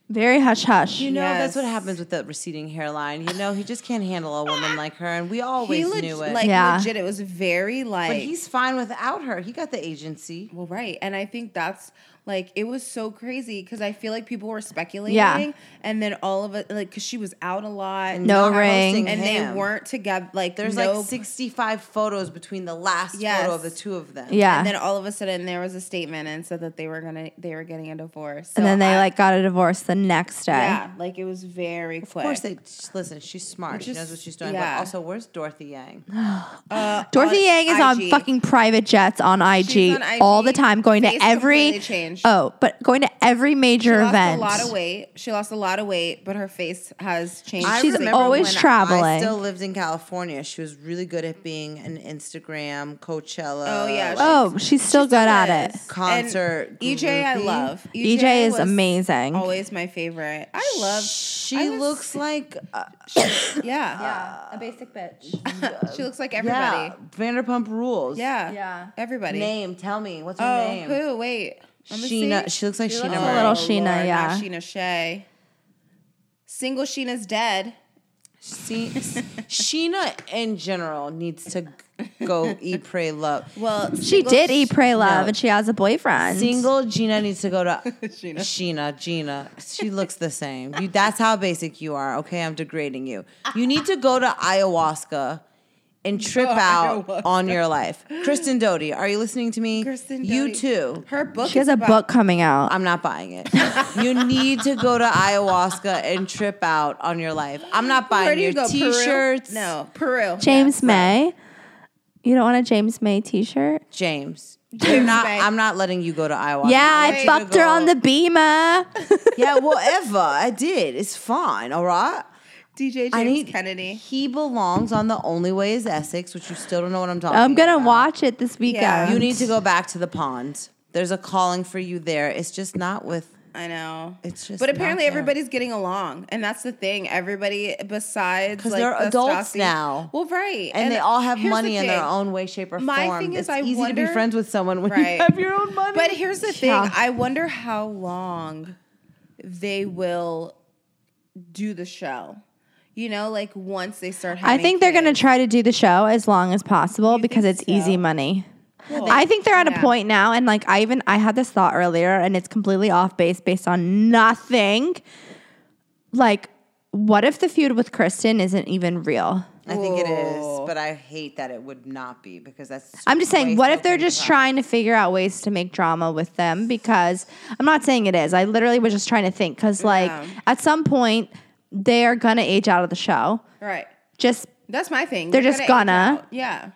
Very hush hush.
You know, that's what
Yes.
happens with the receding hairline. You know, he just can't handle a woman like her, and we always
leg-
knew it.
Like
Yeah.
legit, it was very like.
but he's fine without her. He got the agency.
well, right, and I think that's like it was so crazy because I feel like people were speculating, and then all of it, like, because she was out a lot,
No
Not
ring.
hosting
and
him.
they weren't together. Like,
There's
no-
like 65 photos between the last
Yes.
photo of the two of them.
yeah.
And then all of a sudden, there was a statement and said that they were gonna, they were getting a divorce, So
and then they
I-
like got a divorce the next day.
yeah, like it was very quick.
Of course, they listen. She's smart. she
is-
knows what she's doing. But
yeah.
also, where's Dorothy Yang?
Dorothy
on
Yang is on
IG.
fucking private jets on IG,
She's on IG.
all the time, going to
Face
every
completely and she
Oh, but going to every major
lost
event.
a lot of weight. She lost a lot of weight, but her face has changed.
I
She's
remember
always
when I
traveling.
still lived in California. She was really good at being an Instagram Coachella.
Oh, yeah, she-
Oh, she's still good at it.
concert
And EJ, E I
groupie.
love. E
EJ is
was
amazing.
Always my favorite. I love.
She
I was-
looks like uh,
Yeah,
Yeah, a basic bitch.
she looks like
yeah,
everybody.
Vanderpump Rules.
Yeah,
Yeah.
everybody.
Name. Tell me what's her
oh,
name?
who? Wait, Let me
Sheena.
see.
She looks like Sheena.
like a
Murray.
little
Oh,
Sheena,
Lord,
yeah.
not Sheena Shea. Single Sheena's dead.
See, Sheena in general needs to go eat, pray, love.
Well,
She did E eat, pray, love,
No.
and she has a boyfriend.
Single Gina needs to go to Sheena. Sheena. Gina. She looks the same. You, that's how basic you are. Okay, I'm degrading you. You need to go to ayahuasca and trip out on your life. Kristen Doty, are you listening to me?
Kristen
you
Doty.
too.
her book.
She has
is
a
about-
book coming out.
I'm not buying it. you need to go to ayahuasca and trip out on your life. I'm not buying
Where do
your
you go? Peru?
t-shirts.
No, Peru.
James May. You don't want a James May T-shirt?
James. You're not,
Bay.
I'm not letting you go to ayahuasca.
Yeah,
I'm
I
letting you
fucked her
go-
on the Beamer.
Yeah, whatever. I did. It's fine. All right.
DJ James
I need
Kennedy.
He belongs on the Only Way is Essex, which you still don't know what I'm talking.
I'm gonna
about.
watch it this weekend.
Yeah.
You need to go back to the pond. There's a calling for you there. It's just not with.
I know.
It's just
But
not
apparently
there.
everybody's getting along, and that's the thing. Everybody besides
'Cause
like,
they're
the
adults
Stassi-
now.
Well, right,
And, they all have
here's the
money in their
thing.
own way, shape, or
My
form.
thing is
it's
I
easy to
wonder-
be friends with someone when
Right.
you have your own money.
But here's the thing:
Yeah.
I wonder how long they will do the show. You know, like once they start.
I
Having
think they're gonna
kids.
try to do the show as long as possible because
think
it's easy
so?
money. I think they're at a
yeah.
point now, and like I even I had this thought earlier, and it's completely off base based on nothing. Like, what if the feud with Kristen isn't even real?
I think it is, but I hate that it would not be because that's.
I'm just saying,
waste
what
of
if they're
things
just
up.
trying to figure out ways to make drama with them? Because I'm not saying it is. I literally was just trying to think because, like, at some point, they are gonna age out of the show.
Right.
Just
That's my thing.
They're
You're
just
gonna age
gonna.
out. Yeah.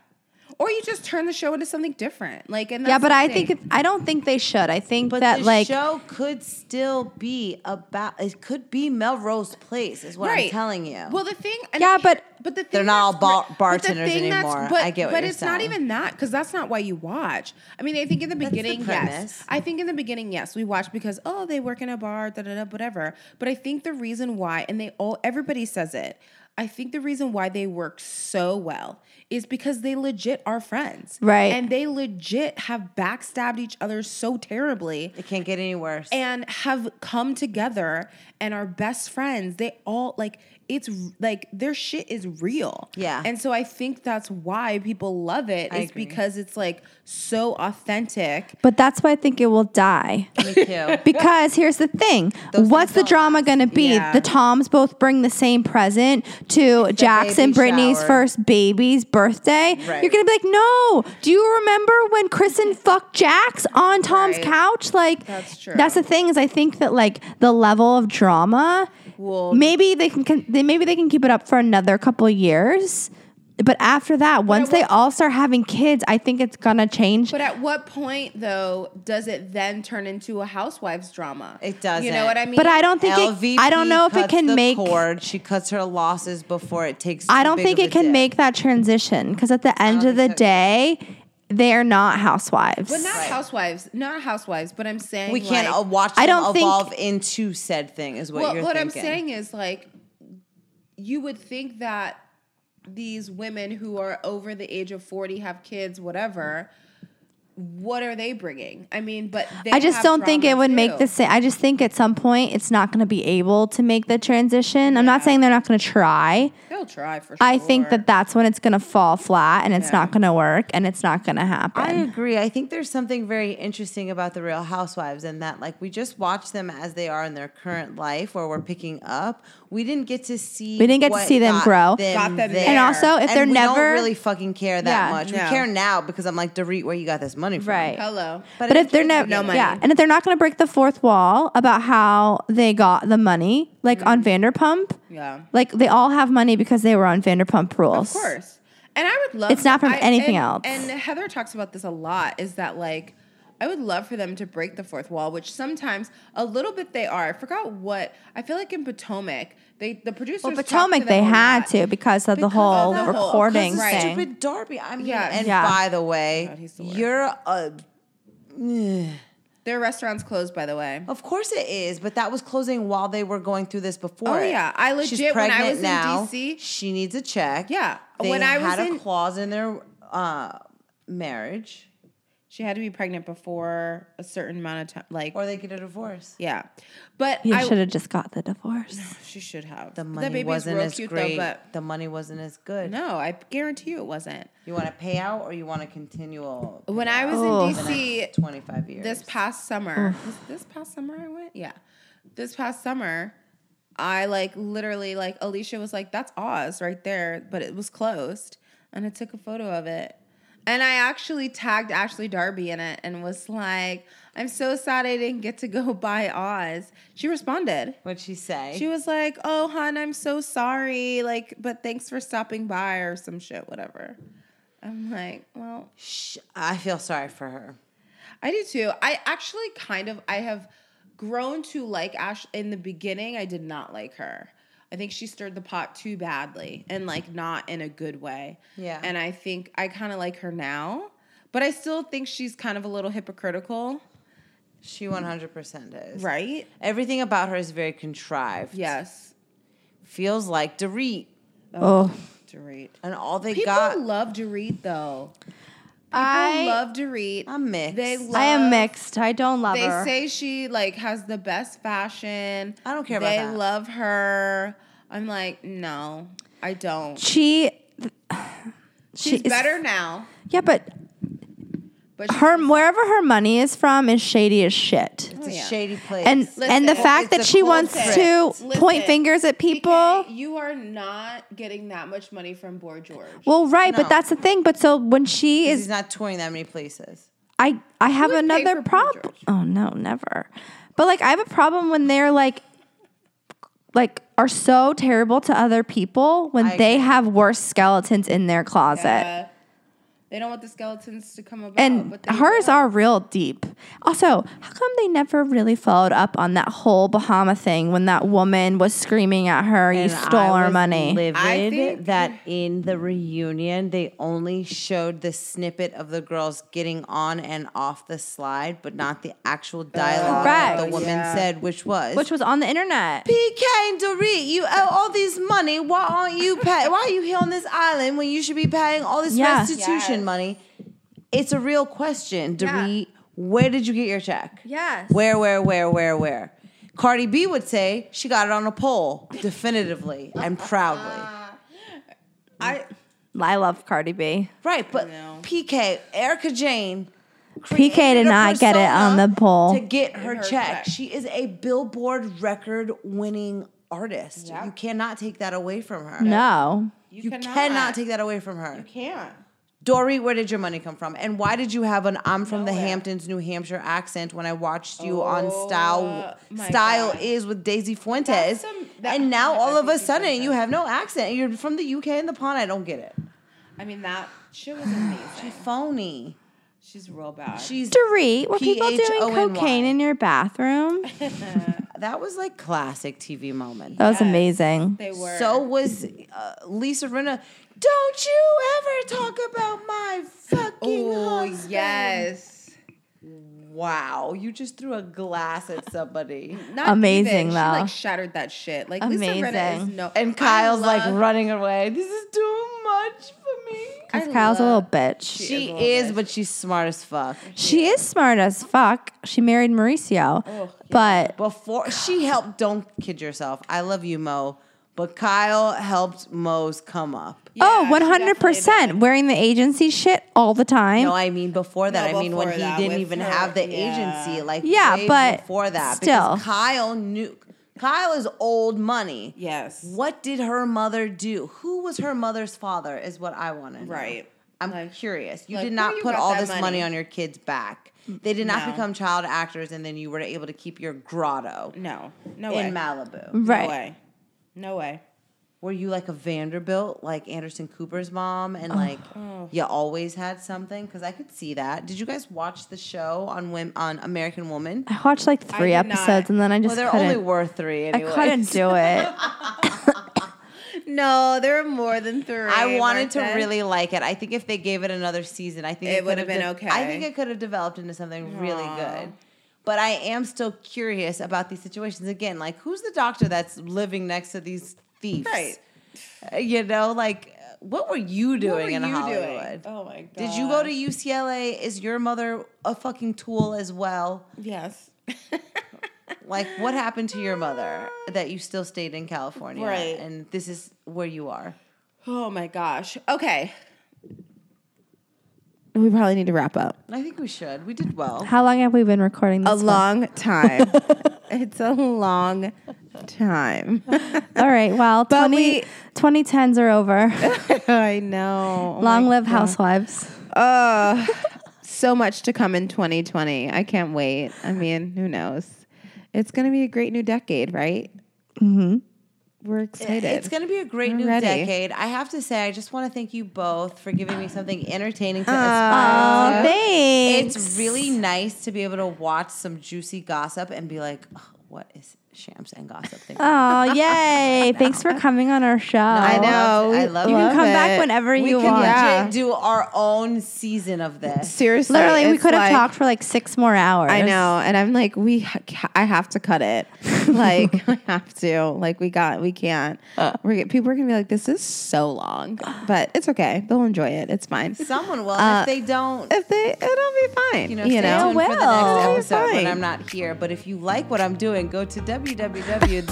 Or you just turn the show into something different. Like and
yeah,
that's
but
the
I
thing.
think it- I don't think they should. I think
But
that
the
like
show could still be about. It could be Melrose Place, is what I'm telling you.
Well, the thing, and I-
Yeah, but-
but the thing
They're not
that's
all
gre-
bar-
but the
bartenders
thing that's-
anymore.
But,
I get what
but
you're
it's not
saying.
even that because that's not why you watch. I mean, I think in the
the
beginning,
premise.
yes, I think in the beginning, yes, we watch because oh, they work in a bar, da da da, whatever. But I think the reason why, and they all everybody says it. I think the reason why they work so well is because they legit are friends,
Right.
And they legit have backstabbed each other so terribly
it can't get any worse.
and have come together and are best friends. They all like it's r- like their shit is real.
Yeah.
And so I think that's why people love it
I
is
agree.
because it's like so authentic.
But that's why I think it will die.
Me too.
Because here's the thing. What's the drama going to be?
Yeah.
The Toms both bring the same present to Jackson,
baby
Brittany's
shower.
first baby's birthday.
Right.
You're going to be like, no. Do you remember when Kristen fucked Jax on Tom's
Right.
couch? Like,
That's true.
That's the thing is, I think that like the level of drama,
Well-
maybe they can, can they, maybe they can keep it up for another couple years. But after that, once they all start having kids, I think it's gonna change.
But at what point though does it then turn into a housewives drama?
It doesn't.
You know what I mean?
But I don't think
LVP
it, I don't know if it
cuts
can
the
make.
cord. She cuts her losses before it takes.
I
too
don't
big
think
of
it
a
can
dip.
make that transition because at the end
don't
of the
think so
day, they are not housewives.
But not housewives, not housewives. But I'm saying
We can't
like-
uh, watch. Them
I don't think-
evolve into said thing is what
well,
you're
what
thinking.
I'm saying is like you would think that these women who are over the age of 40 have kids whatever what are they bringing i mean but they
I just
have
don't think
drama
it would make
too.
the same. I just think at some point it's not going to be able to make the transition. I'm not saying they're not going to try.
they'll try for sure
I think that that's when it's going to fall flat and it's
Yeah.
not going to work and it's not going to
I
happen.
agree. I think there's something very interesting about the Real Housewives and that, like, we just watch them as they are in their current life, where we're picking up. We didn't get to see.
We didn't get to
what
see them
got
grow.
them
Got them
there.
And
also,
And
if they're
we
never-
don't really fucking care that
Yeah.
much. We
No.
care now because I'm like, Dorit, where you got this money from?
Right.
hello
But, if they're never,
no money.
yeah, and if they're not going to break the fourth wall about how they got the money, like on Vanderpump,
yeah
like they all have money because they were on Vanderpump Rules.
Of course. And I would love.
It's not from anything
and-
else.
And Heather talks about this a lot. Is that like I would love for them to break the fourth wall, which sometimes a little bit they are. I forgot what. I feel like in Potomac, they the producers
Well,
talked to
Potomac,
them
they
a
had
lot.
to because of the
Because
whole
of the whole-
recording
'cause
This
it's
thing.
Stupid Darby. I mean,
Yeah. Oh
and
Yeah.
by the way,
God, he's the worst.
you're a.
Their restaurants closed, by the way.
Of course it is, but that was closing while they were going through this before.
Oh,
it.
yeah. I
She's
legit- when I
pregnant
was in
now,
DC
she needs a check.
Yeah,
they
when I was
had a
in-
clause in their uh, marriage,
She had to be pregnant before a certain amount of time, like
or they get a divorce.
yeah. But
You
I
should have just got the divorce.
she should have.
The
That
money
baby's
wasn't
real
as
cute, though,
great.
but-
the money wasn't as good.
No, I guarantee you it wasn't.
You want a payout or you want a continual?
When I was
Oh.
in DC
twenty five years.
this past summer, was this past summer I went, yeah, this past summer, I like literally like Alicia was like, "That's Oz right there," but it was closed, and I took a photo of it. And I actually tagged Ashley Darby in it and was like, I'm so sad I didn't get to go buy Oz. She responded.
What'd she say?
She was like, "Oh, hon, I'm so sorry. Like, but thanks for stopping by or some shit, whatever." I'm like, "Well,
Sh- I feel sorry for her.
I do too. I actually kind of I have grown to like Ash in the beginning I did not like her. I think she stirred the pot too badly and like not in a good way.
Yeah.
And I think I kind of like her now, but I still think she's kind of a little hypocritical,
She one hundred percent is
right?
Everything about her is very contrived.
Yes.
feels like Dorit,
Oh,
Dorit.
and all they
People
got.
love Dorit though. People
I
love Dorit.
I'm mixed.
They love
I am mixed. I don't love
They
her.
say she like has the best fashion.
I don't care about
they
that.
They love her. I'm like, no, I don't.
she.
She's
is-
better now,
Yeah, but
but she-
her wherever her money is from is shady as shit.
it's a
yeah.
shady place.
And and the
Listen,
fact
it's
that
a
she wants
closet.
to
Listen,
point fingers at people.
PK, you are not getting that much money from Boy George.
Well, right,
No.
but that's the thing. But so when she
he's
is,
not touring that many places.
I I have
would pay
another
for Boy
problem.
George?
Oh no, never. But like I have a problem when they're like, like are so terrible to other people when
I
they
agree.
have worse skeletons in their closet.
Uh, they don't want the skeletons to come about.
And
but they
hers
will.
are real deep. Also, how come they never really followed up on that whole Bahama thing when that woman was screaming at her, "You
And
stole
I
our
was
money"?
Livid
I think-
that in the reunion they only showed the snippet of the girls getting on and off the slide, but not the actual dialogue that the
Correct.
woman
Yeah.
said, which was
Which was on the internet.
PK and Dorit, you owe all this money. Why aren't you pay- Why are you here on this island when you should be paying all this
Yeah.
restitution
Yes.
money? It's a real question, Dorit. Where did you get your check?
Yes.
Where, where, where, where, where? Cardi B would say she got it on a pole, definitively and proudly.
I
I love Cardi B.
Right, but
know.
PK, Erica Jane.
PK
created
did
a
not get it on
persona
the poll.
To get
her
her, check.
check.
She is a Billboard record winning artist. You cannot take that away from her.
No.
you,
You,
cannot,
cannot. take that away from her.
You can't.
Dory, where did your money come from? And why did you have an I'm from the
Nowhere. Oh
Hamptons, New Hampshire accent when I watched you on Style
my
Style
God.
Is with Daisy
That's
Fuentes?
some- that-
and now
yeah,
all of a
Daisy
sudden you
Fuentes.
have no accent. You're from the UK and the pond. I don't get it.
I mean, that shit was amazing.
Phony.
She's real bad.
She's
Dorit, were people doing
P-H-O-N-Y.
cocaine in your bathroom?
That was like classic TV moment.
That was amazing.
they were.
So was uh, Lisa Rinna. Don't you ever talk about my fucking
oh
husband.
yes.
Wow, you just threw a glass at somebody.
Not
Amazing,
even. She
though.
like shattered that shit. Like Lisa Rinna is
Amazing.
no.
And Kyle's
I
like
love-
running away. This is too much for me.
Because
I
Kyle's a little
love-
bitch. She,
is
She
a little
is,
bitch.
but she's smart as fuck.
is smart as fuck. She married Mauricio.
Oh,
But oh,
Before she helped, don't kid yourself. I love you, Mo, but Kyle helped Mo's come up.
oh,
Yeah, she definitely
100% wearing the agency shit all the time.
No, I mean before that.
No,
I mean when
before
he
that,
didn't
with
even
her,
have the
yeah.
agency. Like
Yeah,
way
but
before that,
still.
because Kyle knew. Kyle is old money.
Yes.
What did her mother do? Who was her mother's father? Is what I want to know.
Right.
I'm
Like-
curious. You
like,
did
where
not
you
put
got
all
that
this money.
money?
on your kids' back. They did not
No.
become child actors, and then you were able to keep your grotto
No. No way.
in Malibu.
right.
No way. No way.
were you like a Vanderbilt, like Anderson Cooper's mom, and like
Oh,
you always had something? Because I could see that. Did you guys watch the show on Wim- on American Woman?
I watched like three
did not.
episodes and then I
Well,
just
there only
couldn't.
were three.
I
Anyway.
couldn't do it.
No, there are more than three.
I wanted to
Martha.
really like it. I think if they gave it another season, I think
It would
could've
have been
de- I think
okay.
it could have developed into something really good. But I am still curious about these situations again. Like, who's the doctor that's living next to these thieves?
Right.
Uh, You know, like, what were you doing
What were
in
you doing?
Hollywood?
Oh my god.
Did you go to UCLA? Is your mother a fucking tool as well?
Yes.
Like, what happened to your mother that you still stayed in California?
Right.
And this is where you are.
Oh my gosh. Okay.
We probably need to wrap up.
I think we should. We did well.
How long have we been recording this?
A
for?
long time. it's a long time.
All right. Well, 20,
we-
2010s are over.
I know. Oh my
long live housewives.
Uh, so much to come in 2020. I can't wait. I mean, who knows? It's going to be a great new decade, right? Mm-hmm. We're excited.
It's going to be a great
We're
new
ready.
decade. I have to say, I just want to thank you both for giving me something entertaining to
Uh,
Oh,
aspire to.
thanks.
It's really nice to be able to watch some juicy gossip and be like, "Ugh, what is Shams and gossip thing?
Oh, yay. Thanks for coming on our show.
I know.
I love
We
it.
You can come
love
back
it.
whenever
we
you
can
want.
yeah.
legit do our own season of this.
Seriously.
Literally, we
it's
could have
like-
talked for like six more hours.
I know, and I'm like, we, ha- ca- I have to cut it. Like, I have to. Like, we got, we can't.
Uh.
We're g- people are gonna be like, this is so long, but it's okay. They'll enjoy it. It's fine.
Someone will. and if they don't,
If they, it'll be fine.
you know,
Uh, you
stay
know?
tuned for the
Well.
next episode when
Fine.
I'm not here. But if you like what I'm doing, go to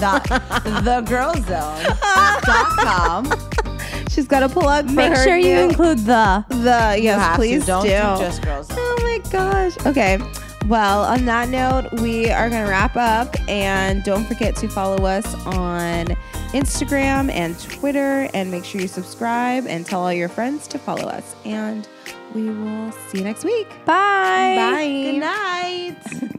www.thegirlzone.com.
She's got a plug. For
Make
her
sure you
new-
include the.
the yes,
have to.
please
Don't
do.
do just girls.
Oh my gosh. Okay. Well, on that note, we are going to wrap up. And don't forget to follow us on Instagram and Twitter. And make sure you subscribe and tell all your friends to follow us. And we will see you next week.
Bye.
Bye.
Good night.